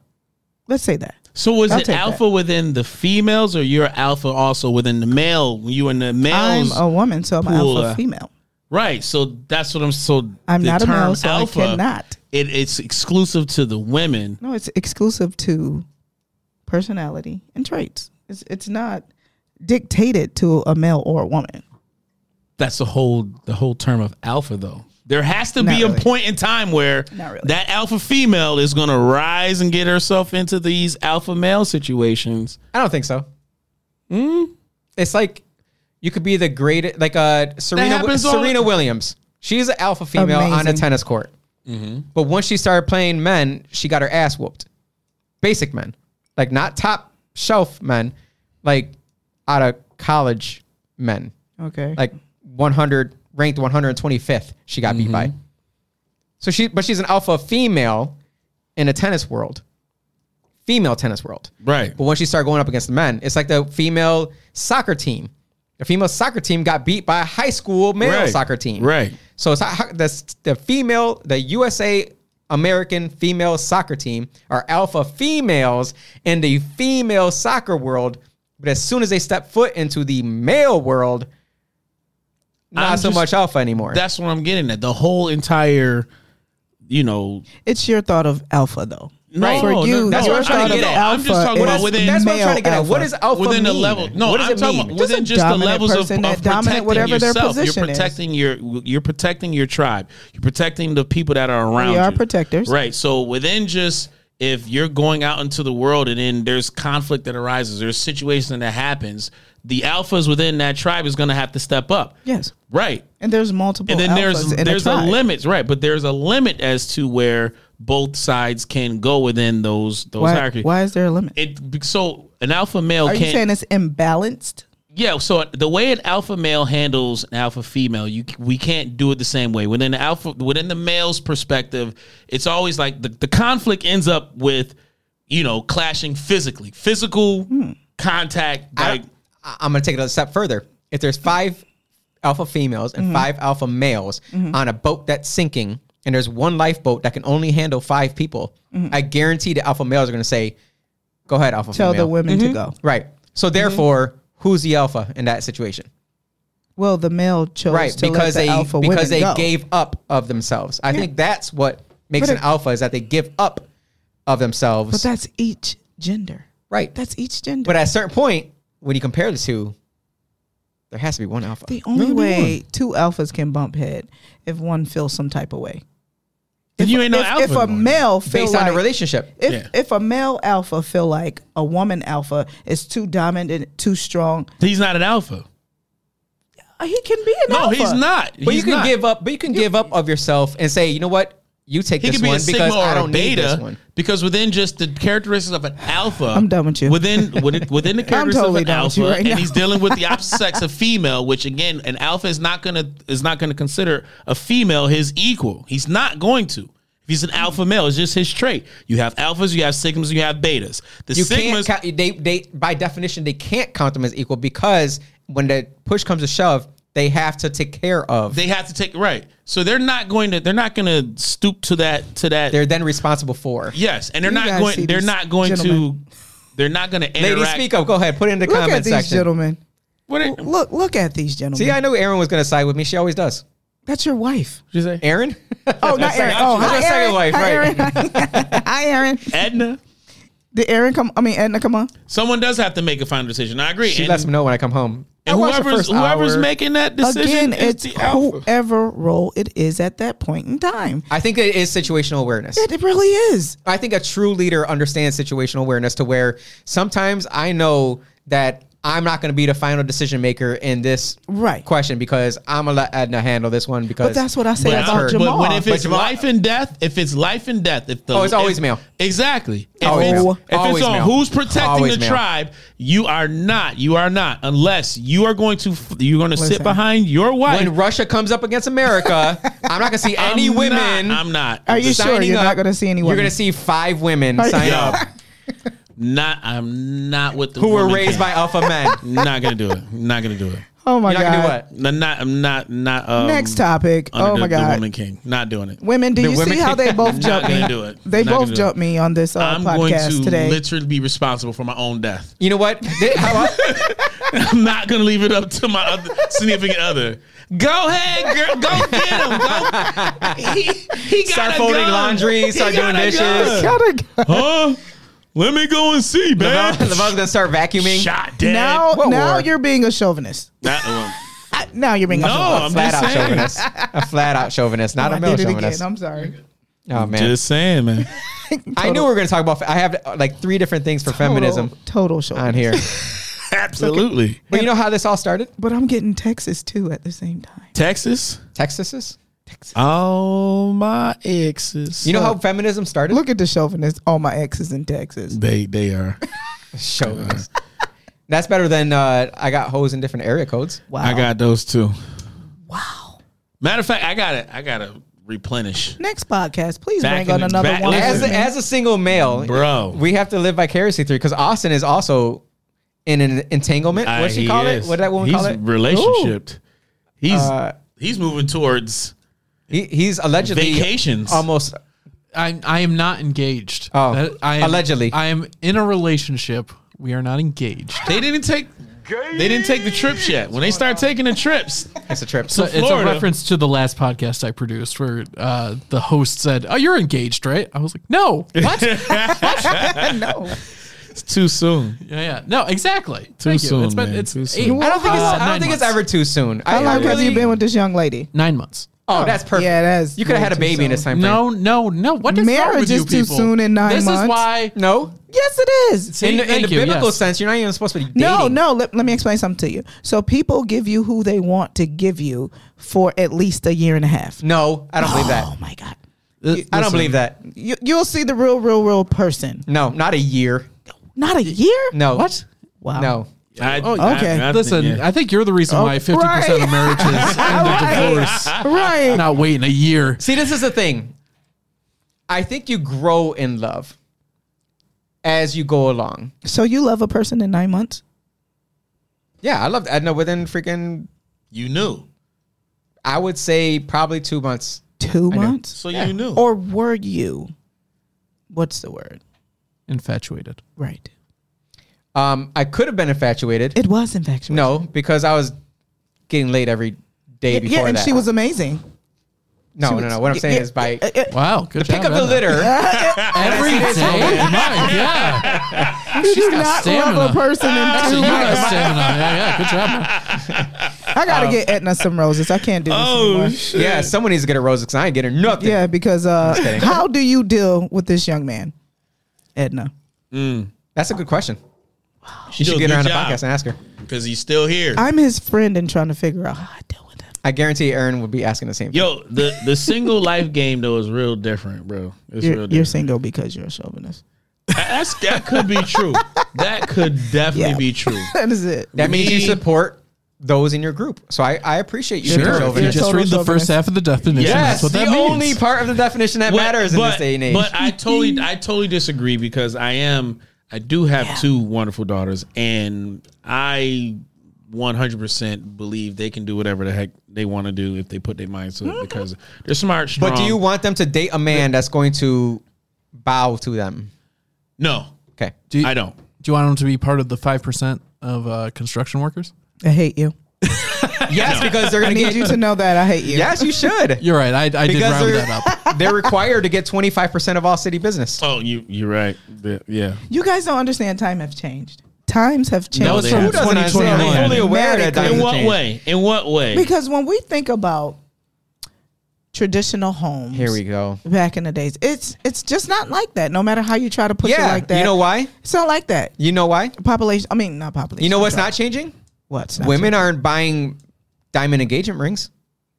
C: Let's say that.
D: So was
C: I'll
D: it
C: take that.
D: alpha within the females, or you're alpha also within the male? You and the
C: I'm
D: males,
C: a woman, so I'm an
D: Cool.
A: uh,
C: alpha female.
D: right? So that's what I'm. So
C: I'm
D: the
C: not a
D: term
C: male, so I cannot.
D: It, it's exclusive to the women.
C: No, it's exclusive to personality and traits. It's it's not dictated to a male or a woman.
D: That's the whole the whole term of alpha, though. There has to
C: Not
D: be
C: really.
D: a point in time where
C: Not really.
D: that alpha female is going to rise and get herself into these alpha male situations.
A: I don't think so. Hmm? It's like you could be the greatest, like uh, Serena Wi-
D: happens all-
A: Serena Williams. She's an alpha female on a
C: Amazing.
A: tennis court. But once she started playing men, she got her ass whooped. Basic men, like not top shelf men, like out of college men,
C: Okay.
A: like 100 ranked 125th. She got beat
D: Mm-hmm.
A: by. So she, but she's an alpha female in a tennis world, female tennis world.
D: Right.
A: But once you start going up against the men, it's like the female soccer team. The female soccer team got beat by a high school male
D: Right.
A: soccer team.
D: Right.
A: So it's how- the, the female, the USA American female soccer team are alpha females in the female soccer world. But as soon as they step foot into the male world, not
D: I'm
A: so
D: just-
A: much alpha anymore.
D: That's what I'm getting at. The whole entire, you know,
C: It's your thought of alpha, though.
D: Right.
C: For
D: No,
C: you,
D: no,
A: that's
C: your
A: what I'm
C: thought
A: trying to
C: of
A: get at.
C: alpha
D: I'm just talking
C: is
D: about
A: that's,
D: within-
A: that's what I'm
C: male
A: trying to get at.
C: alpha.
A: What is alpha
D: within the
A: mean?
D: level. No,
A: what does
D: I'm
A: it
D: talking
A: mean?
D: about within
C: a
D: just the
C: dominant
D: levels of,
C: person
D: of
C: that dominant
D: protecting
C: whatever their
D: yourself.
C: position
D: you're
C: is.
D: protecting your you're protecting your tribe. You're protecting the people that are around.
C: We are
D: you.
C: protectors.
D: right? So within just if you're going out into the world and then there's conflict that arises, there's situation that happens. The alphas within that tribe is going to have to step up.
C: Yes.
D: Right.
C: And there's multiple.
D: and then there's
C: alphas in
D: there's a,
C: tribe.
D: limit, right? But there's a limit as to where both sides can go within those those
C: Why,
D: hierarchies.
C: why is there a limit?
D: It so an alpha male
C: Are you
D: can't
C: saying it's imbalanced?
D: yeah, so the way an alpha male handles an alpha female, you we can't do it the same way. Within the alpha within the male's perspective, it's always like the, the conflict ends up with, you know, clashing physically. Physical
C: Hmm.
D: contact
A: I-
D: like
A: I- I'm gonna take it a step further. If there's five alpha females and five alpha males on a boat that's sinking, and there's one lifeboat that can only handle five people, I guarantee the alpha males are gonna say, "Go ahead, alpha."
C: Tell
A: female."
C: the women
D: Mm-hmm.
C: to go.
A: Right. So therefore, who's the alpha in that situation?
C: Well, the male chose
A: Right,
C: to
A: because
C: let
A: they
C: the alpha
A: because
C: women
A: they
C: go.
A: gave up of themselves. I think that's what makes
C: But
A: an
C: it-
A: alpha is that they give up of themselves.
C: But that's each gender.
A: right.
C: That's each gender.
A: but at a certain point, when you compare the two, there has to be one alpha.
C: the only way two alphas can bump head if one feels some type of way.
D: Then you ain't no
C: if,
D: alpha
C: If a
D: anymore.
C: male feels
A: based
C: like
A: on a relationship.
C: if
D: Yeah.
C: if a male alpha feel like a woman alpha is too dominant, too strong,
D: he's not an alpha.
C: uh, he can be an
D: No,
C: alpha.
D: he's not.
A: But
D: He's
A: you can
D: not.
A: give up. But you can give up of yourself and say, you know what, you take
D: He
A: this
D: could be
A: one
D: a sigma
A: because
D: or
A: I
D: a
A: don't need this
D: beta
A: one.
D: because within just the characteristics of an alpha,
C: I'm done with you.
D: Within within, within the characteristics
C: totally
D: of an
C: done with
D: alpha,
C: you right
D: and
C: now.
D: he's dealing with the opposite sex of female, which again, an alpha is not gonna is not gonna consider a female his equal. He's not going to. If he's an alpha male, it's just his trait. You have alphas, you have sigmas, you have betas. The
A: You
D: sigmas,
A: can't. Count, they they by definition they can't count them as equal because when the push comes to shove, they have to take care of.
D: they have to take right. So they're not going to they're not going to stoop to that to that.
A: They, are then responsible for.
D: yes, and they're
C: You
D: not
C: guys
D: going.
C: see
D: They're
C: these
D: not going
C: gentlemen.
D: to. They're not going to interact.
A: Ladies, speak up. Go ahead. Put it in the
C: Look at
A: comment
C: these
A: section.
C: gentlemen.
D: What are-
C: Look look at these gentlemen.
A: See, I knew Aaron was going to side with me. She always does.
C: That's your wife.
A: Aaron.
C: Oh, not Aaron. Oh,
A: That's my
C: hi, Aaron.
A: second wife,
C: hi,
A: right.
C: Aaron. hi, Aaron.
D: Edna.
C: Did Aaron come? I mean, Edna, come on.
D: Someone does have to make a final decision. I agree.
A: she
D: and
A: lets me know when I come home.
D: and
A: I watched the
D: whoever's
A: first
D: whoever's
A: hour.
D: making that decision
C: Again,
D: is
C: it's
D: the alpha.
C: whoever role it is at that point in time.
A: I think it is situational awareness.
C: It, it really is.
A: I think a true leader understands situational awareness to where sometimes I know that I'm not going to be the final decision maker in this
C: Right.
A: question because I'm gonna let Edna handle this one because
C: But that's what I say
A: But-
C: about
A: but
C: Jamal.
D: But when if
A: But
D: it's
A: Jamal-
D: life and death, if it's life and death, if the
A: Oh, it's always
D: if-
A: male.
D: Exactly. If
A: Always
D: it's,
A: male.
D: if it's
A: Always
D: on
A: male.
D: who's protecting
A: Always
D: the
A: male.
D: tribe, you are not. You are not unless you are going to f- you're going to sit
C: Listen.
D: behind your wife.
A: when Russia comes up against America, I'm not gonna see
D: I'm
A: any
D: not-
A: women.
D: I'm not.
C: Are you sure
A: signing
C: you're
A: up.
C: not going to see anyone?
A: You're gonna see five women sign
D: Yo,
A: up
D: not. I'm not with the
A: who were
D: woman
A: raised by
D: camp.
A: alpha men.
D: Not gonna do it. Not gonna do it.
C: Oh my
A: You're not
C: god.
A: gonna do what?
D: No, not. I'm not. Not. Um,
C: Next topic.
D: under
C: oh
D: the-
C: my
D: the
C: god.
D: woman king. Not doing it.
C: Women, do
A: The
C: you
A: women
C: see how
A: kick-
C: they both
D: Not
C: jump
D: gonna
C: me?
D: do it.
C: They
D: Not gonna do
C: both
D: it.
C: jumped me on this uh,
D: I'm going
C: podcast
D: to
C: today.
D: literally be responsible for my own death.
A: You know what? They- how I-
D: I'm not going to leave it up to my other significant other. Go ahead, girl. Go get him. Go. He, he got
A: start
D: a
A: folding
D: gun.
A: laundry,
D: He
A: start
D: got
A: doing
D: a
A: dishes.
D: gun. Huh? Let me go and see,
A: Lavelle-
D: babe.
A: Lavelle's gonna start vacuuming.
D: Shot dead.
C: now,
A: What
C: now
A: war?
C: you're being a chauvinist.
D: Not- well,
C: I- Now you're being
D: No,
C: a
D: Oh, I'm
C: chauvinist.
A: Flat
D: just
A: out
D: saying.
A: chauvinist. A flat out chauvinist, not a
C: I
A: male
C: did it again.
A: chauvinist.
C: I'm sorry.
A: Oh man,
D: Just saying, man.
A: I knew we were going to talk about. I have uh, like three different things for feminism
C: Total, total chauvinist.
A: on here.
D: Absolutely.
A: But you know how this all started?
C: But I'm getting Texas too at the same time.
D: Texas.
A: Texas's.
D: All my exes.
A: You know how feminism started?
C: Look at the chauvinist. All my exes in Texas.
D: they they are.
A: show. us. That's better than uh, I got hoes in different area codes.
C: Wow.
D: I got those too. Wow. Matter of fact, I got to I got to replenish.
C: Next podcast, please
D: Back
C: bring on
D: in the
C: another
D: back.
C: one.
A: As a, as a single male,
D: Bro.
A: we have to live vicariously through because Austin is also in an entanglement.
D: Ah,
A: What she
D: he
A: call
D: is.
A: it? What did that woman
D: he's
A: call it? Uh,
D: Relationshiped. He's he's moving towards
A: He, he's allegedly
D: Vacations.
A: Almost
E: I'm I am not engaged.
A: Oh,
E: I am,
A: allegedly.
E: I am in a relationship. We are not engaged.
D: They didn't take they didn't take the trips yet. When they start taking the trips,
A: it's a trip.
E: So
A: So
E: it's a
D: Florida.
E: reference to the last podcast I produced where uh, the host said, "Oh, you're engaged, right?" I was like, "No, what? yeah,
D: it's too soon.
E: yeah, no, exactly." Too
D: soon,
E: It's been
D: man.
E: it's
D: Too
E: eight,
D: soon.
A: I don't think it's,
E: uh,
A: I don't
E: nine
A: think it's
E: months.
A: ever too soon. I,
C: How
A: I
C: long have
A: really-
C: you been with this young lady?
E: nine months.
A: Oh, that's perfect.
C: Yeah, that's
A: you could have
C: way
A: had a
C: too
A: baby in this time
C: soon.
A: frame.
E: No, no, no. What is wrong
C: Marriage
E: with you
C: is too
E: people?
C: soon in nine
E: this
C: months.
E: is why.
A: no.
C: Yes, it is.
E: See,
A: in the, in
E: thank
A: the
E: you,
A: biblical
E: yes.
A: sense, you're not even supposed to be dating.
C: No, no. Let, let me explain something to you. So people give you who they want to give you for at least a year and a half.
A: no. I don't believe that.
C: Oh my god.
A: I don't believe that.
C: You, you'll see the real, real, real person.
A: No, not a year.
C: Not a year.
A: No.
C: What? Wow.
A: No.
D: I,
A: Oh,
C: okay.
D: I- I think,
E: Listen,
D: Oh, yeah.
E: I think you're the reason why 50% of
C: right.
E: marriages end in divorce.
C: Right.
E: Not waiting a year.
A: See, this is the thing. I think you grow in love as you go along.
C: So you love a person in nine months?
A: Yeah, I loved Edna within freaking,
D: you knew.
A: I would say probably two months.
C: Two
A: know.
C: months?
D: So you knew.
C: Or were you? What's the word?
E: Infatuated.
C: Right.
A: Um, I could have been infatuated.
C: It was infatuation.
A: no, because I was getting late every day
C: Yeah,
A: before
C: yeah, and
A: that.
C: she was amazing.
A: no,
C: she
A: no,
C: was-
A: no. What I'm saying
C: yeah,
A: is by
C: Uh, uh,
E: Wow. Good job.
A: pick up the
E: Edna.
A: litter.
E: Every day. Oh My God.
C: do
E: got
C: not love
E: stamina.
C: a person in
A: Ah.
C: two
E: You got
C: months.
E: stamina. Yeah, yeah. Good job. man.
C: I gotta get Etna some roses. I can't do this
D: oh
C: anymore.
D: shit.
A: yeah, someone needs to get a rose because I ain't getting nothing.
C: Yeah, because uh, how do you deal with this young man, Edna?
A: That's a good question.
D: She
A: You should get her on the podcast and ask her.
D: because he's still here.
C: I'm his friend and trying to figure out how I deal with him.
A: I guarantee Aaron would be asking the same.
D: Yo, the the single life game though is real different, bro. It's
C: You're,
D: real
C: you're
D: different.
C: single because you're a chauvinist.
D: That's, that could be true. That could definitely
C: Yeah.
D: be true.
C: That is it.
A: That means you
D: Me-
A: support those in your group. So I, I appreciate you.
E: Sure.
A: Mr.
E: if
A: Chauvinist.
E: you just
C: Total
E: read the first
C: chauvinist.
E: half of the definition.
A: Yes,
E: That's what
A: the
E: that means.
A: only part of the definition that matters in this day and age.
D: But I totally, I totally disagree because I am, I do have two wonderful daughters, and I 100% believe they can do whatever the heck they want to do if they put their minds to it because they're smart, strong.
A: But do you want them to date a man that's going to bow to them?
D: No,
A: Okay.
E: Do you,
D: I don't.
E: Do you want him to be part of the 5% of uh, construction workers?
C: I hate you.
A: Yes, because they're
C: I
A: going to
C: need
A: get
C: you to know that I hate you.
A: Yes, you should.
E: You're right. I, I did
A: Because
E: round
A: they're-
E: that up.
A: They're required to get 25% of all city business.
D: Oh, you, you're right. Yeah, Yeah.
C: You guys don't understand. Time have changed. Times have changed.
D: No, they
A: Who
D: Yeah.
A: doesn't understand?
D: 2021.
A: They're fully aware that
C: Dramatically.
A: times
D: In
A: have
D: what
A: changed.
D: way? In what way?
C: Because when we think about traditional homes,
A: Here we go.
C: Back in the days, it's it's just not like that. No matter how you try to push
A: Yeah.
C: it like that,
A: You know why?
C: It's not like that.
A: You know why?
C: Population. I mean, not population.
A: You know what's
C: sorry.
A: not changing?
C: What's not
A: Women aren't buying diamond engagement rings.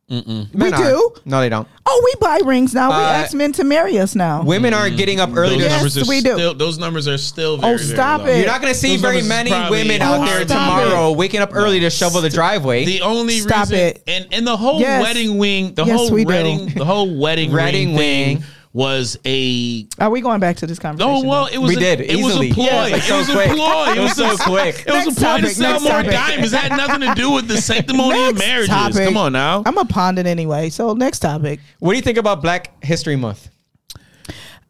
A: Men
C: We
A: are.
C: do.
A: No, they don't.
C: Oh, we buy rings now. we
A: Uh,
C: ask men to marry us now.
A: Women aren't getting up early
D: those
A: to
C: Yes,
D: numbers are
C: we do.
D: still. Those numbers are
A: Oh,
D: still. Very, very
C: stop
D: low.
C: it.
A: You're not going to see
D: Those
A: very
D: numbers is
A: many
D: probably
A: women
D: hard
A: out there
C: to stop
A: tomorrow waking up early to shovel the driveway.
D: The only
C: Stop
D: reason,
C: it.
D: and and the whole
C: Yes.
D: wedding wing, the
C: Yes,
D: whole
C: we do.
D: wedding, the whole wedding
A: Wedding
D: ring thing
A: wing.
D: was a
C: Are we going back to this
D: no.
C: conversation?
D: Well, it was
A: we
D: a,
A: did.
D: It
A: easily.
D: was a ploy.
A: Yeah, like, so
D: it was
A: quick.
D: a ploy.
A: It was so
D: a-
A: quick.
D: It was
C: Next
D: a ploy to
C: topic,
D: sell
C: next
D: more
C: topic.
D: diamonds. That had nothing to do with the sanctimony of marriages. Come on now.
C: I'm a pond it anyway. So next topic.
A: What do you think about Black History Month?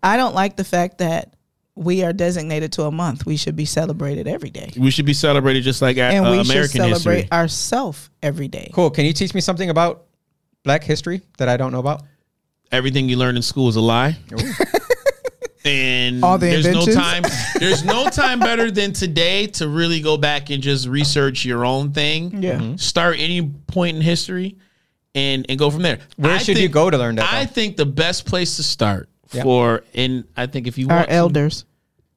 C: I don't like the fact that we are designated to a month. We should be celebrated every day,
D: we should be celebrated just like at,
C: and
D: uh,
C: we should
D: American
C: celebrate
D: history.
C: ourselves every day.
A: Cool. Can you teach me something about Black history that I don't know about?
D: Everything you learn in school is a lie. and
C: All the
D: there's
C: inventions.
D: no time there's no time better than today to really go back and just research your own thing
C: Yeah.
A: Mm-hmm.
C: Mhm.
D: start any point in history and and go from there
A: Where
D: I
A: should you
D: think-
A: go to learn that,
D: i
A: though?
D: think the best place to start for and i think if you want
C: Our elders.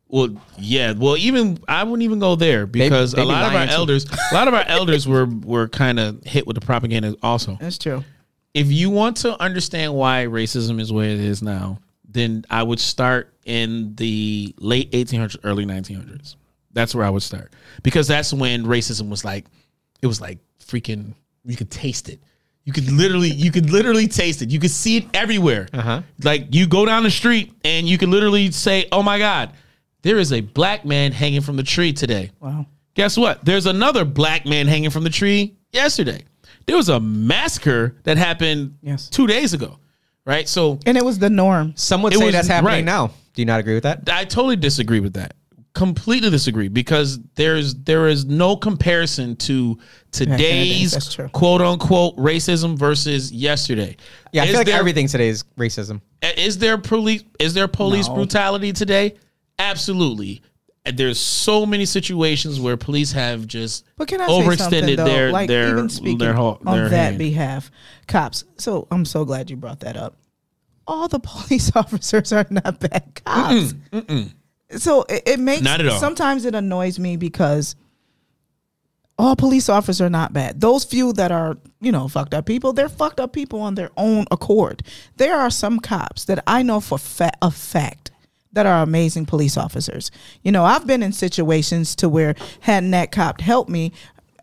D: Well, yeah. Well, even I wouldn't even go there because
A: they
D: a
A: be
D: lot of our
A: lying to-
D: elders, a lot of our elders were were kind of hit with the propaganda. Also,
C: That's true.
D: if you want to understand why racism is where it is now, then I would start in the late 1800s, early 1900s. That's where I would start because that's when racism was like, it was like freaking. You could taste it. You could literally, you could literally taste it. You could see it everywhere. Uh-huh. Like you go down the street and you can literally say, "Oh my God, there is a black man hanging from the tree today."
C: Wow.
D: Guess what? There's another black man hanging from the tree yesterday. There was a massacre that happened
C: Yes.
D: two days ago, right? So
C: And it was the norm.
A: Some would
D: It
A: say
D: was-
A: that's happening
D: right.
A: now. Do you not agree with that?
D: I totally disagree with that. Completely disagree because there's there is no comparison to
C: in the day,
D: today's
C: that's true.
D: quote unquote racism versus yesterday.
A: Yeah, I
D: Is
A: feel like
D: there-
A: everything today is racism.
D: Is there police? Is there police brutality today? Absolutely. There's so many situations where police have just
C: But can I say something,
D: overextended
C: though?
D: their
C: like
D: their
C: even speaking
D: their, ho-
C: on
D: their
C: that
D: hand.
C: behalf, cops. So I'm so glad you brought that up. All the police officers are not bad cops. So it, it makes
D: Mm, Not at all.
C: sometimes it annoys me because all police officers are not bad. Those few that are, you know, fucked up people, they're fucked up people on their own accord. There are some cops that I know for fa- a fact that are amazing police officers. You know, I've been in situations to where hadn't that cop helped me,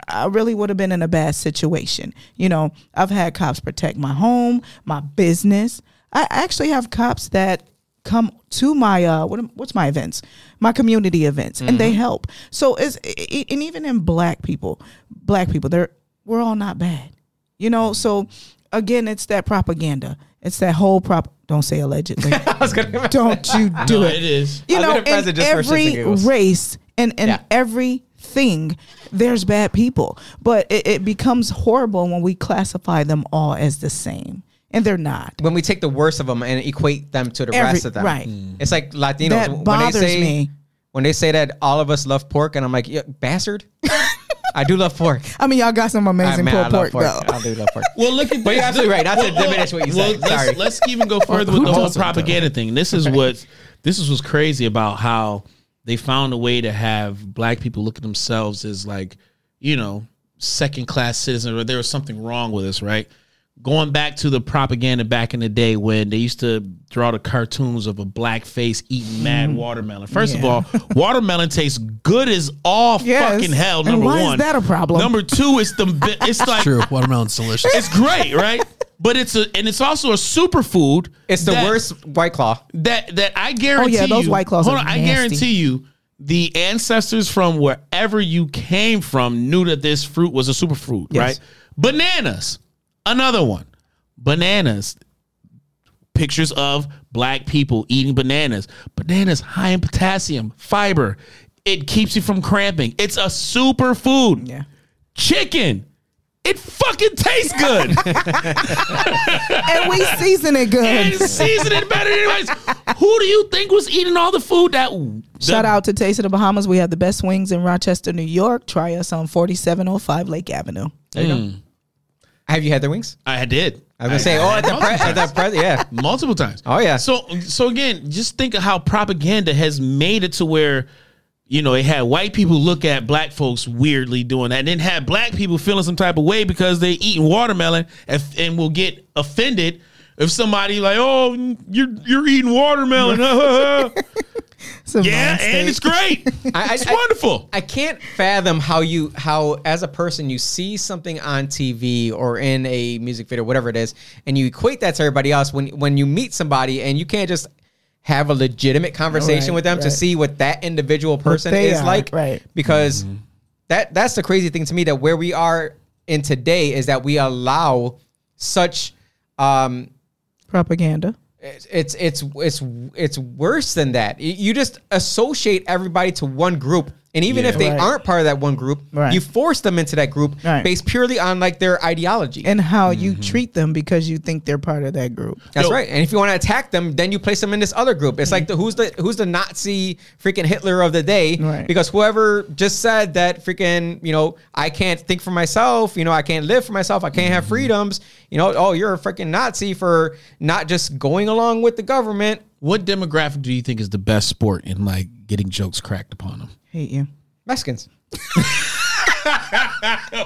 C: I really would have been in a bad situation. You know, I've had cops protect my home, my business. I actually have cops that come to my uh what, am- what's my events my community events and
A: Mm-hmm.
C: they help so it's i- i- and even in black people black people they're we're all not bad you know so again it's that propaganda it's that whole prop don't say allegedly don't you do
D: No,
C: it
D: it is.
C: you
A: I'll
C: know
A: get a present
C: in
A: just for shits and
C: every
A: giggles.
C: race and and
A: Yeah.
C: everything there's bad people but it, it becomes horrible when we classify them all as the same and they're not
A: When we take the worst of them and equate them to the
C: Every-
A: rest of them, Mm.
C: right.
A: It's like Latinos.
C: That bothers
A: when they say,
C: me.
A: When they say that all of us love pork, and I'm like, yeah, bastard, I do love pork.
C: i mean y'all got some
A: I,
C: amazing
A: man, I
C: pulled
A: love
C: pork,
A: pork.
C: though
A: I do love pork.
D: Well, look at
A: But
D: this.
A: you're absolutely right. Not to
D: Well, well,
A: diminish what you
D: well,
A: said.
D: Let's,
A: Sorry.
D: let's even go further with the whole propaganda thing. This is what this is what's crazy about how they found a way to have black people look at themselves as like, you know, second class citizens or there was something wrong with us, right? Going back to the propaganda back in the day when they used to draw the cartoons of a black face eating mad
A: Hmm.
D: watermelon. First of all, watermelon tastes good as all
C: Yes.
D: fucking hell.
C: And
D: Number
C: why is
D: one,
C: that a problem?
D: Number two, it's the it's like
E: True, watermelon's delicious.
D: it's great, right? But it's a and it's also a superfood.
A: It's the
D: that-
A: worst white claw.
D: that that I guarantee.
C: Oh, those
D: you-
C: White Claws
D: Hold
C: are
D: on, I
C: nasty.
D: guarantee you, the ancestors from wherever you came from knew that this fruit was a superfruit, right? Bananas, another one. Bananas. Pictures of black people eating bananas. Bananas high in potassium, fiber. It keeps you from cramping. It's a superfood.
C: yeah
D: Chicken. It fucking tastes good.
C: and we season
D: and
C: it good
D: season it better than anybody's. Who do you think was eating all the food that?
C: Shout
D: the-
C: out to Taste of the Bahamas. We have the best wings in Rochester, New York. Try us on 4705 Lake Avenue.
D: Mm.
A: Have you had their wings?
D: I did.
A: I was gonna say, oh, at the, pre- at the pre- yeah.
D: multiple times.
A: Oh, yeah.
D: So so again, just think of how propaganda has made it to where. You know, it had white people look at black folks weirdly doing that, and then had black people feeling some type of way because they eating watermelon and, and will get offended if somebody like, "Oh, you're you're eating watermelon."
C: It's a
D: yeah, and
C: mind state.
D: it's great.
A: I- I-
D: it's
A: I-
D: wonderful.
A: I can't fathom how you how as a person you see something on TV or in a music video, whatever it is, and you equate that to everybody else when when you meet somebody and you can't just have a legitimate conversation
C: Right,
A: with them to
C: right.
A: see what that individual person
C: they
A: is
C: are,
A: like.
C: right.
A: Because that that's the crazy thing to me that where we are in today is that we allow such um
C: propaganda.
A: it's it's it's it's it's worse than that. Y- You just associate everybody to one group, and even if they
C: Right.
A: aren't part of that one group,
C: Right.
A: you force them into that group
C: Right.
A: based purely on like their ideology.
C: And how
D: Mm-hmm.
C: you treat them because you think they're part of that group.
A: that's
D: Yo.
A: right. And if you want to attack them, then you place them in this other group. It's like the, who's the who's the Nazi freaking Hitler of the day?
C: Right.
A: Because whoever just said that freaking you know I can't think for myself, you know I can't live for myself, I can't
C: Mm-hmm.
A: have freedoms, you know oh you're a freaking Nazi for not just going along with the government.
D: What demographic do you think is the best sport in like getting jokes cracked upon them.
C: Hate you.
A: Mexicans.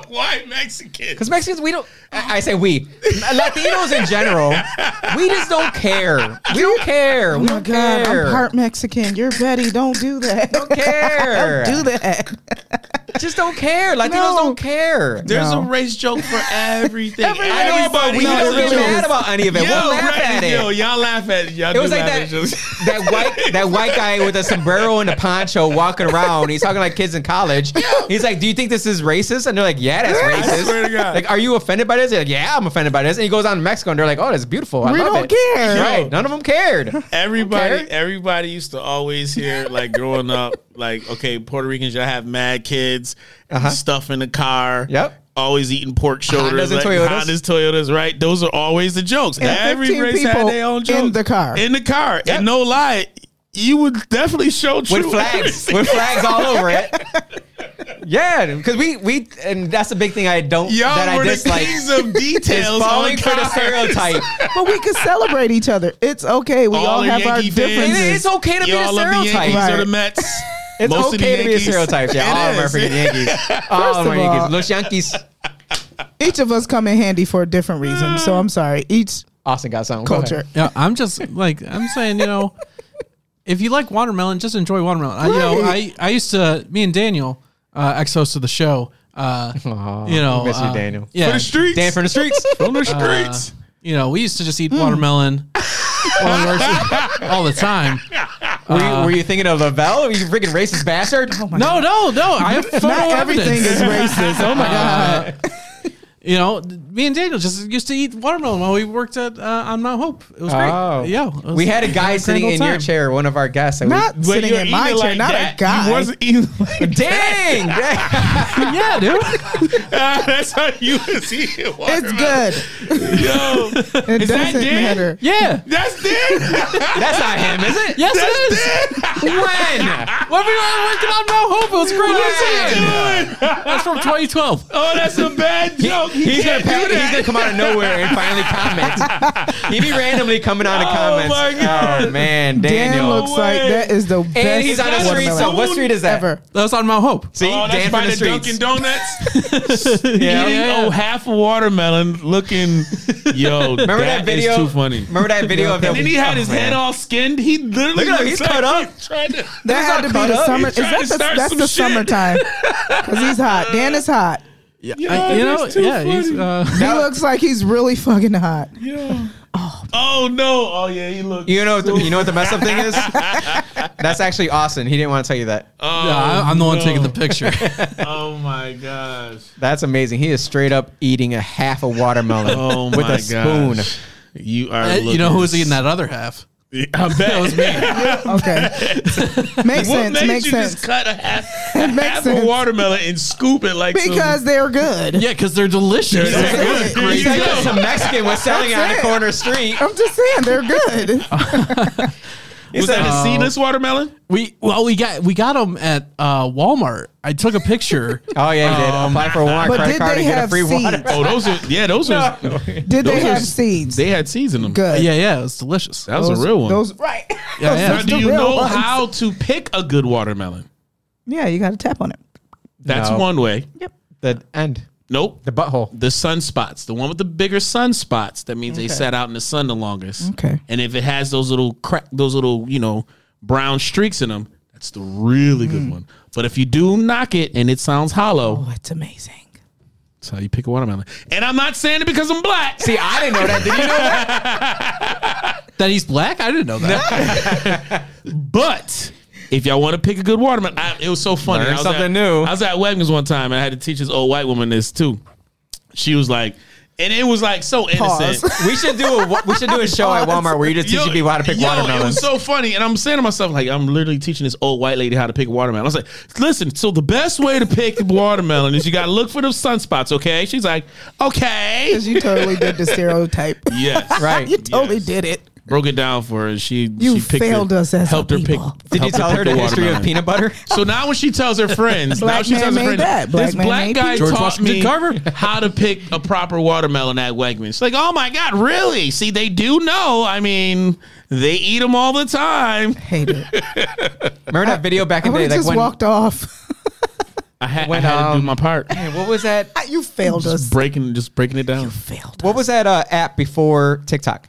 D: Why Mexican?
A: Because Mexicans, we don't. I, I say we. Latinos in general, we just don't care. We don't care. we
C: Oh my
A: don't
C: God,
A: care.
C: I'm part Mexican. You're Betty. Don't do that. Don't
A: care.
C: do that.
A: just don't care. Latinos don't care.
D: There's
C: No.
D: a race joke for everything.
A: I know, but we don't
D: Everybody has a
A: really
D: joke.
A: mad about any of it. we'll laugh
D: right,
A: at it.
D: Yo, y'all laugh at it. Y'all
A: It was like that that white that white guy with a sombrero and a poncho walking around. He's talking like kids in college. He's like, "Do you think this is racist?" And they're like, "Yeah, that's racist."
D: swear to God.
A: Like, are you offended by this? They're like, "Yeah, I'm offended by this." And he goes out to Mexico, and they're like, "Oh, that's beautiful. I
C: We
A: love
C: don't
A: it."
C: care.
A: Right? None of them cared.
D: Everybody,
A: Okay.
D: everybody used to always hear like growing up, like okay, Puerto Ricans, y'all have mad kids, stuff in the car.
A: Uh-huh. Yep.
D: Always eating pork shoulders,
A: Hondas and
D: like,
A: Toyotas.
D: Hondas, Toyotas, right? Those are always the jokes.
C: And
D: Every
C: 15
D: race had
C: people
D: their own
C: in
D: joke
C: the car.
D: In the car, and no lie, you would definitely show true.
A: with flags, with flags all over it. Yeah, because we we and that's the big thing I don't
D: Y'all
A: that
D: were
A: I
D: the
A: dislike
D: kings of
A: is
D: details.
A: falling
D: on
A: for the
D: cars.
A: stereotype.
C: But we can celebrate each other. It's okay. We all,
D: All are
C: have our
D: Yankee fans.
C: differences.
A: It is okay to be a
D: Y'all love the
A: stereotype.
D: Yankees or the
C: Right.
D: Mets.
A: It's
D: Most of the
A: okay to be a
D: Yankees.
A: stereotype. Yeah,
D: It
A: all
D: is.
A: American Yankees. All
C: of
A: American
C: all-
A: Yankees. Los Yankees.
C: Each of us come in handy for a different reason. So I'm sorry. Each
A: Austin got something. Go ahead.
C: culture.
E: Yeah, I'm just like I'm saying, you know, if you like watermelon, just enjoy watermelon. I, you know, I I used to me and Daniel, uh, ex-host of the show. Uh, you know,
A: miss you,
E: uh,
A: Daniel.
E: Yeah,
D: For the streets.
A: Dan from the streets.
D: From the streets.
E: you know, we used to just eat
A: Hmm.
E: watermelon while we were- all the time.
A: were, you, were you thinking of Lavelle? You freaking racist bastard.
E: No, no, no. I have photo
C: Oh Not everything
E: evidence.
C: is racist. Oh my God.
E: you know, me and Daniel just used to eat watermelon while we worked at uh, on Mount Hope. It was
A: Oh.
E: great. Yeah, it was
A: we had a guy
E: grand
A: sitting
E: old
A: in your
E: time.
A: chair, one of our guests. and we-
C: Not
D: But
C: sitting
D: you're
C: in my
D: eating
C: chair,
D: like
C: not
D: that.
C: a guy.
D: You wasn't eating like
A: Dang! dang.
E: yeah, dude.
D: that. That's how you was eating
C: it's good.
D: good. Yo,
C: It
D: Is that
C: doesn't
D: Dan?
C: matter.
E: Yeah,
D: that's Dan.
A: That's not him, is it?
E: yes, it is.
D: That's Dan.
A: When?
E: When we were working on Mount Hope, it was great.
A: When?
E: That's from 2012.
D: Oh, that's a bad joke. He
A: He's gonna,
D: can't
A: pa-
D: do
A: he's
D: that.
A: gonna come out of nowhere and finally comment. he be randomly coming out of
D: Oh
A: comments.
D: my God.
A: Oh, man,
C: Dan
A: Daniel.
C: looks like
D: way.
C: that is the best.
A: and he's on the
C: watermelon
A: street. So what street is that?
C: ever.
E: That was on Mount Hope.
A: See,
D: Oh, that's
A: Dan
D: by
A: from the
D: the,
A: streets.
D: Dunkin' Donuts.
A: Yeah.
D: Eating
E: Yeah.
D: oh half a watermelon, looking. Yo,
A: Remember that, video?
D: Is too funny.
A: Remember that video of Oh, that?
D: And then he had his head all skinned. He literally
A: Look at him,
D: looks
A: he's
D: like
A: cut up.
D: he's Trying to,
C: That had to be
A: cut up.
C: the summer.
D: He's
C: Is
D: trying
C: that
D: to
C: the,
D: start
C: that's
D: some
C: the
D: shit.
C: summertime? Because he's hot. Dan is hot.
D: Yo,
E: I- you know,
D: that's too
E: yeah, he's,
D: funny.
E: uh,
C: He looks like he's really fucking hot.
D: Yeah. Oh no! Oh yeah, he looked.
A: You know, what the, you know what the mess up thing is? That's actually Austin. He didn't want to tell you that.
D: Oh,
E: yeah, I- I'm the one
D: no.
E: taking the picture. Uh,
D: Oh my gosh!
A: That's amazing. He is straight up eating a half a watermelon
D: Oh
A: with
D: my
A: a spoon.
D: gosh. You are.
E: And you know who was eating that other half?
D: I bet it was me.
C: Okay. makes
D: what
C: sense.
D: made
C: Makes
D: you
C: sense.
D: just cut a half, a,
C: makes
D: half a
C: sense.
D: watermelon and scoop it like some-
C: Because they're good.
E: Yeah, because they're delicious.
D: They're
E: They're
D: good.
E: good.
D: There
A: He's
D: you
A: like
D: go.
A: some Mexican was selling it on the
C: That's it.
A: corner street.
C: I'm just saying they're good.
A: He
D: Was
A: said,
D: that a seedless watermelon?
E: We well, we got we got them at uh, Walmart. I took a picture.
A: Oh yeah, he did. Apply for a warrant
C: But
A: credit
C: did
A: card
C: they
A: and get a
C: have
A: free water.
C: seeds?
D: Oh, those are yeah, those are
C: Did they
D: Those are
C: have
D: s-
C: seeds?
D: they had seeds in them.
C: good.
E: Uh, yeah, yeah, it was delicious.
D: That was a real one.
C: Those right.
E: Yeah, yeah.
D: Now,
E: Those
D: do
C: the
D: you
C: real
D: know
C: ones.
D: how to pick a good watermelon?
C: Yeah, you got to tap on it.
D: That's
A: No.
D: one way.
A: The end.
D: Nope.
A: The butthole.
D: The sunspots, the one with the bigger sunspots. That means they sat out in the sun the longest.
C: Okay.
D: And if it has those little crack, those little you know brown streaks in them, that's the really
C: Mm.
D: good one. But if you do knock it and it sounds hollow,
C: Oh, it's amazing.
D: that's how you pick a watermelon. And I'm not saying it because I'm black.
A: See, I didn't know that. Did you know that?
E: That he's black? I didn't know that.
D: But if y'all want to pick a good watermelon, I, it was so funny.
A: Learn
D: I was
A: something
D: at,
A: new.
D: I was at Wegmans one time and I had to teach this old white woman this too. She was like, and it was like so innocent.
C: Pause.
A: We should do a wa- we should do a show at Walmart where you just teach
D: Yo,
A: people how to pick
D: yo, It
A: watermelons.
D: was so funny. And I'm saying to myself, like, I'm literally teaching this old white lady how to pick watermelon. I was like, listen, so the best way to pick watermelon is you got to look for the sunspots, okay? She's like, okay.
C: Because you totally did the stereotype.
D: Yes.
A: right.
C: you totally did it.
D: broke it down for her. She
C: You
D: she picked
C: failed
D: her,
C: us as a
D: helped her
C: people.
D: pick.
A: Did you
D: helped
A: tell her
D: pick
A: the history of
D: watermelon.
A: peanut butter?
D: So now when she tells her friends, now
C: Black
D: she
C: man
D: tells her
C: made
D: friends,
C: that. Black
D: this
C: man
D: black
C: made
D: guy
C: people.
D: taught
E: Washington
D: me
E: Carver.
D: how to pick a proper watermelon at Wegmans. She's like, oh my god, really? See, they do know. I mean, they eat them all the time.
C: Hate it.
A: Remember that video back
C: I
A: in
C: would
A: the day? Like
C: have just
A: when,
C: walked off.
D: I, ha-
A: When,
D: I had to
A: um,
D: do my part.
A: Man, what was that?
C: you failed us.
D: Just breaking, just breaking it down.
C: failed.
A: What was that uh, app before TikTok?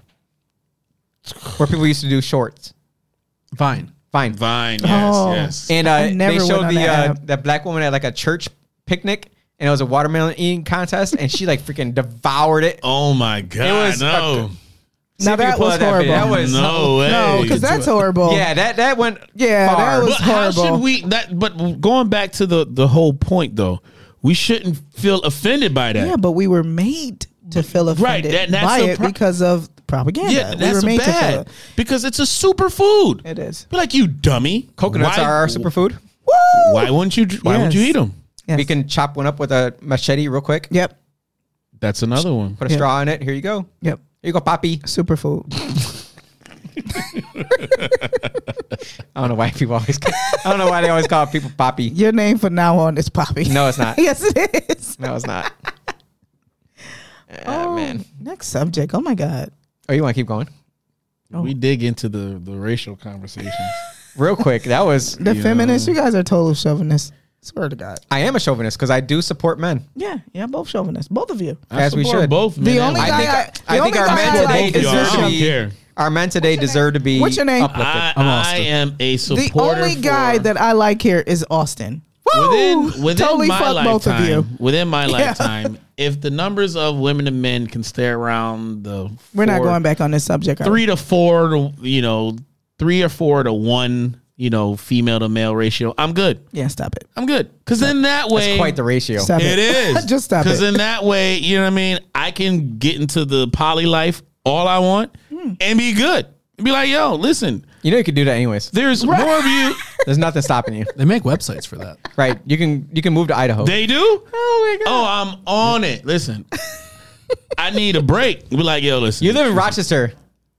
A: Where people used to do shorts.
E: Vine.
A: Fine.
D: Vine, yes,
C: Oh.
D: yes.
A: And uh,
C: I never
A: they
C: went
A: showed
C: on
A: the
C: that
A: uh,
C: app.
A: that black woman at like a church picnic, and it was a watermelon eating contest, and she like freaking devoured it.
D: oh my god,
A: was a-
D: no,
A: See
C: Now
A: if you can
C: that
A: pull
C: was
A: out that video.
C: horrible.
A: That was-
D: no way.
C: no, because that's horrible.
A: Yeah, that that went.
C: Oh. Yeah, that
A: far.
C: was-
D: But how
C: horrible.
D: should we? That but going back to the the whole point though, we shouldn't feel offended by that.
C: Yeah, but we were made to feel
D: Right,
C: offended
D: that- that's
C: by
D: the
C: it
D: pro-
C: because of propaganda.
D: Yeah,
C: we were
D: that's
C: made
D: bad
C: to
D: because it's a superfood.
C: feel it. It is.
D: Be like you dummy.
A: Coconuts
D: Why-
A: are our superfood.
C: Woo!
D: Why wouldn't you? Why would you
C: Yes.
D: eat them?
C: Yes.
A: We can chop one up with a machete real quick.
C: Yep.
D: That's another one.
A: Put a straw in it. Here you go. Here
C: Yep.
A: you go, Poppy.
C: Superfood.
A: I don't know why people always. Call, I don't know why they always call people Poppy.
C: Your name from now on is Poppy.
A: No, it's not.
C: yes, it is.
A: No, it's not.
C: Oh,
A: man.
C: Next subject. Oh my God.
A: Oh, you want to keep going?
D: We dig into the the racial conversations.
A: Real quick, that was.
C: The feminists, you guys are total chauvinists. Swear to God.
A: I am a chauvinist because I do support men.
C: Yeah, yeah, both chauvinists. Both of you.
A: As we
D: support
A: should.
D: Both
C: The only
A: I
C: guy
A: think,
C: I,
A: I,
C: the
A: think
C: only
A: our
C: guy
A: men
C: I
A: today
C: like is
D: y'all.
A: deserve
C: this
A: to
D: I don't
A: be.
D: care.
A: Our men today deserve to be.
C: What's your name?
A: uplifted.
D: I,
E: I'm
D: I
E: Austin.
D: am a
C: The
D: supporter.
C: only guy
D: for-
C: that I like here is Austin.
D: within within
C: Oh, Totally
D: my
C: fuck
D: lifetime,
C: both of you.
D: within my
C: Yeah.
D: lifetime, if the numbers of women and men can stay around the
C: We're not
D: four-
C: going back on this subject. are we?
D: three to four to you know three or four to one you know female to male ratio, I'm good.
C: Yeah, stop it.
D: I'm good because then that way
A: That's quite the ratio.
C: Stop
D: Oh. it is
C: Just stop
D: because
C: it.
D: in that way you know what I mean. I can get into the poly life all I want
C: Hmm.
D: and be good. And be like, yo, listen,
A: You know you could do that anyways.
D: there's more of you.
A: There's nothing stopping you.
E: They make websites for that.
A: Right? You can you can move to Idaho.
D: They do? Oh my god. Oh, I'm on it. Listen. I need a break. Be like, yo, listen.
A: you live in Rochester.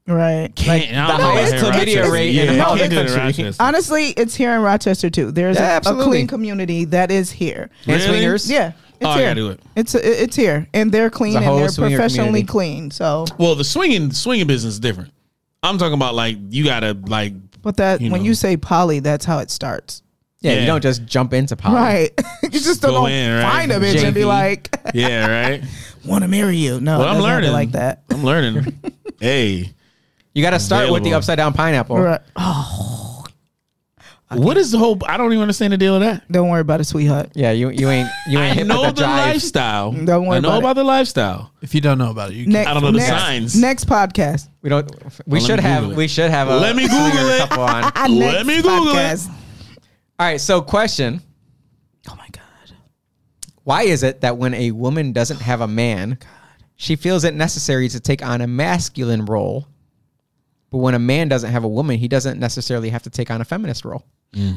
C: right.
D: Can't- I don't
A: the
D: know
A: highest
D: here in
A: chlamydia
D: Rochester.
A: rate in
D: Yeah,
A: the
D: can't
A: whole
D: do it in
A: country.
D: Rochester.
C: Honestly, it's here in Rochester too. There's
A: Yeah,
C: a- a,
A: absolutely.
C: clean community that is here.
A: And
D: Really?
A: swingers.
C: Yeah, it's
D: Oh, I
C: here.
D: gotta do it.
C: It's it- it's here, and they're clean
A: The whole
C: and they're
A: swinger
C: professionally
A: community.
C: clean. So,
D: Well, the swinging swinging business is different. I'm talking about like you gotta like
C: but that
D: You
C: when
D: know.
C: you say poly, that's how it starts.
A: Yeah,
D: Yeah.
A: you don't just jump into power.
C: Right. you just
D: Go
C: don't
D: in, right?
C: find a bitch and
A: JV.
C: be like,
D: Yeah, right.
C: "Want to marry you?" No,
D: Well,
C: it
D: I'm
C: doesn't have to
D: learning
C: like that.
D: I'm learning. hey.
A: You got to start with the
D: Available.
A: upside down pineapple.
C: Right.
D: What is the whole I don't even understand the deal of that.
C: Don't worry about it, sweetheart.
A: Yeah, you you ain't you ain't
D: I
A: hip
D: know
A: with the
D: the
A: drive.
D: lifestyle.
C: Don't worry
D: I know
C: about it.
D: about the lifestyle.
E: If you don't know about it, you
C: Next,
D: I don't know the
C: next,
D: signs.
C: Next podcast.
A: We don't. We
D: Well, Oh, let
A: should
D: me
A: have.
D: Google it.
A: We should have Uh, a.
D: Let me Google
A: swinger
D: it.
A: Couple on. All
C: Ah,
D: Let
C: next
D: me Google it.
A: right. So, question:
C: Oh my god.
A: Why is it that when a woman doesn't have a man, she feels it necessary to take on a masculine role, but when a man doesn't have a woman, he doesn't necessarily have to take on a feminist role?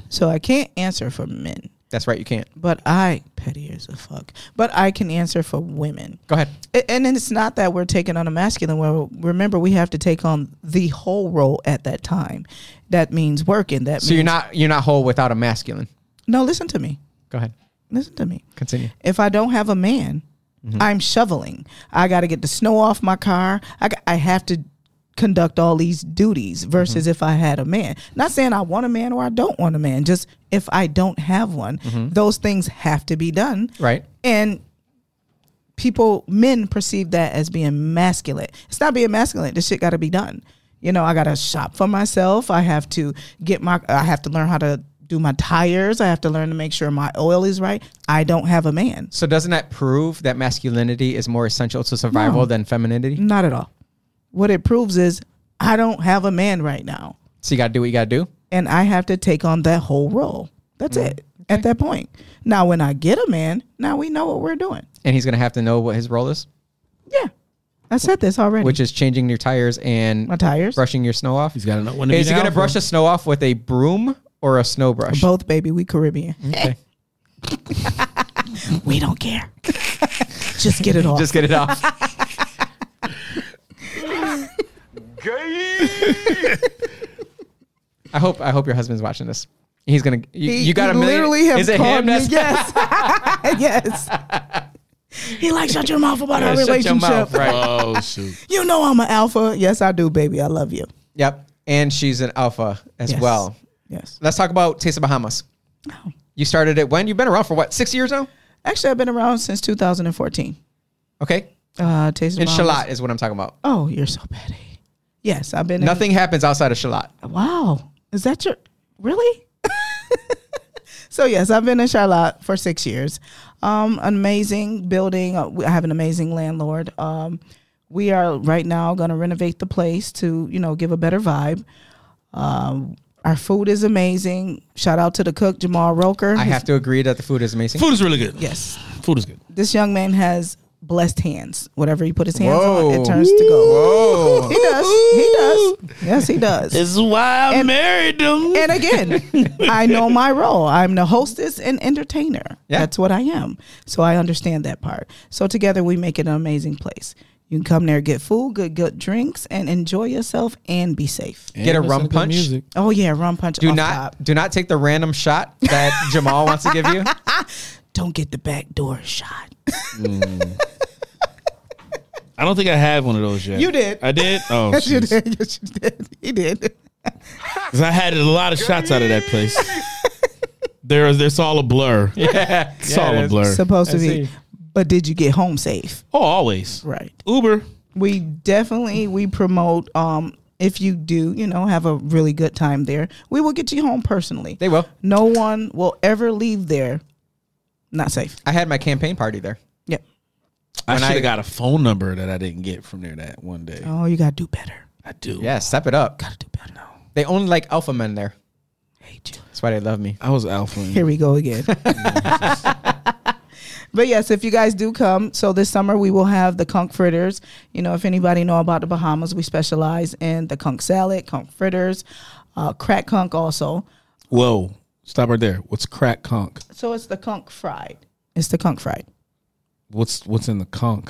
C: So I can't answer for men,
A: That's right. You can't.
C: but I petty as a fuck. But I can answer for women.
A: Go ahead.
C: A- And it's not that we're taking on a masculine role. Remember, we have to take on the whole role at that time. That means working. That
A: So
C: means,
A: you're not you're not whole without a masculine.
C: No, listen to me.
A: Go ahead.
C: Listen to me.
A: Continue.
C: If I don't have a man, I'm shoveling. I got to get the snow off my car. I, g- I have to conduct all these duties versus if I had a man. Not saying I want a man or I don't want a man, just if I don't have one, those things have to be done.
A: Right.
C: And people, men perceive that as being masculine. It's not being masculine. This shit got to be done. You know, I got to shop for myself. I have to get my, I have to learn how to do my tires. I have to learn to make sure my oil is right. I don't have a man.
A: So doesn't that prove that masculinity is more essential to survival
C: No.
A: than femininity?
C: Not at all. What it proves is I don't have a man right now.
A: So you gotta do what you gotta do.
C: And I have to take on that whole role. That's it at that point. Now, when I get a man, now we know what we're doing.
A: And he's gonna have to know what his role is,
C: Yeah. I said this already.
A: which is changing your tires and
C: my tires.
A: brushing your snow off.
D: He's gotta know when to
A: Is he
D: be down
A: gonna
D: for.
A: brush the snow off with a broom or a snow brush?
C: Both, baby. We Caribbean.
A: Okay.
C: We don't care. Just get it off.
A: Just get it off. I hope I hope your husband's watching this. He's gonna. You,
C: He-
A: you got
C: he
A: a million.
C: literally have
A: is it
C: called
A: him?
C: me-
A: That's
C: yes. He like shut your mouth about
A: Yeah,
C: our
A: shut your
C: relationship.
A: mouth, right?
D: Oh shoot!
C: You know I'm an alpha. Yes, I do, baby. I love you.
A: Yep. And she's an alpha as
C: Yes. Oh.
A: well.
C: Yes.
A: Let's talk about Taste of Bahamas. You started it when? You've been around for what, six years now?
C: Actually, I've been around since 2014.
A: Okay.
C: Uh, Taste of
A: And
C: Bahamas.
A: Shalat is what I'm talking about.
C: Oh, you're so petty. Yes, I've been in-
A: Nothing happens outside of Shalat.
C: Wow. Is that your really? so yes, I've been in Charlotte for six years. Um, an amazing building. Uh, we- I have an amazing landlord. Um, we are right now going to renovate the place to you know give a better vibe. Um, our food is amazing. Shout out to the cook Jamal Roker.
A: I have to agree that the food is amazing.
D: Food is really good.
C: Yes,
D: Food is good.
C: this young man has blessed hands. Whatever he put his hands on,
A: Whoa.
C: it turns to gold.
A: Oh,
C: He does. He does. Yes, he does.
D: This is why I
C: And-
D: married them.
C: and again, I know my role. I'm the hostess and entertainer.
A: Yeah.
C: That's what I am. So I understand that part. So together we make it an amazing place. You can come there, get food, good good drinks, and enjoy yourself and be safe.
A: Get a
D: listen
A: rum
D: to good
A: punch.
D: music.
C: Oh yeah, rum punch.
A: do
C: off
A: not
C: top.
A: do not take the random shot that Jamal wants to give you.
C: don't get the back door shot.
D: I don't think I have one of those yet.
C: You did.
D: I did. Oh,
C: Yes, you
D: jeez.
C: did. Yes, you did. He did.
D: 'Cause I had a lot of shots out of that place. There, it's all a blur.
A: Yeah,
D: It's all a blur.
C: Supposed to
A: I
C: be.
A: see.
C: But did you get home safe?
D: Oh, always.
C: Right.
D: Uber.
C: we definitely we promote um if you do you know have a really good time there we will get you home personally
A: They will.
C: no one will ever leave there not safe
A: I had my campaign party there.
C: yep
D: I
A: When
D: should
A: I-
D: have got a phone number that I didn't get from there that one day.
C: oh you gotta do better
D: I do.
A: Yeah, step it up.
C: gotta do better no
A: They only like alpha men there.
C: hate you
A: That's why they love
E: Oh,
A: me.
D: I was alpha.
C: here we go again but yes if you guys do come so this summer we will have the conch fritters you know if anybody know about the bahamas we specialize in the conch salad conch fritters uh, crack conch also
D: Whoa. Stop right there. What's crack conch?
C: so it's the conch fried it's the conch fried
D: What's what's in the conch?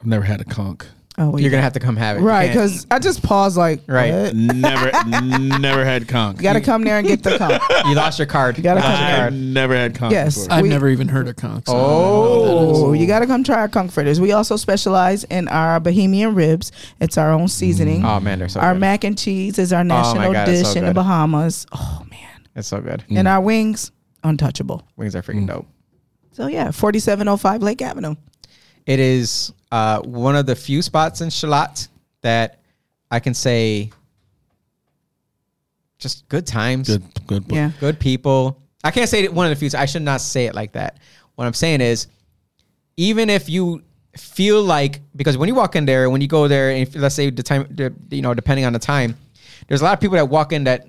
D: I've never had a conch.
C: oh wait.
A: You're gonna have to come have it. You
C: Right,
A: can't-
C: because I just paused like,
A: Right.
C: what?
D: Never never had conch.
C: You got to come there and get the conch.
A: you lost your card. You
C: gotta
A: lost your
C: come
D: I've
A: card.
D: never had conch.
C: Yes.
D: before.
E: I've
C: We-
E: never even heard of Uh, conch. so I don't know what that is.
C: Oh, you got to come try our conch fritters. We also specialize in our Bohemian ribs. It's our own seasoning.
A: Oh man, they're so
C: our
A: good.
C: mac and cheese is our national
A: God, it's
C: dish
A: so
C: in the
A: good. Mm.
C: Bahamas. Oh man,
A: It's so good.
C: and our wings untouchable.
A: Wings are freaking dope.
C: So yeah, forty-seven oh five Lake Avenue.
A: It is uh, one of the few spots in Shalat that I can say just good times, good,
D: Good good
C: Yeah,
A: people. I can't say it one of the few. I should not say it like that. What I'm saying is, even if you feel like because when you walk in there, when you go there, and if, let's say the time, the- you know, depending on the time, there's a lot of people that walk in that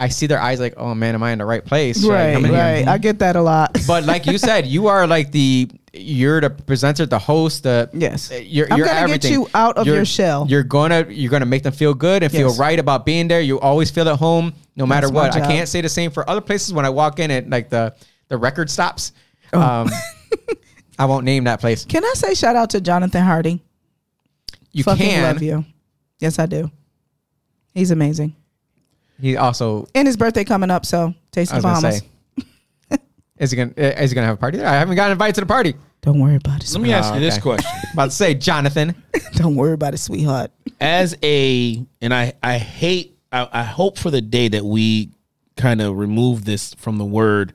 A: I see their eyes like, oh man, am I in the right place? Should I
C: right,
A: come in here?"
C: right. I get that a lot.
A: But like you said, you are like the you're the presenter, the host, the uh,
C: Yes.
A: You're,
C: I'm
A: you're
C: gonna get
A: everything.
C: you out of
A: You're-
C: your shell.
A: You're gonna you're gonna make them feel good and feel
C: Yes.
A: right about being there. You always feel at home, no matter
C: That's my
A: what. I
C: job.
A: can't say the same for other places when I walk in and like the the record stops.
C: Oh.
A: Um, I won't name that place.
C: Can I say shout out to Jonathan Harding?
A: You
C: Fucking
A: can.
C: love you. Yes, I do. He's amazing.
A: He also
C: And his birthday coming up, so taste
A: I
C: the
A: was gonna
C: Bahamas.
A: say. Is he gonna uh, is he gonna have a party there? I haven't gotten invited to the party.
C: Don't worry about it.
D: Let me ask you this
A: okay.
D: question.
A: About to say Jonathan.
C: Don't worry about it, sweetheart.
D: as a and I I hate I, I hope for the day that we kind of remove this from the word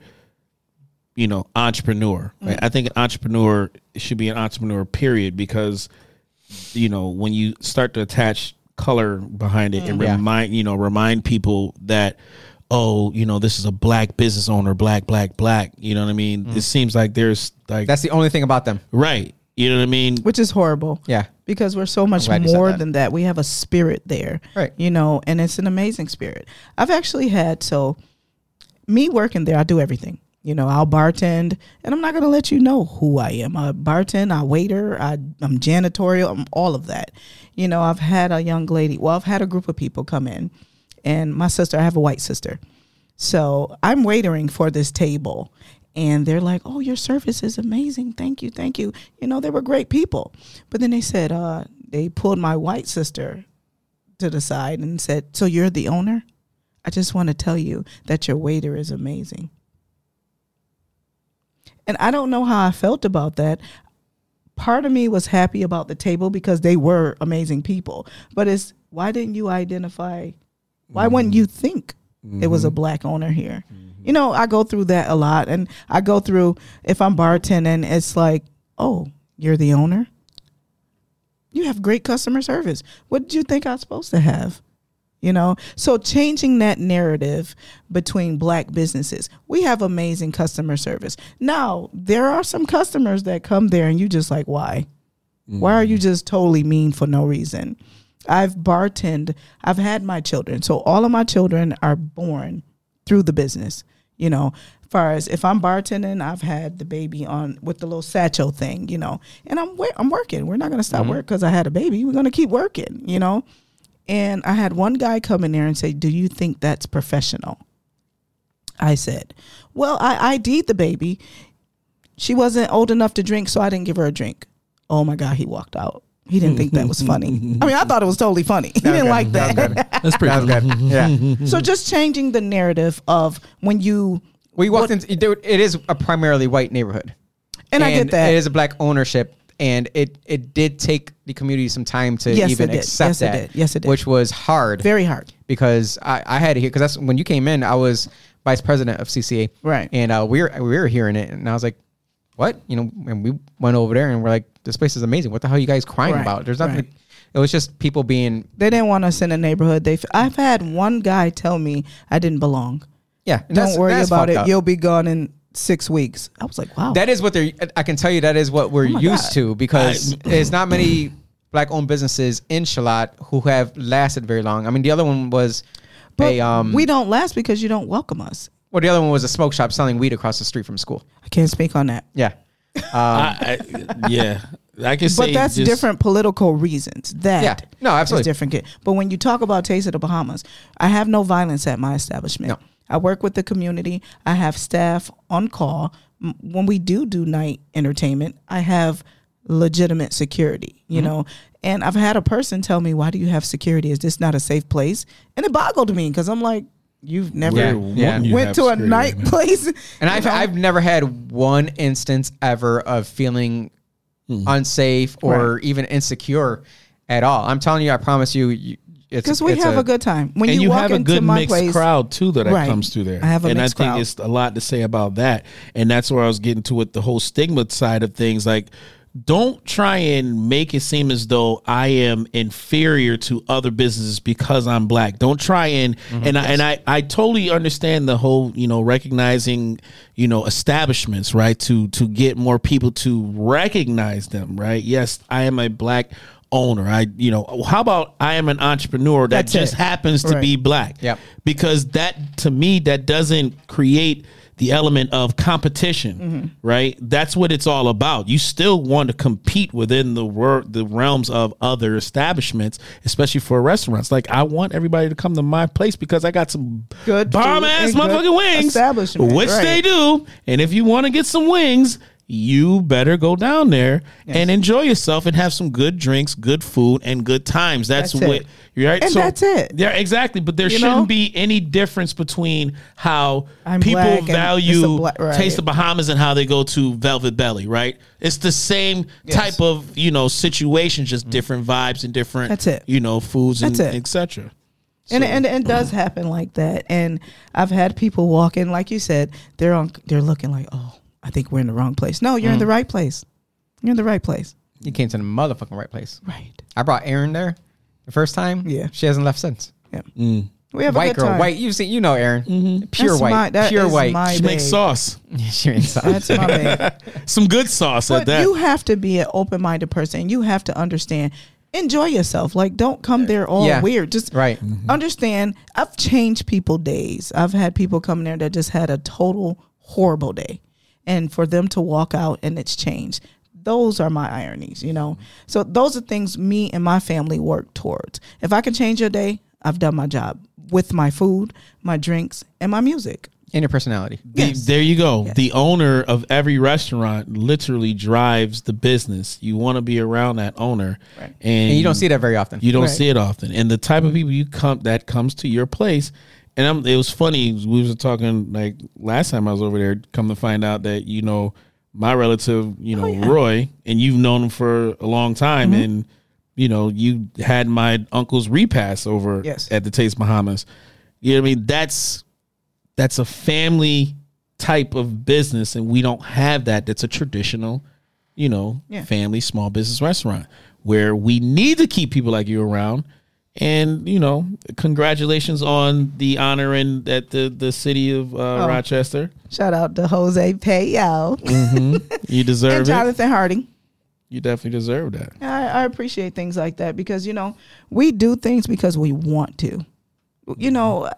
D: you know entrepreneur right?
A: Mm.
D: I think an entrepreneur should be an entrepreneur period because you know when you start to attach color behind it and
A: Mm, Yeah.
D: remind you know remind people that oh you know this is a black business owner black black black you know what I mean it seems like there's like
A: Mm. That's the only thing about them.
D: right you know what I mean
C: Which is horrible.
A: Yeah.
C: Because we're so much
A: glad you said
C: more
A: that.
C: than that. We have a spirit there.
A: Right.
C: You know, and it's an amazing spirit. I've actually had so me working there, I do everything. You know, I'll bartend and I'm not gonna let you know who I am. I bartend, I waiter, I, I'm janitorial, I'm all of that. You know, I've had a young lady, well, I've had a group of people come in and my sister, I have a white sister. So I'm waitering for this table. And they're like, oh, your service is amazing. Thank you. Thank you. You know, they were great people. But then they said, uh, they pulled my white sister to the side and said, "So you're the owner? I just want to tell you that your waiter is amazing." And I don't know how I felt about that. Part of me was happy about the table because they were amazing people, but it's why didn't you identify? Why wouldn't you think it was a black owner here? You know, I go through that a lot, and I go through if I'm bartending, it's like, oh, you're the owner. You have great customer service. What did you think I was supposed to have? You know, so changing that narrative between black businesses. We have amazing customer service. Now, there are some customers that come there and you just like, why? Why are you just totally mean for no reason? I've bartended, I've had my children. So all of my children are born through the business. You know, far as if I'm bartending, I've had the baby on with the little satchel thing, you know, and I'm wor- I'm working. We're not gonna stop work because I had a baby. We're gonna keep working, you know. And I had one guy come in there and say, "Do you think that's professional?" I said, "Well, I ID'd the baby. She wasn't old enough to drink, so I didn't give her a drink." Oh my god, he walked out. He didn't think that was funny. I mean, I thought it was totally funny. He didn't like that.
E: That's pretty cool.
A: Yeah.
C: So just changing the narrative of when you
A: We walked into dude, it is a primarily white neighborhood.
C: and, I get that.
A: It is a black ownership and it it did take the community some time to
C: Yes,
A: even
C: it did.
A: accept
C: Yes, it
A: that.
C: did. Yes, it did.
A: Which was hard.
C: very hard.
A: because I, I had to hear because that's when you came in. I was vice president of CCA,
C: Right.
A: And uh, we were we were hearing it, and I was like, "What?" You know, and we went over there, and we're like, "This place is amazing. What the hell are you guys crying
C: Right,
A: about?" There's nothing.
C: right.
A: It was just people being
C: They didn't want us in the neighborhood. They, I've had one guy tell me I didn't belong.
A: yeah.
C: Don't worry about it.
A: Yo,
C: You'll be gone in six weeks. I was like, wow.
A: that is what they're. I can tell you that is what we're
C: Oh
A: used to because there's not many black-owned businesses in Shalat who have lasted very long. I mean, the other one was.
C: but
A: a, um,
C: we don't last because you don't welcome us.
A: well, the other one was a smoke shop selling weed across the street from school.
C: I can't speak on that.
A: Yeah,
D: I, I, yeah, I can say,
C: But that's
D: just-
C: different political reasons. That
A: Yeah. No,
C: is
A: absolutely.
C: different. ca- But when you talk about Taste of the Bahamas, I have no violence at my establishment.
A: No.
C: I work with the community. I have staff on call. M- When we do do night entertainment, I have legitimate security. You
A: Mm-hmm.
C: know, and I've had a person tell me, "Why do you have security? Is this not a safe place?" And it boggled me because I'm like, "You've never."
A: Yeah.
D: Wouldn't
A: Yeah.
D: you
C: Went
D: have
C: to a
D: security
C: night
D: right now?
C: place,
A: And I've I've never had one instance ever of feeling unsafe or even insecure at all. I'm telling you, I promise you, you it's
C: because we
A: it's
C: have a, good time. When
D: and you,
C: walk
D: have a
C: into
D: good
C: my
D: mixed
C: place,
D: crowd too that,
C: Right.
D: comes through there.
C: I have a
D: and I
C: mixed
D: think
C: crowd.
D: it's a lot to say about that, and that's where I was getting to with the whole stigma side of things. Like, don't try and make it seem as though I am inferior to other businesses because I'm black. Don't try and and I, and I I totally understand the whole you know recognizing you know establishments right to to get more people to recognize them right. Yes, I am a black owner. I you know how about I am an entrepreneur that
C: That's
D: just
C: it.
D: happens to
C: Right.
D: be black
A: Yep.
D: because that to me that doesn't create the element of competition
C: Mm-hmm.
D: right that's what it's all about you still want to compete within the wor- the realms of other establishments especially for restaurants like i want everybody to come to my place because i got some
C: Good
D: bomb
C: food
D: ass
C: and good
D: motherfucking wings
C: establishment,
D: which
C: right.
D: they do and if you want to get some wings you better go down there and enjoy yourself and have some good drinks good food and good times that's,
C: That's it.
D: what you're right
C: And that's it.
D: yeah exactly but there
C: You
D: shouldn't
C: know?
D: be any difference between how
C: I'm black
D: people
C: and it's
D: value
C: a black- right.
D: taste of Bahamas and how they go to Velvet Belly, right? It's the same type of you know situation, just different vibes and different
C: Mm. That's it.
D: you know foods and
C: That's it.
D: etc.
C: and and and it does happen like that. And I've had people walk in, like you said, they're on, they're looking like, oh, I think we're in the wrong place. No,
A: Mm.
C: you're in the right place. You're in the right place.
A: You came to the motherfucking right place.
C: Right.
A: I brought Erin there the first time.
C: Yeah.
A: she hasn't left since.
C: Yeah. We have a
A: white
C: good
A: girl,
C: time. Mm-hmm.
A: white. You see, you know Erin, pure
C: That's
A: white,
C: my- that
A: pure
C: is
A: white.
C: my
D: She makes
C: babe.
D: sauce,
A: She ain't soft.
C: That's my babe.
D: some good sauce at
C: But
D: that.
C: you have to be an open minded person. You have to understand. Enjoy yourself. Like, don't come there all
A: Yeah.
C: weird. Just
A: Right.
C: understand. I've changed people days. I've had people come there that just had a total horrible day, and for them to walk out and it's changed. Those are my ironies, you know. So those are things me and my family work towards. If I can change your day, I've done my job with my food, my drinks, and my music.
A: and your personality.
D: The, There you go. The owner of every restaurant literally drives the business. You want to be around that owner, and,
A: And you don't see that very often.
D: You don't see it often. And the type of people you come that comes to your place, and I'm, it was funny. We was talking like last time I was over there. Come to find out that you know my relative, you know Roy, and you've known him for a long time, and you know you had my uncle's repass over
C: Yes.
D: at the Taste Bahamas. You know what I mean? That's that's a family type of business and we don't have that that's a traditional you know
C: Yeah.
D: family small business restaurant where we need to keep people like you around and you know congratulations on the honor in at the the city of uh,
C: Oh.
D: rochester
C: Shout out to Jose Payo
D: you
C: and
D: deserve it
C: Jonathan Harding.
D: you definitely deserve that
C: I, I appreciate things like that because you know we do things because we want to. You know,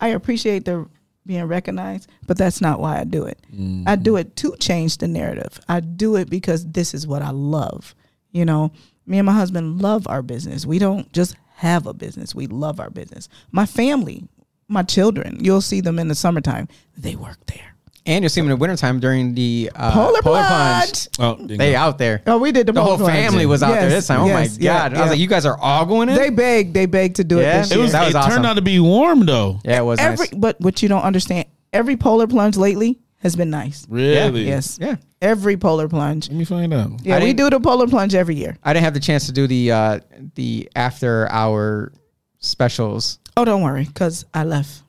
C: I appreciate the being recognized, but that's not why I do it. I do it to change the narrative. I do it because this is what I love. You know, me and my husband love our business. We don't just have a business. We love our business. My family, my children, you'll see them in the summertime. They work there.
A: And you'll see them in the wintertime during the uh,
C: Polar, blood.
A: plunge.
D: oh
A: They out there.
C: Oh, we did the
A: The whole
C: polar plunge.
A: family was out there
C: Yes,
A: this time. Oh
C: yes,
A: my
C: yeah,
A: god! I was
C: yeah.
A: like, you guys are all going in.
C: They beg, they beg to do
A: Yeah.
C: it this
D: it
C: year.
D: was,
A: That was
D: it
A: awesome.
D: turned out to be warm though
A: yeah, it was
C: every
A: nice.
C: but what you don't understand every polar plunge lately has been nice
D: really
C: yes
A: Yeah.
C: every polar plunge
D: let me find out
C: yeah we
A: didn't-
C: do the polar plunge every year
A: I didn't have the chance to do the uh, the after hour specials.
C: oh don't worry because i left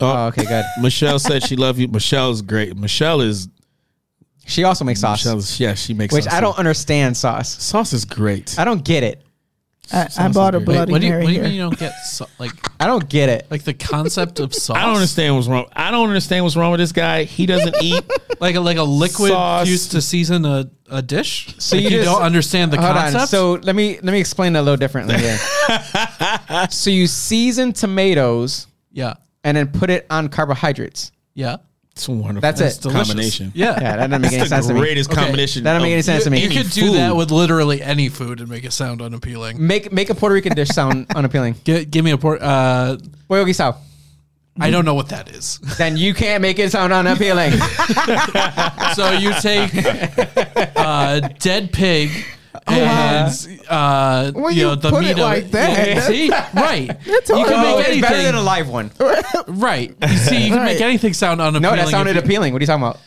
A: Oh, okay, good.
D: michelle said she loved you michelle's great michelle is
A: She also makes sauce,
D: michelle's yeah she makes
A: which
D: sauce
A: I
D: too.
A: don't understand sauce.
D: sauce is great
A: I don't get it.
C: i, I bought a
D: good.
C: bloody
E: what do you,
C: mary
E: what do you mean you
C: here
E: don't get so, like
A: I don't get it.
E: like the concept of sauce?
D: I don't understand what's wrong. I don't understand what's wrong with this guy. He doesn't eat.
E: Like a, like a liquid
D: Sauce.
E: used to season a, a dish.
A: So
E: So like
A: you
E: you,
A: just-
E: don't understand the
A: Hold
E: concept.
A: on. So let me let me explain that a little differently. Here. so you season tomatoes
E: yeah,
A: and then put it on carbohydrates.
E: yeah,
D: It's a wonderful
A: That's it.
D: combination.
E: yeah.
A: Yeah, that doesn't make any
D: It's the
A: sense to me.
D: greatest combination.
A: That don't make
D: of
A: any sense to me.
E: you
D: any
E: could do that
D: food.
E: with literally any food and make it sound unappealing.
A: Make make a Puerto Rican dish sound unappealing.
E: G- give me a port. Uh,
A: Pollo guisado.
E: I don't know what that is.
A: Then you can't make it sound unappealing.
E: so you take uh, dead pig. And uh,
C: Well,
E: you
C: you
E: know the
C: put
E: meat
C: it
E: of
C: like
E: it.
C: that.
E: Yeah, see? right?
C: all
E: you can
A: No,
E: make
A: it's better than a
E: anything
A: live one.
E: right. You see, you can make
C: Right.
E: anything sound unappealing.
A: No, that
E: if
A: sounded
E: you-
A: appealing. What are you talking about?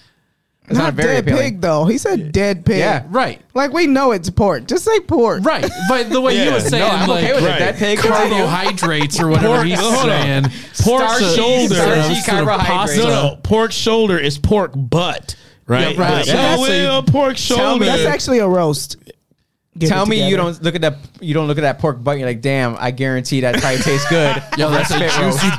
A: It
C: not
A: sounded very
C: dead pig
A: appealing.
C: though he said dead pig
A: Yeah.
E: Right,
C: like we know it's pork just say pork
E: right. But the way you
D: Yeah. No,
E: were saying,
A: No, I'm
E: like,
A: okay with
D: Right.
A: it. That pig.
E: carbohydrates or whatever
D: Pork-
E: he's
D: hold on.
E: saying.
D: Pork
A: Starchy-
D: shoulder.
A: starchy
D: Instead of
A: carbohydrates.
D: No, no. Pork shoulder is pork butt. Right.
E: Yeah, right.
D: So
E: Yeah.
D: well, pork shoulder.
C: that's actually a roast Get
A: Tell
C: it
A: me you
C: together.
A: don't look at that. You don't look at that pork butt. and You're like, damn. I guarantee that probably tastes good.
E: Yo, that's a
A: Spit roll.
E: juicy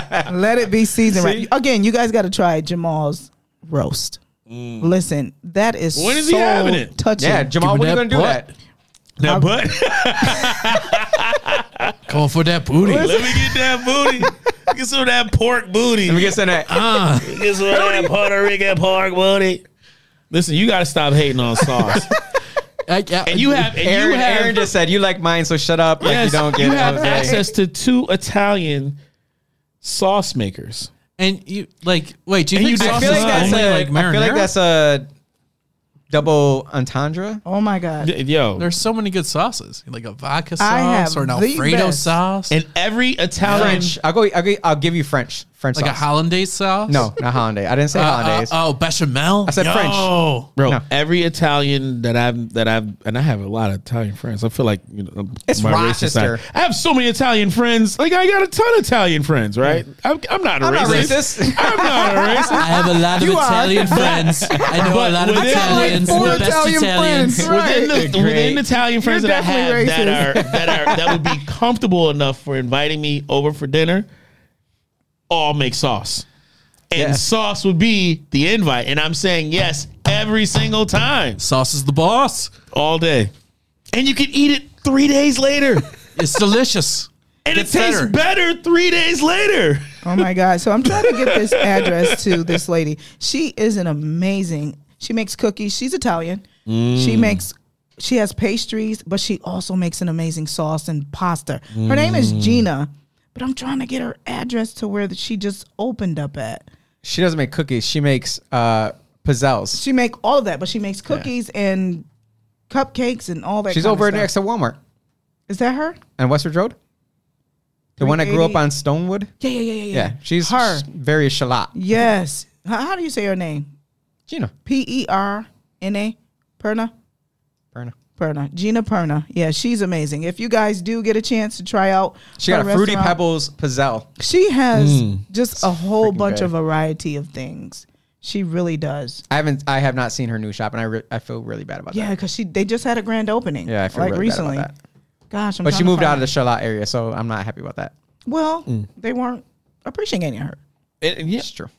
E: butt.
C: let it be seasoned right again you guys got to try jamal's roast listen that is
D: When is
C: so
D: he having it?
C: touching
A: Yeah, Jamal, what are you gonna
E: Give me
A: do
E: that
A: that?
D: Now, butt.
E: Call for that booty.
D: Let me get that booty. Get some of that pork booty.
A: Let me get some of that.
D: Get some of that Puerto Rican pork booty. Listen, you got to stop hating on sauce.
E: I- I-
D: and you have, and
A: Aaron,
D: you have,
A: Aaron just said you like mine, so shut up. like you
D: Yes,
A: don't get it.
D: have
A: Jose.
D: access to two Italian sauce makers.
E: and you like. Wait, do you
D: And
E: think
D: you
E: sauce
A: I
D: just-
A: feel
E: is
A: like that's
E: only
A: a,
E: like marinara?
A: I feel like that's a double entendre.
C: oh my god
D: Y- Yo,
E: There's so many good sauces, like a vodka
C: I
E: sauce
C: have
E: or an
C: the
E: Alfredo
C: best.
E: sauce,
D: and every Italian
A: French. I'll go. I'll, go, I'll give you French. French
E: like a
A: sauce.
E: hollandaise sauce.
A: no, not hollandaise. I didn't say
E: Uh, uh,
A: hollandaise.
E: oh, bechamel.
A: I said French.
E: Oh,
D: bro,
A: No.
D: every Italian that I've that I've and I have a lot of Italian friends. I feel like you know,
A: It's
D: racist
A: Rochester.
D: side. I have so many Italian friends. Like I got a ton of Italian friends, right? I'm, I'm not a
A: Hmm. I'm not
D: racist.
A: racist.
D: I'm not a
E: I
D: racist.
E: have a lot of Italian friends. I know a lot of
D: But within- like
E: Italians.
D: four
E: the best
C: Italian
E: Italians.
C: friends.
D: Within the,
A: Great.
D: within the Italian friends that I have
C: definitely
D: that are that are that would be comfortable enough for inviting me over for dinner, all make sauce, and
A: Yeah.
D: sauce would be the invite. And I'm saying yes every single time,
E: Sauce is the boss.
D: all day, and you can eat it three days later.
E: It's delicious.
D: and it
E: Gets
D: tastes
E: better.
D: better three days later.
C: Oh my God. So I'm trying to get this address to this lady. She is an amazing. She makes cookies. She's Italian. She makes she Mm. has pastries, but she also makes an amazing sauce and pasta. Her name is Gina, But I'm trying to get her address to where that she just opened up at.
A: She doesn't make cookies. She makes uh, pizzelles.
C: She make all of that, but she makes cookies and cupcakes and all that.
A: She's
C: kind of
A: over
C: stuff.
A: next to Walmart
C: Is that her?
A: on Westridge Road. The one that grew up on Stonewood.
C: Yeah, yeah, yeah, yeah.
A: Yeah, she's
C: her.
A: very shallot.
C: Yes. How, how do you say her name?
A: Gina
C: P E R N A Perna.
A: Perna.
C: Perna. Gina Perna. Yeah, she's amazing. If you guys do get a chance to try out,
A: She got
C: her
A: a Fruity Mm.
C: restaurant,
A: Pebbles pizzelle.
C: She has just a whole
A: freaking
C: bunch
A: good.
C: of variety of things. She really does.
A: I haven't. I have not seen her new shop, and I re- I feel really bad about
C: Yeah,
A: that.
C: because she they just had a grand opening.
A: Yeah, I feel
C: like
A: really bad about
C: recently.
A: that.
C: Gosh, I'm
A: But she
C: trying to
A: moved out of
C: find-
A: the Mm. shallot area, so I'm not happy about that.
C: Well, they weren't appreciating her.
D: And- and yeah,
A: It's true.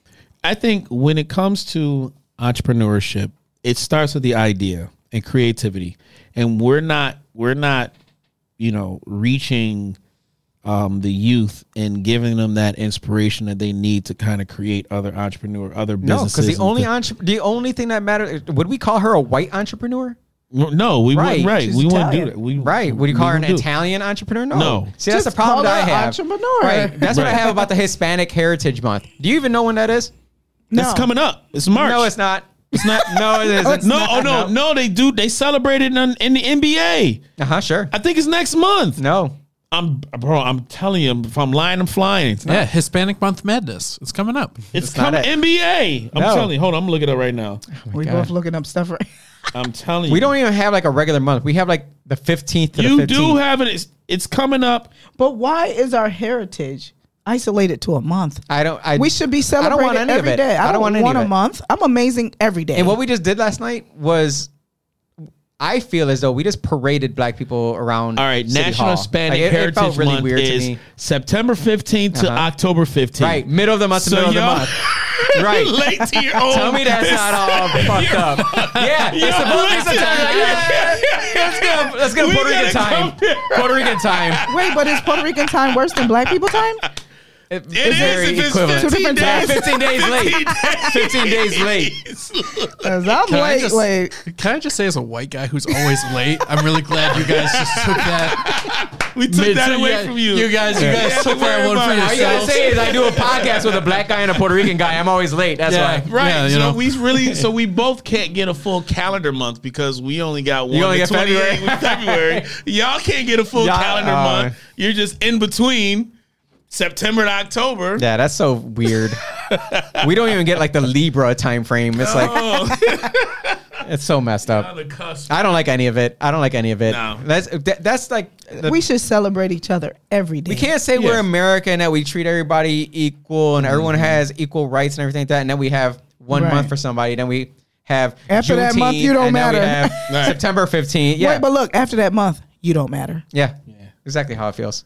D: I think when it comes to entrepreneurship, it starts with the idea and creativity. And we're not we're not, you know, reaching um, the youth and giving them that inspiration that they need to kind of create other entrepreneur, other
A: No,
D: businesses.
A: because the
D: and
A: only
D: thi-
A: entre- the only thing that matters would we call her a white entrepreneur?
D: no, we
A: Right.
D: wouldn't, right,
A: She's
D: we wouldn't do
C: Italian.
D: that. We,
A: Right. Would you call her an
D: wouldn't do it.
A: Italian entrepreneur? No.
D: No.
A: See, that's
C: Just
A: the problem
C: call
A: that I
C: her
A: have.
C: entrepreneur.
A: Right. That's what I
D: Right.
A: have about the Hispanic Heritage Month. Do you even know when that is?
C: No,
D: It's coming up. It's March.
A: No, it's not. It's not. no, it isn't.
D: No, oh no, no, they do. They celebrate it in, in the NBA.
A: Uh huh. Sure.
D: I think it's next month.
A: No.
D: I'm bro. I'm telling you, if I'm lying, I'm flying. It's,
E: Yeah, Hispanic Month Madness. It's coming up.
A: not
D: coming
A: it.
D: NBA. I'm
A: No.
D: telling you. Hold on, I'm looking it up right now.
A: Oh
C: we both looking up stuff right.
D: I'm telling you.
A: We don't even have like a regular month. We have like the fifteenth to
D: You
A: the
D: do
A: fifteenth.
D: have it. It's, it's coming up.
C: But why is our heritage isolated to a month?
A: I don't. I,
C: we should be
A: I don't
C: celebrating
A: want any of
C: every
A: it.
C: day. I, don't want,
A: any of
C: a
A: it.
C: month. I'm amazing every day.
A: And what we just did last night was, I feel as though we just paraded black people around.
D: All right,
A: City
D: National
A: Hall.
D: Hispanic
A: Like, it- it
D: Heritage
A: felt really
D: Month
A: weird to
D: is
A: me. Uh-huh.
D: September 15th to October 15th.
A: Right, middle of the month, to
D: So
A: middle of
D: y'all-
A: the month. Right.
D: Late to your own.
A: Tell me that's not all fucked up. Yeah, it's supposed to be
D: listen.
A: September. Yeah, Let's go. Let's go
D: We
A: Puerto Rican
D: gotta come
A: time.
D: here.
A: Puerto Rican time.
C: Wait, but is Puerto Rican time worse than Black people time?
A: It, it's
D: is
A: very
D: if it's
A: equivalent.
D: 15
A: Yeah,
D: days.
A: 15 days late. 15 days late.
C: Cause I'm
E: Can I
C: late.
E: just-
C: wait,
E: Can I just say, as a white guy who's always late, I'm really glad you guys just took that.
D: We took that away from you.
E: You guys, you guys took that one for
D: All
A: All you gotta
E: yourselves.
A: say is I do a podcast with a black guy and a Puerto Rican guy. I'm always late. That's
E: Yeah.
A: why.
D: Right.
E: Yeah, you
D: so
E: know.
D: we really so we both can't get a full calendar month because we only got one.
A: only
D: the
A: get February.
D: 28th with February. Y'all can't get a full
A: Y'all-
D: calendar
A: oh.
D: month. You're just in between September to October.
A: Yeah, that's so weird. we don't even get like the Libra time frame. It's like
D: Oh.
A: it's so messed
D: On
A: up.
D: the cusp.
A: I don't like any of it. I don't like any of it.
D: No.
A: That's that, that's like the-
C: we should celebrate each other every day.
A: we can't say we're American and that we treat everybody equal and everyone
D: Mm-hmm.
A: has equal rights and everything like that. And then we have one
C: Right.
A: month for somebody. Then we have
C: After that month,
A: Juneteenth,
C: you don't
A: and then we have
C: matter.
D: Right.
A: September fifteenth. Yeah.
C: Wait, but look, after that month, you don't matter.
A: yeah, exactly how it feels.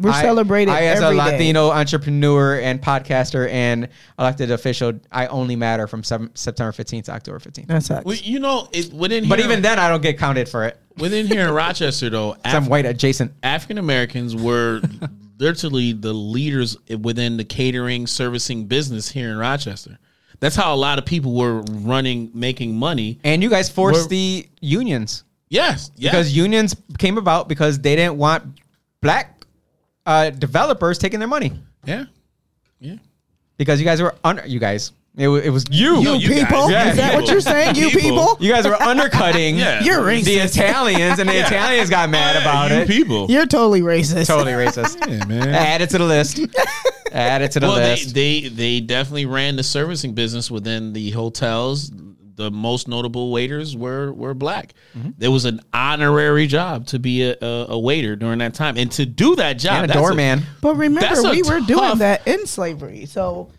C: We're
A: I-
C: celebrating
A: I, as
C: every
A: a
C: day.
A: Latino entrepreneur and podcaster and elected official, I only matter from sev- September 15th to October 15th.
C: That sucks.
D: Well, you know, it, within
A: But
D: here,
A: even then, I don't get counted for it. 'cause
D: within here in Rochester though,
A: I'm
D: Af-
A: white adjacent.
D: African Americans were literally the leaders within the catering servicing business here in Rochester. That's how a lot of people were running, making money.
A: And you guys forced
D: We're-
A: the unions
D: Yes, yes.
A: because unions came about because they didn't want black uh, developers taking their money
D: yeah, yeah.
A: because you guys were under you guys. It, wa- it was you.
D: You
A: you,
D: guys.
C: people,
A: Yeah.
C: is that what you're saying? You
D: People.
C: people,
A: guys were undercutting
D: Yeah.
C: you're
A: the
C: racist.
A: Italians, and the Italians got mad about
D: you
A: it.
D: people.
C: You're totally racist.
A: Totally racist.
D: man.
A: Add it to the list. Add it to the
D: Well, they,
A: list.
D: they they definitely ran the servicing business within the hotels. The most notable waiters were were black. There was an honorary job to be a, a, a waiter during that time, and to do that job,
A: and a
D: that's
A: doorman.
C: But
D: That's
C: remember,
D: a
C: we were
D: tough-
C: doing that in slavery. So,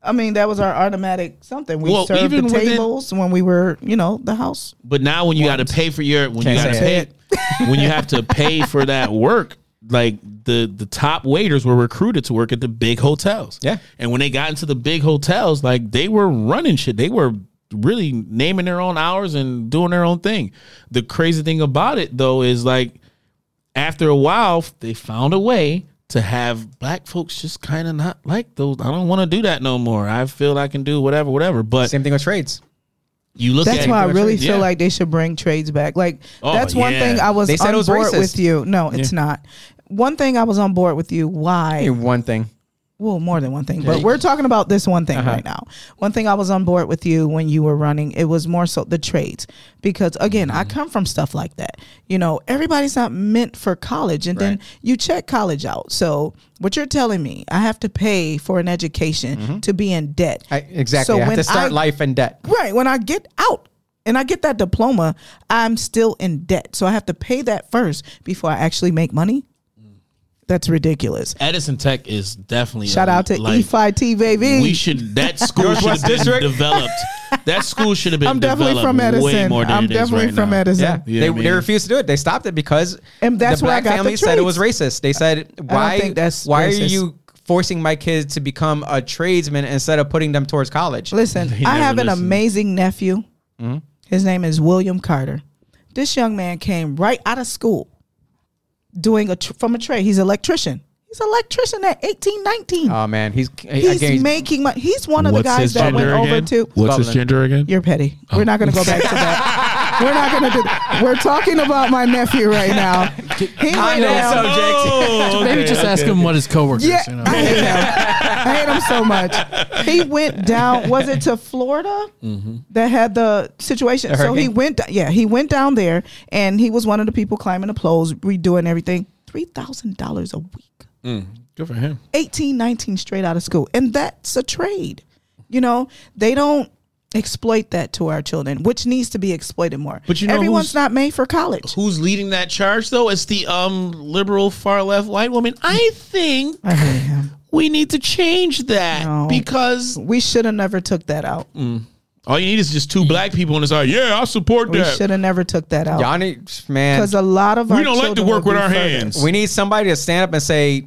C: I mean, that was our automatic something. We
D: Well,
C: served
D: even
C: the
D: within-
C: tables when we were, you know, the house.
D: But now when you got to pay for your when you
A: Can't
D: got to
A: say
D: pay when you have to pay for that work, like the the top waiters were recruited to work at the big hotels.
A: Yeah.
D: and when they got into the big hotels, like they were running shit. They were really naming their own hours and doing their own thing. The crazy thing about it though is like after a while, they found a way to have black folks just kind of not like those. I don't want to do that no more. I feel I can do whatever, whatever. But
A: Same thing with trades.
D: you look
C: That's
D: at
C: why I really feel
D: Yeah.
C: like they should bring trades back. Like
D: Oh,
C: that's one
D: yeah.
C: thing I was
A: They said
C: on
A: it was
C: board
A: racist.
C: with you. No, it's not. one thing I was on board with you. Why?
A: Hey, One thing.
C: well, more than one thing, but we're talking about this one thing right now. One thing I was on board with you when you were running, it was more so the trades because again, I come from stuff like that. You know, everybody's not meant for college, and then
A: Right.
C: you check college out. So what you're telling me, I have to pay for an education to be in debt.
A: I, exactly. I have to start life in debt.
C: Right. When I get out and I get that diploma, I'm still in debt. So I have to pay that first before I actually make money. That's ridiculous.
D: Edison Tech is definitely a-
C: Shout out to E
D: like,
C: E5 TVV.
D: We should that school should have
A: Northwest
D: been
A: District.
D: developed. That school should have been.
C: I'm definitely
D: developed
C: from
D: Way
C: Edison.
D: more than
C: I'm
D: it is
C: definitely
D: right
C: from
D: now.
C: Edison.
A: Yeah,
D: You know
A: they,
D: what I
A: they
D: mean?
A: refused to do it. They stopped it because
C: And that's
A: the
C: where I
A: black
C: got the
A: family said it was
C: trades.
A: racist. They said,
C: don't
A: "Why?
C: think that's
A: why are
C: racist.
A: you forcing my kids to become a tradesman instead of putting them towards college?"
C: Listen, I
D: never Mm-hmm.
C: have an
D: listen.
C: amazing nephew. His name is William Carter. This young man came right out of school doing a tr- from a trade. He's an electrician. He's an electrician at 18, 19.
D: Uh,
A: Oh man, he's
C: he's
A: again,
C: making money. He's one of the guys that went over
D: again? Oh.
C: to.
B: What's his
A: Bubbling.
B: gender again?
C: You're petty. We're not going to go back to that. We're not going to do that. We're talking about my nephew right now. He
A: on
C: went
A: that
C: down-
A: subject.
E: Maybe just ask him what his coworkers.
C: Yeah,
E: You know?
C: I hate him. I hate him so much. He went down. Was it to Florida that had the situation?
A: Mm-hmm. The
C: so he
A: hurricane?
C: went. Yeah, he went down there, and he was one of the people climbing the poles, redoing everything. Three thousand dollars a week.
D: Good for him.
C: 18, 19 straight out of school. And that's a trade. You know, they don't exploit that to our children, which needs to be exploited more.
D: But you know
C: everyone's
D: who's-
C: not made for college.
D: Who's leading that charge though? It's the um liberal far left white woman. I think
C: I hate him.
D: we need to change that
C: No.
D: because
C: We should have never took that out.
D: all you need is just two black people and it's like, yeah, I support
C: We
D: that.
C: should have never took that out.
A: Yanni, man,
C: Because a lot of
D: We
C: our
D: don't like to
C: children
D: work
C: will
D: with
C: be
D: our
C: further.
D: hands.
A: we need somebody to stand up and say,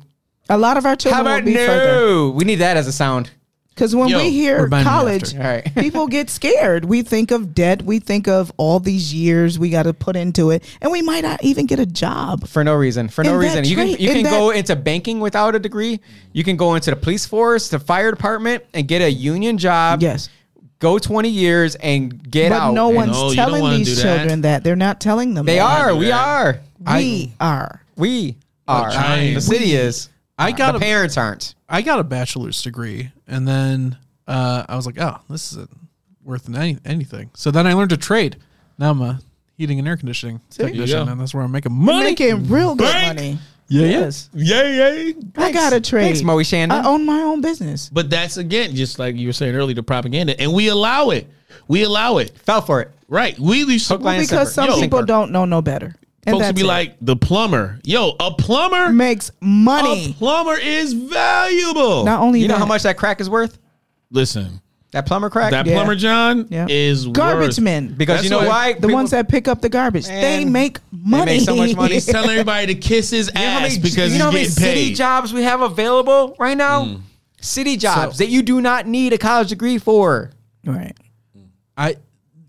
C: A lot of our
A: "How
C: children will
A: about
C: be further.
A: no?" We need that as a sound.
C: Because when
D: Yo,
C: we hear
E: remind me
C: college,
E: after.
A: All right.
C: people get scared. We think of debt. We think of all these years we got to put into it, and we might not even get a job.
A: for no reason. For no
C: In that
A: reason, you can
C: trade-
A: you
C: in
A: can go
C: that-
A: into banking without a degree. You can go into the police force, the fire department, and get a union job.
C: Yes.
A: go twenty years and get
C: but
A: out.
C: no
A: And
C: one's
D: No, you don't
C: telling
D: wanna
C: these
D: do that.
C: children that. They're not telling them.
A: They
C: that.
A: are. We
D: that.
A: are.
C: We are.
A: We are.
D: trying.
A: The city is.
E: I got
A: The
E: a
A: parents aren't.
E: I got a bachelor's degree, and then uh, I was like, oh, this isn't worth any, anything. So then I learned to trade. Now I'm a heating and air conditioning technician,
D: go.
E: and that's where I'm making money.
C: Making real good
D: Bank.
C: money.
E: yeah,
C: Yes.
D: Yay, yay.
C: I got a trade.
A: Thanks, Moe Shandon.
C: I own my own business.
D: But that's again just like you were saying earlier, the propaganda. And we allow it. We allow it.
A: Fell for it.
D: Right. We leave some
A: Hook, line, and
C: Because some
A: sinker. Yo,
C: people
A: sinker.
C: don't know no better. And
D: folks
C: that's
D: would be
C: it.
D: like, the plumber. Yo, a plumber
C: makes money.
D: A plumber is valuable.
C: Not only
A: You know
C: that,
A: how much that crack is worth?
D: Listen,
A: That plumber crack.
D: that
C: Yeah.
D: plumber John
C: Yeah.
D: is
C: garbage
D: worth-
C: men.
A: because you know
D: That's
A: why?
D: what-
C: the ones that pick up the garbage, they
A: Man,
C: make
A: they
C: money.
A: make so much money.
D: He's telling everybody to kiss his
A: You know how
D: ass
A: many-
D: because
A: you know how many
D: he's getting
A: city
D: paid.
A: jobs we have available right now? City jobs that you do not need a college degree for.
C: right.
E: I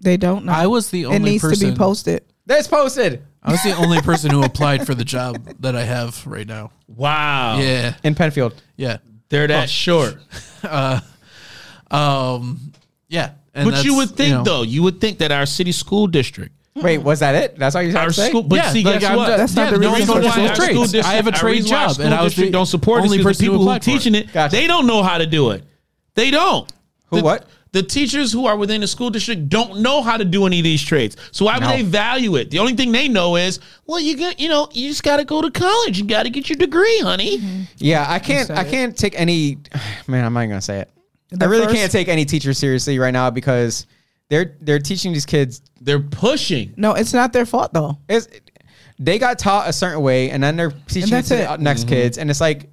C: They don't know.
E: I was the only
C: It needs to
E: person-
C: be posted.
A: That's posted
E: I was the only person who applied for the job that I have right now.
D: wow,
E: Yeah, Oh.
A: in Penfield.
E: yeah,
D: they're that short.
E: um, yeah. And
D: But you
E: that's,
D: would think
E: know,
D: though, you would think that our city school district,
A: Wait, was that it? That's all you had
D: our
A: to say?
D: school, but
E: yeah,
D: see,
E: like,
D: guess
E: I'm
D: what?
E: just-
C: That's not
E: yeah,
C: the
E: no
C: reason
E: reason
C: for
E: why
C: school
E: our school
D: school
E: district- I have a
D: our
E: trade
D: reason why our
E: job,
D: school
E: and I was
D: district
E: the
D: don't support
E: only
D: only because
E: person who
D: people who are
E: applied for it.
D: teaching it.
A: Gotcha.
D: They don't know how to do it. They don't.
A: Who
D: The-
A: what?
D: The teachers who are within the school district don't know how to do any of these trades. So why would
A: No.
D: they value it? The only thing they know is, well, you got, you know, you just got to go to college. You got to get your degree, honey.
A: Mm-hmm. Yeah, I can't. I can't take any. Man, I'm not even gonna say it. I really can
C: first-
A: can't take any teacher seriously right now because they're they're teaching these kids.
D: They're pushing.
C: No, it's not their fault though.
A: It's, they got taught a certain way, and then they're teaching it
C: that's
A: to the
C: it.
D: Mm-hmm.
A: next kids, and it's like,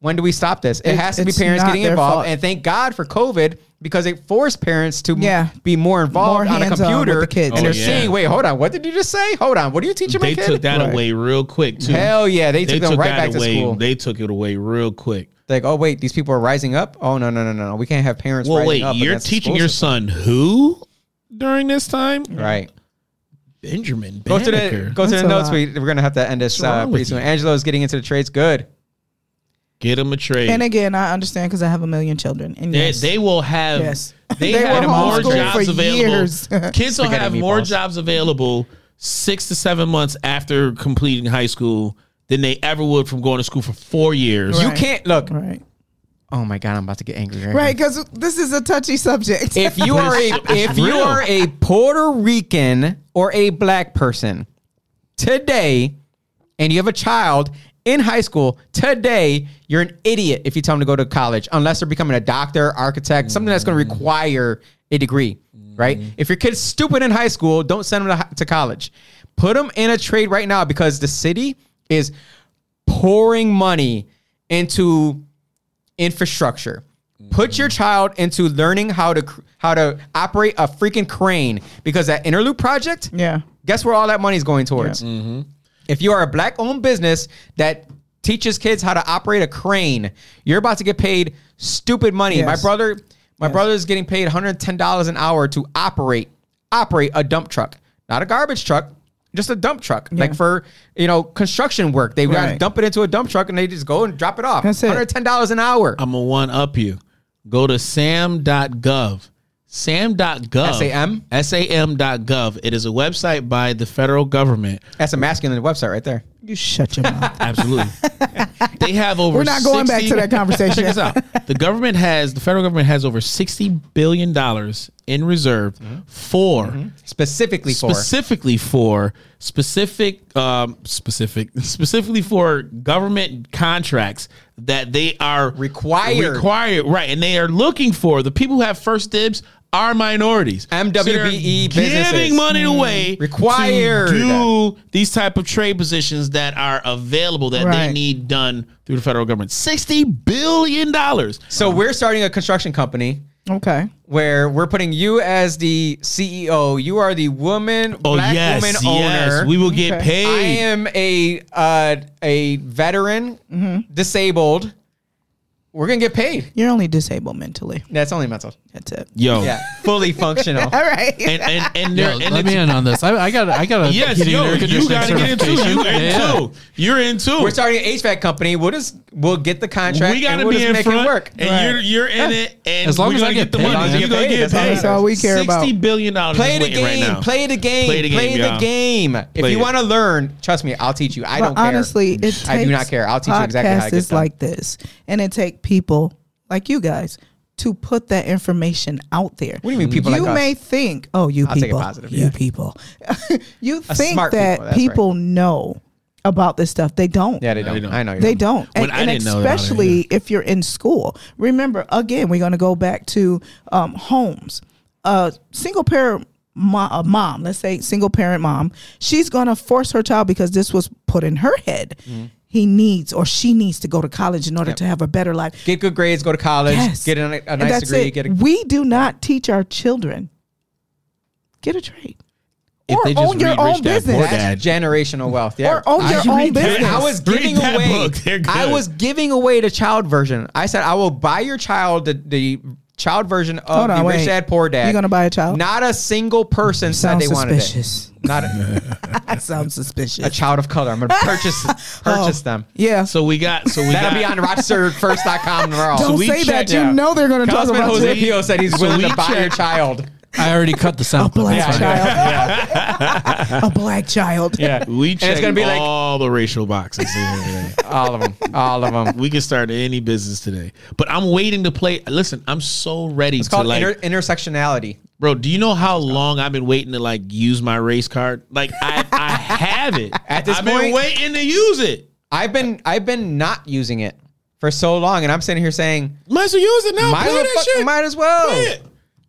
A: when do we stop this? It,
C: It-
A: has to be
C: it's
A: parents
C: not
A: getting
C: their
A: involved,
C: fault.
A: and thank God for COVID because it forced parents to m-
C: Yeah.
A: be more involved
C: More
A: on a
C: hands-on with
A: computer,
C: the kids.
A: and
D: Oh,
A: they're
D: yeah.
A: seeing. Wait, hold on. What did you just say? Hold on. What are you teaching
D: They
A: my kid?
D: took that
C: Right.
D: away real quick too.
A: Hell yeah, they took them right back to
D: away.
A: school.
D: They took it away real quick.
A: like, oh wait, these people are rising up. Oh no, no, no, no, no. We can't have parents.
D: Well,
A: rising
D: wait,
A: up
D: you're
A: against the
D: teaching
A: school
D: your
A: system.
D: son who during this time?
A: right?
D: Benjamin
A: Go to
D: Banneker.
A: the go to
C: That's
A: the
C: a
A: notes.
C: lot.
A: We, we're gonna have to end this uh,
D: wrong
A: pretty
D: with
A: soon.
D: you?
A: Angelo's getting into the trades. Good.
D: Get him a trade.
C: And again, I understand because I have a million children. And
D: they,
C: yes,
D: they will have
C: Yes.
D: they,
C: They
D: have
C: were
D: more
C: homeschooled
D: jobs
C: for
D: available.
C: years.
D: Kids will
A: Spaghetti
D: have more
A: meatballs.
D: jobs available six to seven months after completing high school than they ever would from going to school for four years.
A: You
C: Right.
A: can't look.
C: Right.
A: Oh my god, I'm about to get angry. Right.
C: Right, because this is a touchy subject.
A: If you are a if you
D: real.
A: are a Puerto Rican or a black person today, and you have a child in high school today, you're an idiot if you tell them to go to college unless they're becoming a doctor, architect, something that's going to require a degree. Right? If your kid's stupid in high school, don't send them to, hi- to college. Put them in a trade right now because the city is pouring money into infrastructure. Put your child into learning how to cr- how to operate a freaking crane because that interlude project.
C: Yeah.
A: Guess where all that money is going towards? If you are a black owned business that teaches kids how to operate a crane, you're about to get paid stupid money. My
C: Yes.
A: brother, my brother is getting paid $110 an hour to operate operate a dump truck, not a garbage truck, just a dump truck. Like for you know construction work, they gotta
C: Right.
A: dump it into a dump truck and they just go and drop it off.
C: That's it.
A: $110 an hour.
D: I'm going to one up you. Go to sam.gov. Sam.gov.
A: SAM?
D: SAM.gov. It is a website by the federal government.
A: That's a masculine website right there.
C: you shut your mouth.
D: Absolutely. they have over
C: We're not going back to
D: 60
C: that conversation.
D: Check this out. The government has the federal government has over 60 billion dollars in reserve
C: Mm-hmm.
D: for
A: Specifically for
D: specifically for specific um specific specifically for government contracts that they are
A: Required.
D: required right and they are looking for the people who have first dibs are minorities
A: MWBE
D: they're
A: E businesses. Mm-hmm.
D: giving money away
A: Required.
D: to do these type of trade positions that are available that they
C: Right.
D: need done through the federal government 60 billion dollars
A: So we're starting a construction company
C: okay.
A: where we're putting you as the CEO. You are the woman,
D: oh
A: black
D: yes
A: woman
D: yes
A: owner.
D: we will get
C: Okay.
D: paid
A: I am a uh, a veteran,
C: Mm-hmm.
A: disabled. We're gonna get paid.
C: You're only disabled mentally.
A: That's only mental.
C: That's it.
D: yo
A: Yeah, fully functional.
C: All right.
D: and and and,
E: Yo,
D: there, and
E: let
D: it's-
E: me in on this. I, I got. I got to
D: Yes, yo, you gotta get in too. You in too. You're in too.
A: We're starting an HVAC company. We'll just we'll get the contract.
D: we gotta
A: and we'll
D: be
A: just
D: in
A: make it
D: front,
A: work.
D: and you're you're in it. And
E: As long
D: we're
E: as I
D: gonna
E: get
D: the
E: paid,
D: money,
E: as long as I
D: you're
E: get
D: gonna
A: paid,
D: get paid.
A: that's all
C: That's all we care about.
D: Sixty billion dollars.
A: Play
D: is
A: the,
D: waiting right
A: game,
D: now.
A: play the game. Play the game.
D: yeah.
A: If
D: Play
A: you
D: it.
A: want to learn, trust me, I'll teach you. I don't
C: but honestly,
A: care.
C: it takes
A: I do not care. I'll teach you exactly how to get
C: podcasts
A: done.
C: like this, and it take people like you guys to put that information out there.
A: What do you mean people
C: You
A: like us?
C: may think, oh, you
A: I'll take it
C: people,
A: positive,
C: you
A: yeah.
C: people, you
A: A
C: think
A: smart people, that's
C: that
A: right.
C: people know about this stuff. They don't.
A: yeah, they don't.
D: don't.
A: I know you.
C: They don't.
D: When
C: and
D: I
C: and
D: didn't know about it,
C: especially if you're in school. Remember, again, we're going to go back to um, homes. A single parent mo- a mom, let's say single parent mom, she's going to force her child because this was put in her head.
A: Mm-hmm.
C: He needs or she needs to go to college in order to have a better life.
A: Get good grades, go to college,
C: Yes.
A: get a, a
C: And
A: nice
C: that's
A: degree,
C: it.
A: get a
C: we do not teach our children get a trade
D: If
C: or
D: they just
C: own your
D: read
C: own
D: Rich Dad,
C: business.
D: Poor Dad.
A: That's generational wealth. Yeah.
C: Or own
A: I-
C: your
A: you
C: own
A: read that-
C: business.
A: I was
D: Read
A: giving
D: that
A: away.
D: book. They're
A: I
D: good.
A: was giving away the child version. I said I will buy your child the, the child version of
C: Hold on,
A: the rich
C: wait.
A: dad poor dad.
C: You gonna buy a child?
A: Not a single person said
C: Sounds
A: they wanted
C: suspicious.
A: it. Not a,
C: That sounds suspicious.
A: a child of color. I'm gonna purchase purchase them.
C: Oh, yeah.
D: So we got. So we got.
A: That'll be on RochesterFirst.com tomorrow.
C: Don't
D: we
C: say
D: checked-
C: that. You
A: yeah.
C: know they're going to talk
A: Councilman
C: about
A: Jose
C: you.
A: Pio said he's
D: So
A: willing to
D: we
A: buy your
D: checked-
A: child.
E: I already cut the
C: a
E: sound. clip.
C: black
E: That's fine.
C: child. a black child.
A: Yeah,
D: We
A: and it's
D: check
A: gonna be like Uh,
D: all the racial boxes. here.
A: all of them, all of them.
D: we can start any business today, but I'm waiting to play. Listen, I'm so ready
A: It's
D: to
A: called
D: like,
A: inter- intersectionality.
D: bro. Do you know how long I've been waiting to like use my race card? Like I, I have it.
A: At this
D: I've
A: point-
D: been waiting to use it.
A: I've been I've been not using it for so long, and I'm sitting here saying,
D: Might as well use it now.
A: might,
D: play
A: as
D: that
A: fu-
D: shit.
A: might as well.
D: Play it.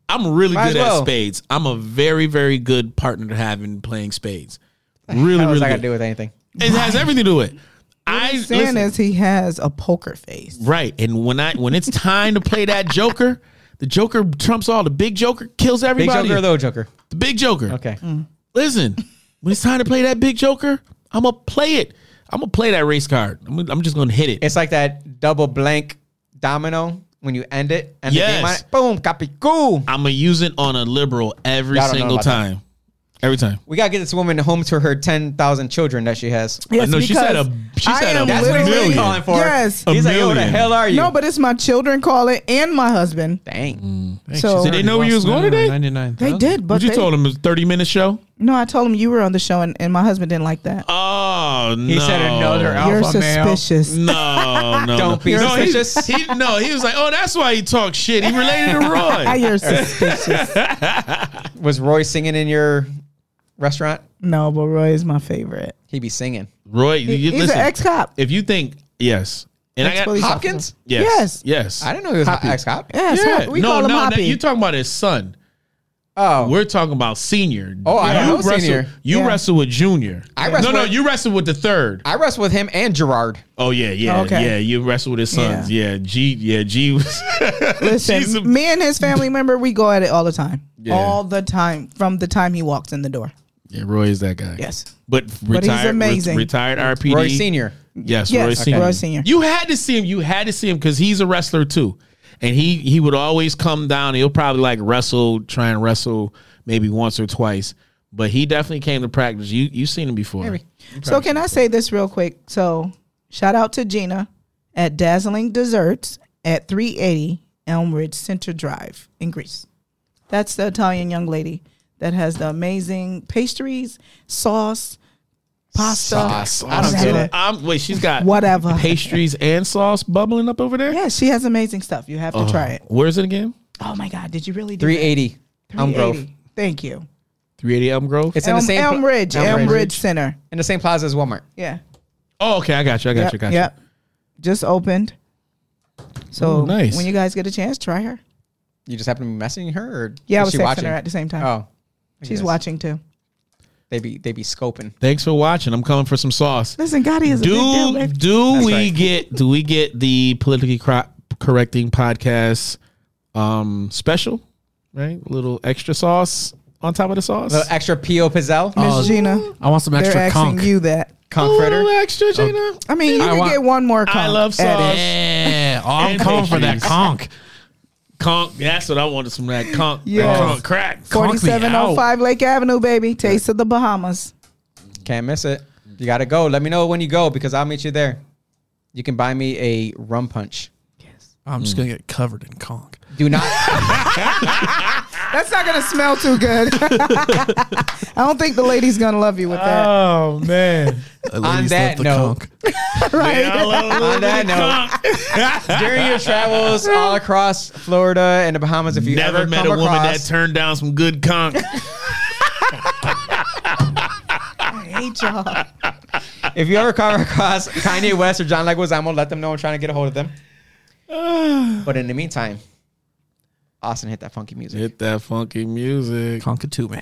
D: I'm really
A: Might as
D: good
A: well.
D: at spades. I'm a very, very good partner to have in playing spades. Really,
A: What
D: really
A: does that got to
D: good.
A: do with anything?
D: it has everything to do with. it. I
C: He's saying
D: listen,
C: is he has a poker face.
D: right, and when I when it's time to play that Joker, the Joker trumps all. The big Joker kills
A: Big
D: everybody.
A: Joker or Little Joker?
D: The big Joker.
A: Okay.
D: Mm. Listen, when it's time to play that big Joker, I'm gonna play it. I'm gonna play that race card. I'm, gonna- I'm just gonna hit it.
A: It's like that double blank domino when you end it and
D: Yes.
A: the game on it. Boom, copy, cool.
D: I'm gonna use it on a liberal every
A: Y'all don't know
D: single
A: about that.
D: time. Every time.
A: We gotta get this woman home to her ten thousand children that she has.
D: Yes, no, she said a- she
C: because
D: said a
C: I am
A: That's what he's
C: literally-
A: really calling for.
C: Yes.
D: A
A: He's like, yo, where the
D: million.
A: hell are you?
C: No, but it's my children call it and my husband.
A: dang.
C: So-
D: Did they know where you was going today?
E: Ninety nine.
C: They did, but
D: What you
C: they,
D: told him? A thirty minute show?
C: No, I told him you were on the show, and, and my husband didn't like that.
D: Oh no!
A: He said another alpha
C: You're
A: male.
C: suspicious.
D: No, no.
A: Don't
D: no.
A: be
D: no, he-
A: suspicious.
D: He, no, he was like, oh, that's why he talked shit. He related to Roy.
C: You're suspicious.
A: Was Roy singing in your restaurant?
C: no, but Roy is my favorite.
A: He be singing.
D: Roy, you,
C: He's
D: listen.
C: an ex-cop.
D: if you think yes, and I got
C: Ex-police officer.
A: Hopkins?
D: yes,
C: Yes.
D: yes.
A: I didn't know he was an ex cop.
C: Yes,
D: yeah.
C: Hop- we
D: no,
C: call him
D: no,
C: Hoppy.
D: no. You talking about his son?
A: Oh,
D: We're talking about senior.
A: Oh, I don't know
D: wrestle,
A: senior.
D: You
C: Yeah.
D: wrestle with junior.
A: I wrestle
D: no, no.
A: with-
D: You wrestle with the third.
A: I wrestled with him and Gerard.
D: Oh yeah, yeah,
C: Okay.
D: yeah. You wrestle with his sons. Yeah, G. Yeah, G. Was She's a-
C: Listen, me and his family member, we go at it all the time.
D: Yeah.
C: All the time, from the time he walks in the door.
D: yeah, Roy is that guy.
C: Yes.
D: but retired. re-
C: amazing.
D: retired RPD.
A: Roy Senior.
D: Yes,
C: Yes,
D: Roy
C: okay.
D: Senior.
C: Roy Senior.
D: You had to see him. You had to see him because he's a wrestler too, and he he would always come down. He'll probably like wrestle, try and wrestle maybe once or twice. But he definitely came to practice. You you seen him before?
C: So can I say this real quick? So shout out to Gina at Dazzling Desserts at 380 Elm Ridge Center Drive in Greece. That's the Italian young lady that has the amazing pastries, sauce, pasta,
A: I don't get
C: whatever.
A: it.
D: Um, wait, she's got
C: Whatever.
D: pastries and sauce bubbling up over there.
C: Yeah, she has amazing stuff. You have to try it.
D: Where's it again?
C: Oh my God, did you really do
A: Uh-huh. Three eighty.
C: that?
A: Elm Grove.
C: 380. Thank you.
D: 380 Elm Grove.
A: It's in
C: Elm,
A: the same pla-
C: Elm Ridge, Elm, Ridge. Center.
A: in the same plaza as Walmart.
C: Yeah.
D: oh, okay. I got you. I got you. I
C: yep,
D: got
C: yep. Just opened. So
D: Ooh, nice.
C: when you guys get a chance, try her.
A: You just happen to be messaging her, or
C: Yeah, I
A: is
C: was
A: she
C: texting
A: watching?
C: her at the same time.
A: Oh,
C: She's
A: Yes.
C: watching too.
A: they be they be scoping.
D: you. Thanks for watching. I'm coming for some sauce.
C: Listen, Gotti is a big deal,
D: do
C: baby.
D: do
A: That's
D: we
A: right.
D: get do we get the politically cro- correcting podcast um special right little extra sauce on top of the sauce
A: Little Uh, extra P.O. Pizzelle.
C: Miss Gina,
E: I want some
C: they're
E: extra
C: asking
E: conch.
C: you that.
A: Conch fritter. Oh.
D: little extra Gina.
C: I mean, you
E: I
C: can
E: want-
C: get one more.
D: I
C: conch
D: love
C: at
D: sauce.
C: it.
E: Yeah, oh, I'm
D: And
E: coming for that
D: pastries.
E: conch.
D: conk that's what I wanted some of that conk
C: Yes.
D: conk crack
E: Conch me
C: Forty-seven oh five Lake Avenue, baby. Taste of the Bahamas.
A: Oh, Can't miss it. You gotta go. Let me know when you go because I'll meet you there. You can buy me a rum punch.
E: I'm just gonna get covered in conch.
A: Do not.
C: That's not gonna smell too good. I don't think the lady's gonna love you with that.
D: oh man
A: on that note, on that note, during your travels all across Florida and the Bahamas, if you
D: never
A: ever
D: met a
A: come
D: woman that
A: across,
D: turned down some good conk
C: I hate y'all.
A: if you ever come across Kanye West or John Leguizamo, let them know I'm trying to get a hold of them. but in the meantime, Austin hit that funky music.
D: hit that funky music
E: Conkatoume.